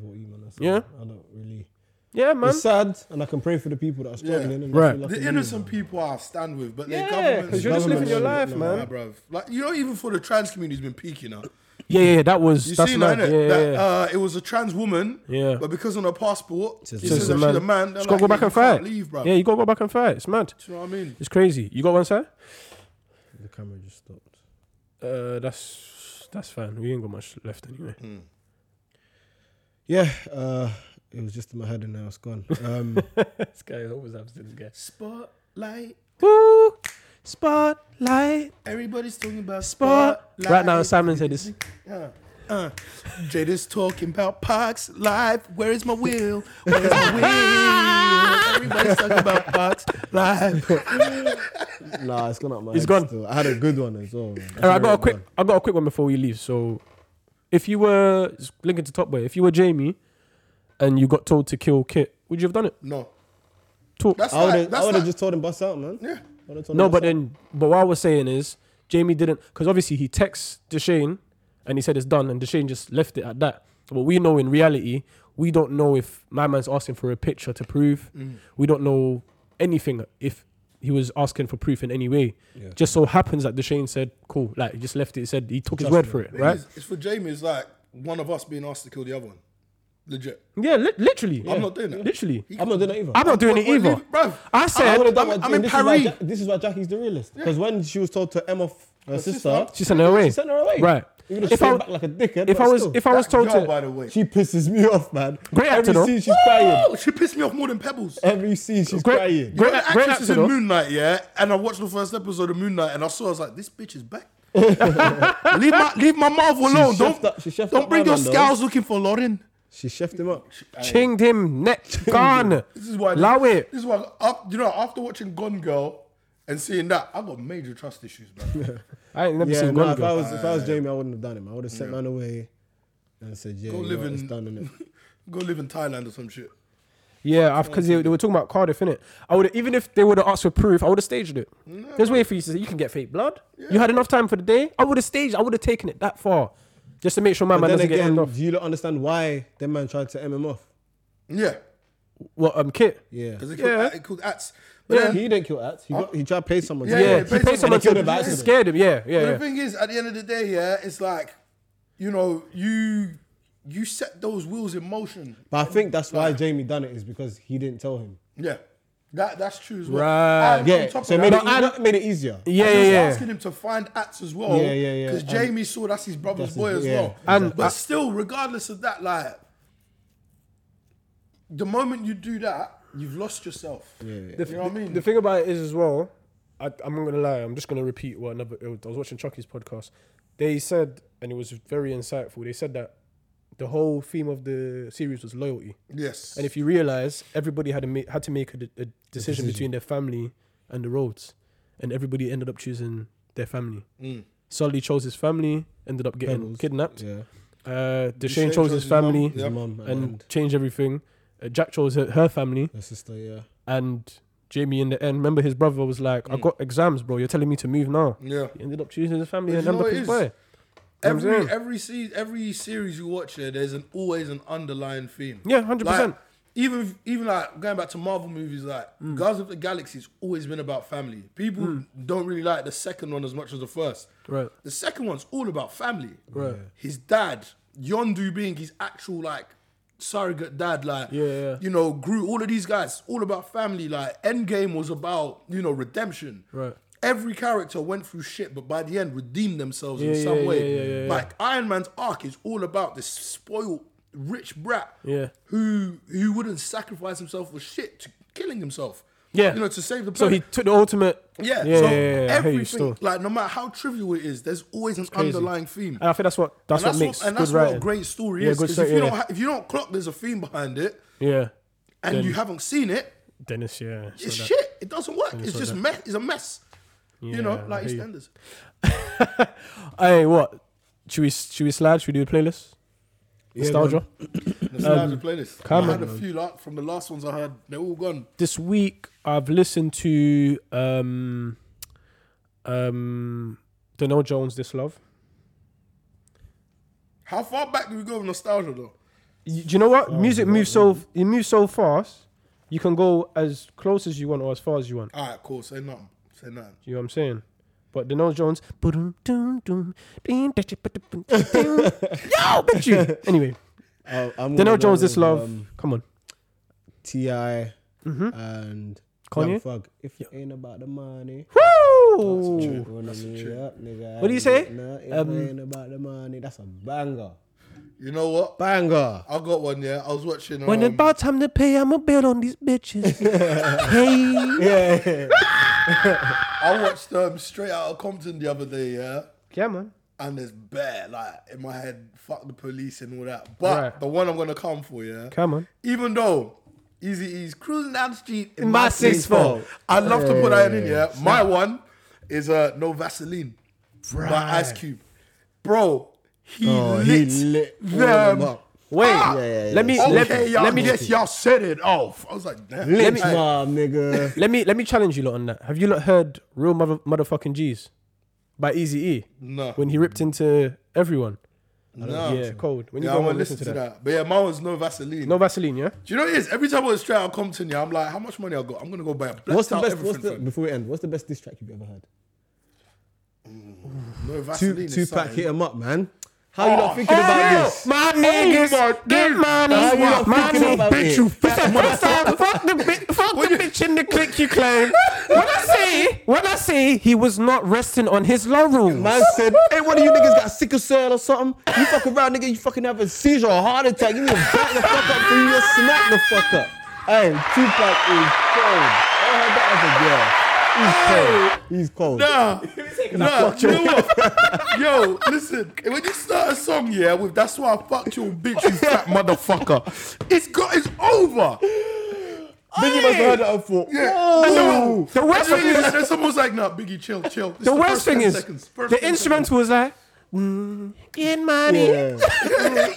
Speaker 3: what you man are saying.
Speaker 2: Yeah.
Speaker 3: I don't really.
Speaker 2: Yeah man.
Speaker 3: It's sad, and I can pray for the people that are struggling. And
Speaker 2: Right.
Speaker 3: I feel like
Speaker 1: The
Speaker 3: I need
Speaker 1: innocent people I stand with, but
Speaker 2: Yeah,
Speaker 1: their government.
Speaker 2: 'cause you're just
Speaker 3: living your
Speaker 2: life, man.
Speaker 1: bro. Like you know, even for the trans community, has been peaking up.
Speaker 2: Yeah, yeah, yeah, that was
Speaker 1: You
Speaker 2: that's
Speaker 1: seen
Speaker 2: mad.
Speaker 1: that,
Speaker 2: yeah,
Speaker 1: innit?
Speaker 2: yeah,
Speaker 1: That,
Speaker 2: yeah.
Speaker 1: Uh, it was a trans woman.
Speaker 2: Yeah.
Speaker 1: But because on her passport, it says,
Speaker 3: a
Speaker 1: that
Speaker 2: man.
Speaker 1: she's a man. they're
Speaker 2: Just gotta go
Speaker 1: like,
Speaker 2: back
Speaker 1: "Yeah,
Speaker 2: and
Speaker 1: you can't
Speaker 2: fight.
Speaker 1: Leave, bro.
Speaker 2: Yeah, you gotta go back and fight. It's mad.
Speaker 1: Do you know what I mean?
Speaker 2: It's crazy. You got one, Si?
Speaker 3: The camera just stopped.
Speaker 2: Uh that's that's fine. We ain't got much left anyway.
Speaker 1: Hmm.
Speaker 3: Yeah, uh, it was just in my head and now it's gone.
Speaker 2: (laughs)
Speaker 3: Um,
Speaker 2: this guy always happens to this guy.
Speaker 1: Spotlight.
Speaker 2: Woo! Spotlight.
Speaker 1: Everybody's talking about
Speaker 2: Spot.
Speaker 1: spotlight.
Speaker 2: Right now Simon said this.
Speaker 1: Jada's talking about Parks Life. Where is my wheel?
Speaker 2: (laughs)
Speaker 1: Where is my wheel? Everybody's talking about Parks Life.
Speaker 3: Nah, it's gone up my
Speaker 2: It's
Speaker 3: head
Speaker 2: gone.
Speaker 3: still. I had a good one as well. man.
Speaker 2: All right, I got a quick. I got a quick one before we leave. So, if you were it's linking to Top Boy, if you were Jamie, and you got told to kill Kit, would you have done it?
Speaker 1: No.
Speaker 2: Talk.
Speaker 1: That's
Speaker 3: I would
Speaker 1: like,
Speaker 3: have
Speaker 1: that's
Speaker 3: I would
Speaker 1: like,
Speaker 3: have just told him bust out, man.
Speaker 1: Yeah.
Speaker 3: I would've told him
Speaker 2: no,
Speaker 3: bust
Speaker 2: but
Speaker 3: out.
Speaker 2: then, but what I was saying is Jamie didn't because obviously he texts Deshane and he said it's done, and Deshane just left it at that. But we know in reality, we don't know if my man's asking for a picture to prove.
Speaker 1: Mm.
Speaker 2: We don't know anything if he was asking for proof in any way. Just so happens that Deshane said, "Cool," like he just left it. He said he took his word for it,
Speaker 1: thing
Speaker 2: right?
Speaker 1: is, it's for Jamie. It's like one of us being asked to kill the other one. Legit.
Speaker 2: Yeah, li- literally.
Speaker 1: I'm not doing that.
Speaker 2: Literally.
Speaker 3: I'm not doing that either.
Speaker 2: I'm not doing it
Speaker 1: Wait, wait,
Speaker 2: either.
Speaker 1: leave it, bruv.
Speaker 2: I
Speaker 3: I
Speaker 2: said,
Speaker 3: would've done
Speaker 1: I'm-
Speaker 3: what-
Speaker 1: I'm in
Speaker 3: this is why
Speaker 1: Paris.
Speaker 3: Ja- This is why Jackie's the realist. Because when she was told to M off her sister,
Speaker 1: sister.
Speaker 2: she sent her away.
Speaker 3: she sent her away.
Speaker 2: Right.
Speaker 3: You would've
Speaker 2: If I,
Speaker 3: straight back like a dickhead,
Speaker 2: if
Speaker 3: but
Speaker 2: I was,
Speaker 3: still.
Speaker 2: if I was
Speaker 1: That
Speaker 2: told
Speaker 1: girl,
Speaker 2: to,
Speaker 1: by the way.
Speaker 3: she pisses me off, man.
Speaker 2: Great
Speaker 3: Every
Speaker 2: actor, though.
Speaker 3: scene she's crying.
Speaker 1: Oh, she pissed me off more than Pebbles.
Speaker 3: Every scene she's
Speaker 2: great,
Speaker 3: crying.
Speaker 2: Eh, great,
Speaker 1: When
Speaker 2: great
Speaker 1: actress is
Speaker 2: actor,
Speaker 1: in
Speaker 2: though.
Speaker 1: Moon Knight, yeah, and I watched the first episode of Moon Knight, and I saw, I was like, this bitch is
Speaker 2: (laughs)
Speaker 1: back. leave my leave my Marvel alone.
Speaker 3: chefed
Speaker 1: Don't
Speaker 3: up- she chefed
Speaker 1: don't
Speaker 3: up
Speaker 1: bring
Speaker 3: my
Speaker 1: your
Speaker 3: man, though.
Speaker 1: scowls looking for Lauren.
Speaker 3: She chefed him up.
Speaker 2: chinged him, neck, gone.
Speaker 1: This is why.
Speaker 2: Allow it.
Speaker 1: This is why. Up, you know, after watching Gone Girl and seeing that, I got major trust issues,
Speaker 2: (laughs)
Speaker 1: man.
Speaker 2: I ain't never
Speaker 3: Yeah,
Speaker 2: seen
Speaker 3: no,
Speaker 2: Gone
Speaker 3: if I
Speaker 2: Girl.
Speaker 3: was if I was Jamie, I wouldn't have done him. I would have sent man away and said, "Yeah, you know
Speaker 1: live
Speaker 3: what, it's
Speaker 1: in-
Speaker 3: done innit?"
Speaker 1: Go live in Thailand or some shit.
Speaker 2: Yeah, because they, they were talking about Cardiff, innit? I would even if they would have asked for proof, I would have staged it. There's way for you to say you can get fake blood. You had enough time for the day. I would have staged. I would have taken it that far, just to make sure my
Speaker 3: But
Speaker 2: man
Speaker 3: then
Speaker 2: doesn't get
Speaker 3: again,
Speaker 2: end off.
Speaker 3: do you not understand why that man tried to M him off?
Speaker 1: Yeah,
Speaker 2: What um, Kit?
Speaker 3: Yeah.
Speaker 1: because it called,
Speaker 2: Yeah.
Speaker 1: it called Ats. But then,
Speaker 3: He didn't kill Ats. He, got, he tried to pay someone.
Speaker 1: Yeah,
Speaker 3: to
Speaker 2: Yeah,
Speaker 3: kill
Speaker 1: yeah,
Speaker 3: him.
Speaker 2: he
Speaker 1: basically-
Speaker 2: paid someone
Speaker 3: And he killed
Speaker 2: to
Speaker 3: him by accident.
Speaker 2: scared him. Yeah, yeah,
Speaker 1: But
Speaker 2: yeah.
Speaker 1: the thing is, at the end of the day, yeah, it's like, you know, you you set those wheels in motion.
Speaker 3: But I think that's why Jamie done it is because he didn't tell him.
Speaker 1: Yeah, that that's true as well.
Speaker 2: Right.
Speaker 1: And on
Speaker 3: Yeah,
Speaker 1: top of
Speaker 3: so it
Speaker 1: that-
Speaker 3: made it,
Speaker 1: I-
Speaker 3: that made it easier.
Speaker 2: yeah,
Speaker 1: I was
Speaker 2: yeah, yeah.
Speaker 1: asking him to find Ats as well.
Speaker 3: Yeah, yeah, yeah.
Speaker 1: Because
Speaker 3: And-
Speaker 1: Jamie saw that's his brother's
Speaker 3: That's his-
Speaker 1: boy as
Speaker 3: yeah,
Speaker 1: well.
Speaker 2: And-
Speaker 1: but
Speaker 2: I-
Speaker 1: still, regardless of that, like the moment you do that, you've lost yourself. Yeah,
Speaker 2: The,
Speaker 1: you know what I mean.
Speaker 2: the thing about it is as well, I, I'm not gonna lie. I'm just gonna repeat what another. I was watching Chucky's podcast. They said, and it was very insightful. They said that the whole theme of the series was loyalty.
Speaker 1: yes,
Speaker 2: And if you realize, everybody had to make, had to make a, de- a decision between their family and the roads, and everybody ended up choosing their family.
Speaker 1: Mm.
Speaker 2: Sully chose his family, ended up getting
Speaker 3: Pebbles.
Speaker 2: kidnapped.
Speaker 3: Yeah.
Speaker 2: Uh, Deshane
Speaker 1: Deshane
Speaker 2: chose
Speaker 1: chose
Speaker 2: his
Speaker 1: his mum,
Speaker 2: family
Speaker 1: yeah.
Speaker 3: His mum and,
Speaker 2: and changed everything. Uh, Jack chose her, her family
Speaker 3: her sister, yeah.
Speaker 2: and Jamie in the end. Remember, his brother was like,
Speaker 1: Mm.
Speaker 2: "I got exams, bro. You're telling me to move now."
Speaker 1: Yeah.
Speaker 2: He ended up choosing his family
Speaker 1: Mm. But
Speaker 2: and
Speaker 1: you know
Speaker 2: ended up
Speaker 1: what it
Speaker 2: his
Speaker 1: is?
Speaker 2: boy.
Speaker 1: every
Speaker 2: I'm saying.
Speaker 1: every se- every series you watch, here, there's an always an underlying theme.
Speaker 2: Yeah, 100%.
Speaker 1: Like, Even even like going back to Marvel movies, like
Speaker 2: Mm.
Speaker 1: Guardians of the Galaxy's always been about family. People don't really like the second one as much as the first.
Speaker 2: Right.
Speaker 1: The second one's all about family. Right. His dad, Yondu, being his actual like surrogate dad, like
Speaker 2: Yeah, yeah.
Speaker 1: you know, Groot. All of these guys, all about family. Like Endgame was about you know redemption.
Speaker 2: Right.
Speaker 1: Every character went through shit, but by the end, redeemed themselves
Speaker 2: Yeah,
Speaker 1: in some
Speaker 2: yeah,
Speaker 1: way.
Speaker 2: yeah, yeah, yeah, yeah.
Speaker 1: Like Iron Man's arc is all about this spoiled rich brat
Speaker 2: Yeah.
Speaker 1: who who wouldn't sacrifice himself for shit to killing himself.
Speaker 2: Yeah.
Speaker 1: You know, to save the planet.
Speaker 2: So he took the ultimate.
Speaker 1: yeah,
Speaker 2: yeah,
Speaker 1: so
Speaker 2: yeah, yeah, yeah. I hear you
Speaker 1: everything
Speaker 2: still.
Speaker 1: like no matter how trivial it is, there's always an
Speaker 2: crazy.
Speaker 1: underlying theme.
Speaker 2: And I think that's what that's,
Speaker 1: and that's
Speaker 2: what makes
Speaker 1: and
Speaker 2: good
Speaker 1: that's
Speaker 2: writing.
Speaker 1: what a great story
Speaker 2: Yeah,
Speaker 1: is.
Speaker 2: good
Speaker 1: Because
Speaker 2: story,
Speaker 1: if you
Speaker 2: yeah.
Speaker 1: don't ha- if you don't clock there's a theme behind it
Speaker 2: yeah,
Speaker 1: and
Speaker 2: Then-
Speaker 1: you haven't seen it,
Speaker 2: Dennis. Yeah, so
Speaker 1: it's
Speaker 2: that-
Speaker 1: shit. It doesn't work. It's
Speaker 2: saw
Speaker 1: just
Speaker 2: that.
Speaker 1: mess it's a mess. you know,
Speaker 2: Yeah, I
Speaker 1: like
Speaker 2: hear you.
Speaker 1: EastEnders.
Speaker 2: Hey, what? Should we should we slide? Should we do a playlist? Nostalgia. Um,
Speaker 1: Nostalgia playlist. I
Speaker 2: Cameron,
Speaker 1: had a few like, from the last ones I heard. They're all gone.
Speaker 2: This week I've listened to um um Donnell Jones. This love.
Speaker 1: How far back do we go with nostalgia though?
Speaker 2: Y- Do you know what? Music moves so it moves so fast. You can go as close as you want or as far as you want.
Speaker 1: All right, cool. Say nothing. Say nothing.
Speaker 2: You know what I'm saying? But Donnell Jones. Yo, bitch you. Anyway,
Speaker 3: I, I'm gonna
Speaker 2: Donnell
Speaker 3: go
Speaker 2: Jones, this
Speaker 3: with,
Speaker 2: love.
Speaker 3: um,
Speaker 2: Come on.
Speaker 3: Ti and
Speaker 2: Kanye?
Speaker 3: Young Thug. If it ain't about the money.
Speaker 2: Woo!
Speaker 3: What
Speaker 2: do you say?
Speaker 3: Nah, if
Speaker 2: Um,
Speaker 3: it ain't about the money. That's a banger.
Speaker 1: You know what?
Speaker 3: Banger.
Speaker 1: I got one. Yeah, I was watching. Um,
Speaker 2: When it's about time to pay, I'ma build on these bitches. hey.
Speaker 3: Yeah.
Speaker 1: I watched um, Straight Out of Compton the other day. Yeah,
Speaker 2: Yeah, man.
Speaker 1: and there's bare like in my head, fuck the police and all that. But
Speaker 2: Right.
Speaker 1: the one I'm gonna come for, yeah.
Speaker 2: Come on.
Speaker 1: Even though, Easy E's cruising down the street in
Speaker 2: My
Speaker 1: my
Speaker 2: six
Speaker 1: six four.
Speaker 2: four.
Speaker 1: I'd love to put that in here. My one is uh no Vaseline by Ice Cube, bro. He
Speaker 3: Oh, he
Speaker 1: lit,
Speaker 3: lit all
Speaker 1: them
Speaker 3: them up.
Speaker 2: Wait,
Speaker 1: Ah,
Speaker 3: yeah,
Speaker 2: let me
Speaker 3: yeah.
Speaker 2: let,
Speaker 1: Okay, y'all.
Speaker 2: let me
Speaker 1: yes, y'all said it. Oh, f- I was like, damn.
Speaker 2: Let me-
Speaker 3: (laughs) Lynch mob, nigga.
Speaker 2: let me let me challenge you lot on that. Have you lot heard "Real Mother Motherfucking G's" by Easy E?
Speaker 1: No.
Speaker 2: When he ripped into everyone.
Speaker 1: No.
Speaker 2: Yeah, cold. When you
Speaker 1: Yeah, I
Speaker 2: go and
Speaker 1: want to listen to that. But yeah, mine was no Vaseline.
Speaker 2: No Vaseline, yeah.
Speaker 1: Do you know what it is? Every time I was straight out of Compton, yeah, I'm like, how much money I got? I'm gonna go buy a blacked
Speaker 3: What's the
Speaker 1: out
Speaker 3: best? What's
Speaker 1: everything.
Speaker 3: the,
Speaker 1: fam.
Speaker 3: before we end, what's the best diss track you've ever heard?
Speaker 1: no Vaseline.
Speaker 3: Two,
Speaker 1: is
Speaker 3: two pack
Speaker 1: something.
Speaker 3: hit 'em up, man. How you not thinking
Speaker 1: oh,
Speaker 3: about
Speaker 1: yeah.
Speaker 3: this?
Speaker 2: My
Speaker 1: niggas my get days. money,
Speaker 3: How you not
Speaker 1: Money,
Speaker 3: thinking about
Speaker 1: bitch,
Speaker 3: it?
Speaker 1: you fat motherfucker.
Speaker 2: fuck the, bi- fuck the bitch in the click you claim. When I say, when I say he was not resting on his laurels.
Speaker 3: Man said, hey, one of you niggas got sickle cell or something? You fuck around, nigga, you fucking have a seizure or a heart attack. You need to back the fuck up and you just smack the fuck up. Hey, Tupac is cold. I heard that as a girl. He's cold. He's cold.
Speaker 1: Nah, nah, you know what? (laughs) Yo, listen. When you start a song, yeah, with "That's why I fucked your bitch, you fat motherfucker," it's got, it's over.
Speaker 3: Biggie must have heard that and thought,
Speaker 1: Yeah.
Speaker 3: whoa.
Speaker 1: And
Speaker 2: The
Speaker 1: then-
Speaker 2: worst
Speaker 1: and
Speaker 2: thing
Speaker 1: then-
Speaker 2: is-
Speaker 1: and then someone's like, "Nah, Biggie, chill, chill." This
Speaker 2: the
Speaker 1: is
Speaker 2: worst
Speaker 1: first
Speaker 2: thing
Speaker 1: 10
Speaker 2: is,
Speaker 1: seconds. First
Speaker 2: the
Speaker 1: 10
Speaker 2: instrument was like, mm, get money,
Speaker 3: Yeah.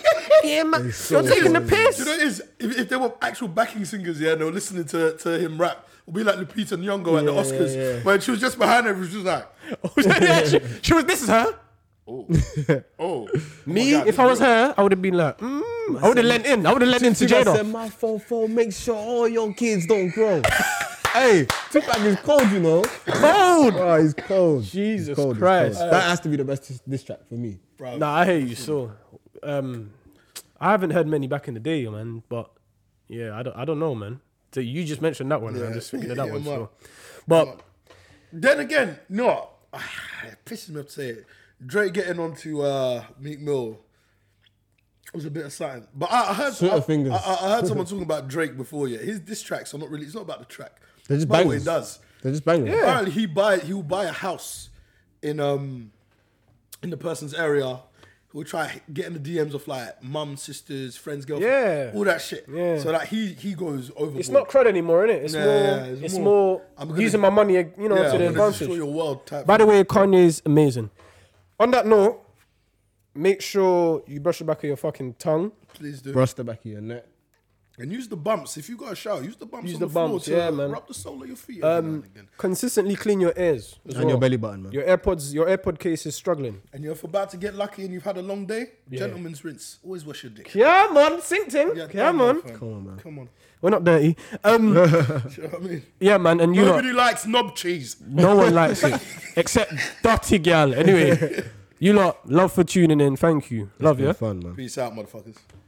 Speaker 2: get money.
Speaker 3: so
Speaker 2: You're taking the
Speaker 3: funny.
Speaker 2: piss.
Speaker 1: Do you know what it is? If, if they were actual backing singers, yeah, and they were listening to, to him rap, it would be like Lupita Nyong'o at the
Speaker 3: Yeah,
Speaker 1: Oscars.
Speaker 3: yeah, yeah.
Speaker 1: When she was just behind her, she was just like,
Speaker 2: (laughs) Yeah, she, she was. This is her.
Speaker 1: oh.
Speaker 2: Me,
Speaker 1: God,
Speaker 2: if I was her, I would have been like, mm, I would have lent in. I would have lent in to
Speaker 3: Tupac said,
Speaker 2: Jada.
Speaker 3: my fofo, make sure all your kids
Speaker 2: (laughs)
Speaker 3: don't grow. hey, Tupac is cold, you know.
Speaker 2: Cold.
Speaker 3: Oh, he's cold.
Speaker 2: Jesus
Speaker 3: He's cold, he's
Speaker 2: Christ.
Speaker 3: cold. That has to be the best diss- diss track for me.
Speaker 2: Nah, I hear you. So, um, I haven't heard many back in the day, man. But yeah, I don't. I don't know, man. So you just mentioned that one. and I'm just thinking of that
Speaker 1: (laughs) Yeah,
Speaker 2: one.
Speaker 1: man.
Speaker 2: So. But
Speaker 1: Then again, no, Ah, it pisses me up to say it. Drake getting onto uh, Meek Mill was a bit of something. But I, I heard
Speaker 3: Sweater
Speaker 1: I,
Speaker 3: fingers.
Speaker 1: I, I heard someone talking about Drake before. Yeah, his diss tracks are not really. It's not about the track.
Speaker 3: They're just
Speaker 1: But what
Speaker 3: bangers.
Speaker 1: it does.
Speaker 3: They're just banging.
Speaker 1: Apparently, he buy he will buy a house in um in the person's area. He'll try getting the DMs of like mum, sisters, friends, girlfriend,
Speaker 2: Yeah.
Speaker 1: all that shit.
Speaker 2: Yeah.
Speaker 1: So that he he goes overboard.
Speaker 2: it's not crud anymore, is it? It's
Speaker 1: Yeah,
Speaker 2: more.
Speaker 1: yeah,
Speaker 2: it's,
Speaker 1: it's
Speaker 2: more,
Speaker 1: more, I'm gonna-
Speaker 2: using my money, you know,
Speaker 1: yeah,
Speaker 2: to the
Speaker 1: I'm gonna destroy
Speaker 2: advantage.
Speaker 1: your world type.
Speaker 2: By the way, Kanye's amazing. On that note, make sure you brush the back of your fucking tongue.
Speaker 1: please do.
Speaker 3: Brush the back of your neck.
Speaker 1: And use the bumps. If you got a shower, use the bumps
Speaker 2: Use
Speaker 1: on
Speaker 2: the
Speaker 1: the, floor
Speaker 2: bumps,
Speaker 1: to
Speaker 2: yeah, man. Um,
Speaker 1: rub the sole of your feet. every now and, again.
Speaker 2: Consistently clean your ears as
Speaker 3: And
Speaker 2: well.
Speaker 3: your belly button, man.
Speaker 2: Your AirPods, your AirPod case is struggling.
Speaker 1: and you're about to get lucky and you've had a long day, gentleman's rinse. Always wash your dick.
Speaker 2: Yeah, man, sink him. Yeah, man.
Speaker 1: Come on, man. Come on. (laughs)
Speaker 2: We're not dirty.
Speaker 3: (laughs)
Speaker 1: Do you
Speaker 2: Um,
Speaker 1: know what I mean?
Speaker 2: yeah, man, and you lot,
Speaker 1: Nobody likes knob cheese.
Speaker 2: no one likes it except dirty gal. Anyway, you lot, love for tuning in. Thank you. Love you.
Speaker 3: Fun, man.
Speaker 1: Peace out, motherfuckers.